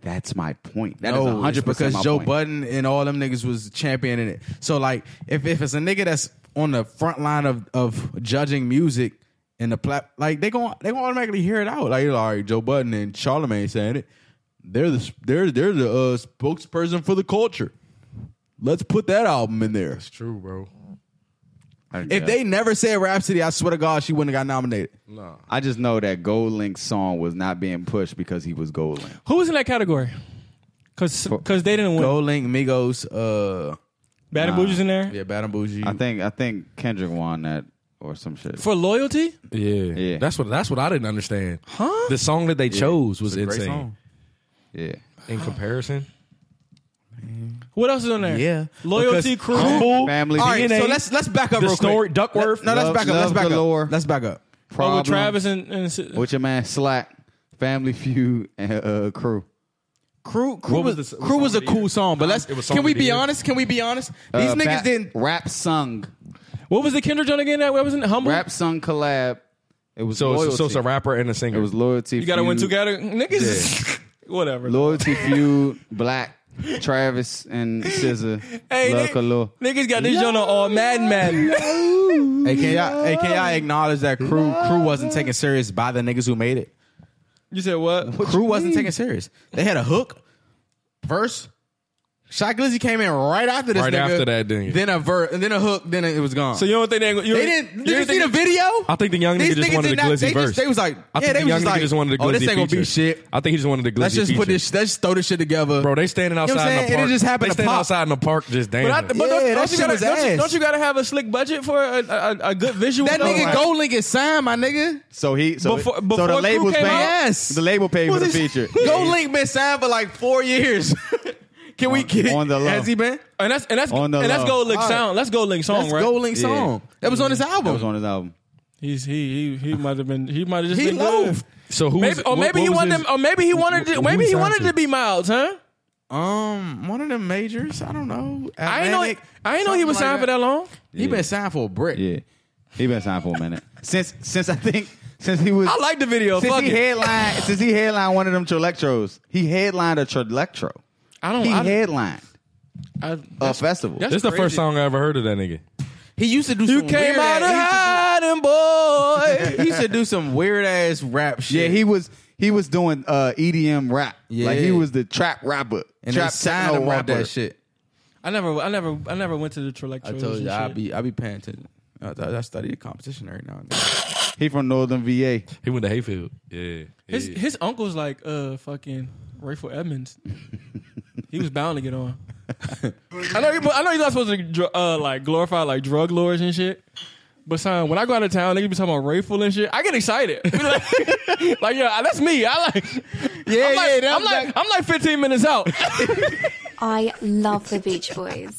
[SPEAKER 4] That's my point. That is
[SPEAKER 3] no, it's
[SPEAKER 4] 100 percent
[SPEAKER 3] because
[SPEAKER 4] my
[SPEAKER 3] Joe
[SPEAKER 4] point.
[SPEAKER 3] Budden and all them niggas was championing it. So like, if if it's a nigga that's on the front line of of judging music and the plat, like they gon' they gonna automatically hear it out. Like, all right, Joe Budden and Charlamagne saying it. They're the they're they're the uh, spokesperson for the culture. Let's put that album in there.
[SPEAKER 5] True, bro.
[SPEAKER 3] If they never said Rhapsody, I swear to God, she wouldn't have got nominated.
[SPEAKER 4] I just know that Gold Link's song was not being pushed because he was Gold Link.
[SPEAKER 7] Who was in that category? Because they didn't win.
[SPEAKER 3] Gold Link, Migos, uh,
[SPEAKER 7] Bad and Bougie's in there
[SPEAKER 3] yeah, Bad and Bougie.
[SPEAKER 4] I think I think Kendrick won that or some shit.
[SPEAKER 7] for loyalty.
[SPEAKER 5] Yeah.
[SPEAKER 4] Yeah.
[SPEAKER 5] that's what that's what I didn't understand. Huh? The song that they chose was
[SPEAKER 3] Great
[SPEAKER 5] insane.
[SPEAKER 3] song.
[SPEAKER 4] yeah.
[SPEAKER 5] In comparison,
[SPEAKER 7] What else is on there?
[SPEAKER 3] Yeah.
[SPEAKER 7] loyalty
[SPEAKER 3] Because-
[SPEAKER 7] crew.
[SPEAKER 5] Humble,
[SPEAKER 4] Family
[SPEAKER 3] All right,
[SPEAKER 4] DNA,
[SPEAKER 3] so let's let's back up
[SPEAKER 5] the
[SPEAKER 3] real
[SPEAKER 5] story,
[SPEAKER 3] quick.
[SPEAKER 5] Duckworth.
[SPEAKER 3] No,
[SPEAKER 4] Love-
[SPEAKER 3] let's back up. Let's
[SPEAKER 4] Love
[SPEAKER 3] back
[SPEAKER 4] galore.
[SPEAKER 3] up. Let's back up.
[SPEAKER 7] Oh,
[SPEAKER 4] problem
[SPEAKER 7] with Travis and, and
[SPEAKER 4] with your man Slack, Family Feud, and uh, Crew.
[SPEAKER 3] Crew, crew
[SPEAKER 5] What was
[SPEAKER 3] was,
[SPEAKER 5] the-
[SPEAKER 3] crew was a
[SPEAKER 5] song of the
[SPEAKER 3] cool
[SPEAKER 5] year?
[SPEAKER 3] song, but let's
[SPEAKER 5] It was song
[SPEAKER 3] can
[SPEAKER 5] of
[SPEAKER 3] we
[SPEAKER 5] the
[SPEAKER 3] be
[SPEAKER 5] year.
[SPEAKER 3] honest? Can we be honest? These
[SPEAKER 4] Uh,
[SPEAKER 3] niggas
[SPEAKER 4] Fat-
[SPEAKER 3] didn't.
[SPEAKER 4] rap sung
[SPEAKER 7] what was the Kendra joint again? That was in humble.
[SPEAKER 4] rap sung collab. It was
[SPEAKER 5] So,
[SPEAKER 4] loyalty.
[SPEAKER 5] it's- so it's a rapper and a singer.
[SPEAKER 4] It was loyalty.
[SPEAKER 7] You gotta win two
[SPEAKER 4] Feud,
[SPEAKER 7] categories. Niggas, whatever.
[SPEAKER 4] Loyalty Feud, Black, Travis, and Scissor.
[SPEAKER 7] Hey,
[SPEAKER 4] Love
[SPEAKER 7] nigg-
[SPEAKER 4] Galore.
[SPEAKER 7] niggas got this joint on all Mad Mad.
[SPEAKER 3] Hey, can y'all, hey, can y'all acknowledge that crew crew wasn't taken serious by the niggas who made it?
[SPEAKER 7] You said what?
[SPEAKER 3] crew wasn't taken serious. They had a hook, verse. Shot Glizzy came in right after this.
[SPEAKER 5] Right
[SPEAKER 3] nigga,
[SPEAKER 5] after that, didn't you?
[SPEAKER 3] Then a verse, and then a hook, then it was gone.
[SPEAKER 7] So you don't think they? You
[SPEAKER 3] They didn't.
[SPEAKER 7] You
[SPEAKER 3] Did you,
[SPEAKER 7] don't
[SPEAKER 3] see the
[SPEAKER 7] think-
[SPEAKER 3] video?
[SPEAKER 5] I think the young nigga
[SPEAKER 3] These
[SPEAKER 5] just
[SPEAKER 3] niggas
[SPEAKER 5] wanted
[SPEAKER 3] did
[SPEAKER 5] the
[SPEAKER 3] not-
[SPEAKER 5] glizzy
[SPEAKER 3] they just-
[SPEAKER 5] verse.
[SPEAKER 3] they was like,
[SPEAKER 5] I
[SPEAKER 3] yeah,
[SPEAKER 5] think
[SPEAKER 3] they
[SPEAKER 5] the young
[SPEAKER 3] was just
[SPEAKER 5] nigga
[SPEAKER 3] like,
[SPEAKER 5] just wanted the glizzy
[SPEAKER 3] oh, this ain't gonna be
[SPEAKER 5] feature.
[SPEAKER 3] shit.
[SPEAKER 5] I think he just wanted the glizzy
[SPEAKER 3] Let's just put
[SPEAKER 5] feature.
[SPEAKER 3] this. Let's just throw this shit together,
[SPEAKER 5] Bro, they standing
[SPEAKER 3] what I'm
[SPEAKER 5] outside in
[SPEAKER 3] saying?
[SPEAKER 5] the
[SPEAKER 3] And it
[SPEAKER 5] park.
[SPEAKER 3] just happened
[SPEAKER 5] they
[SPEAKER 3] to
[SPEAKER 5] standing
[SPEAKER 3] pop.
[SPEAKER 5] outside in the park just
[SPEAKER 7] But, I, but
[SPEAKER 5] dancing.
[SPEAKER 3] Yeah,
[SPEAKER 7] don't,
[SPEAKER 3] that
[SPEAKER 7] don't, you
[SPEAKER 3] shit
[SPEAKER 7] gotta,
[SPEAKER 3] was
[SPEAKER 7] don't, you,
[SPEAKER 3] ass.
[SPEAKER 7] don't you gotta have a slick budget for a, a, a, a good visual?
[SPEAKER 3] That
[SPEAKER 7] though?
[SPEAKER 3] nigga
[SPEAKER 7] Like-
[SPEAKER 3] Gold Link is signed, my nigga.
[SPEAKER 4] So he so,
[SPEAKER 7] Before-
[SPEAKER 4] so
[SPEAKER 7] before
[SPEAKER 4] the
[SPEAKER 7] Crew
[SPEAKER 4] label's
[SPEAKER 7] came
[SPEAKER 4] paying.
[SPEAKER 7] out?
[SPEAKER 3] Yes.
[SPEAKER 4] The label paid for the
[SPEAKER 3] Who's
[SPEAKER 4] feature.
[SPEAKER 3] this- Gold Link been signed for like four years. Can we
[SPEAKER 4] On-
[SPEAKER 3] get
[SPEAKER 4] on the low.
[SPEAKER 3] Has he been?
[SPEAKER 7] and that's and that's
[SPEAKER 4] On
[SPEAKER 7] and
[SPEAKER 4] the
[SPEAKER 7] that's
[SPEAKER 4] low.
[SPEAKER 7] Gold Link
[SPEAKER 4] All right.
[SPEAKER 7] sound. That's Gold Link song,
[SPEAKER 3] That's
[SPEAKER 7] right?
[SPEAKER 3] Gold Link
[SPEAKER 4] Yeah.
[SPEAKER 3] song. That was on his
[SPEAKER 4] That
[SPEAKER 3] album.
[SPEAKER 4] was on his album.
[SPEAKER 7] He's he he he might have been he might have just
[SPEAKER 3] he
[SPEAKER 7] been good.
[SPEAKER 3] loafed.
[SPEAKER 5] so who?
[SPEAKER 7] Maybe,
[SPEAKER 5] was,
[SPEAKER 7] or
[SPEAKER 5] what-
[SPEAKER 7] maybe
[SPEAKER 5] what
[SPEAKER 7] he
[SPEAKER 5] was
[SPEAKER 7] wanted
[SPEAKER 5] his-
[SPEAKER 3] oh,
[SPEAKER 7] to, or maybe he wanted
[SPEAKER 5] who
[SPEAKER 7] to, maybe
[SPEAKER 5] he
[SPEAKER 7] he
[SPEAKER 5] signed
[SPEAKER 7] wanted
[SPEAKER 5] to?
[SPEAKER 7] to be Miles, huh?
[SPEAKER 3] Um, one of them majors. I don't know.
[SPEAKER 7] I ain't know
[SPEAKER 3] Atlantic,
[SPEAKER 7] I ain't know he was
[SPEAKER 3] something
[SPEAKER 7] signed
[SPEAKER 3] like
[SPEAKER 7] for that long.
[SPEAKER 3] He been signed for a brick.
[SPEAKER 4] Yeah, he been signed for a minute since since I think since he was.
[SPEAKER 7] I like the video.
[SPEAKER 4] since
[SPEAKER 7] Fuck
[SPEAKER 4] he
[SPEAKER 7] it.
[SPEAKER 4] headlined since he headlined one of them Trilectros. He headlined a Trilectro.
[SPEAKER 7] I don't.
[SPEAKER 4] He
[SPEAKER 7] I,
[SPEAKER 4] headlined
[SPEAKER 7] I,
[SPEAKER 4] a festival.
[SPEAKER 7] that's
[SPEAKER 5] This is the
[SPEAKER 7] crazy.
[SPEAKER 5] first song I ever heard of that nigga.
[SPEAKER 3] He used to do.
[SPEAKER 7] You
[SPEAKER 3] some
[SPEAKER 7] came
[SPEAKER 3] weird
[SPEAKER 7] out of
[SPEAKER 3] ass,
[SPEAKER 7] hiding, boy.
[SPEAKER 3] he, used to, he used to do some weird ass rap
[SPEAKER 4] Yeah,
[SPEAKER 3] shit.
[SPEAKER 4] he was he was doing uh, EDM rap.
[SPEAKER 3] Yeah.
[SPEAKER 4] Like he was the trap rapper,
[SPEAKER 3] and they
[SPEAKER 4] trap
[SPEAKER 3] signed
[SPEAKER 4] techno
[SPEAKER 3] him off
[SPEAKER 4] rapper.
[SPEAKER 3] that shit.
[SPEAKER 7] I never, I never, I never went to the Trilectros.
[SPEAKER 3] I told
[SPEAKER 7] and
[SPEAKER 3] you, I
[SPEAKER 7] shit.
[SPEAKER 3] be I be paying attention. I, I, I study the competition every now and then.
[SPEAKER 4] He from Northern VA.
[SPEAKER 5] He went to Hayfield. Yeah.
[SPEAKER 7] His
[SPEAKER 5] yeah.
[SPEAKER 7] his uncle's like uh fucking Rayful Edmonds. He was bound to get on. I know. You, I know you're not supposed to dr- uh, like glorify like drug lords and shit. But son, when I go out of town, they be talking about Rayful and shit. I get excited. like, like, yeah, that's me. I like. Yeah, I'm like,
[SPEAKER 4] yeah, that-
[SPEAKER 7] I'm like, I'm like 15 minutes out.
[SPEAKER 6] I love the Beach Boys.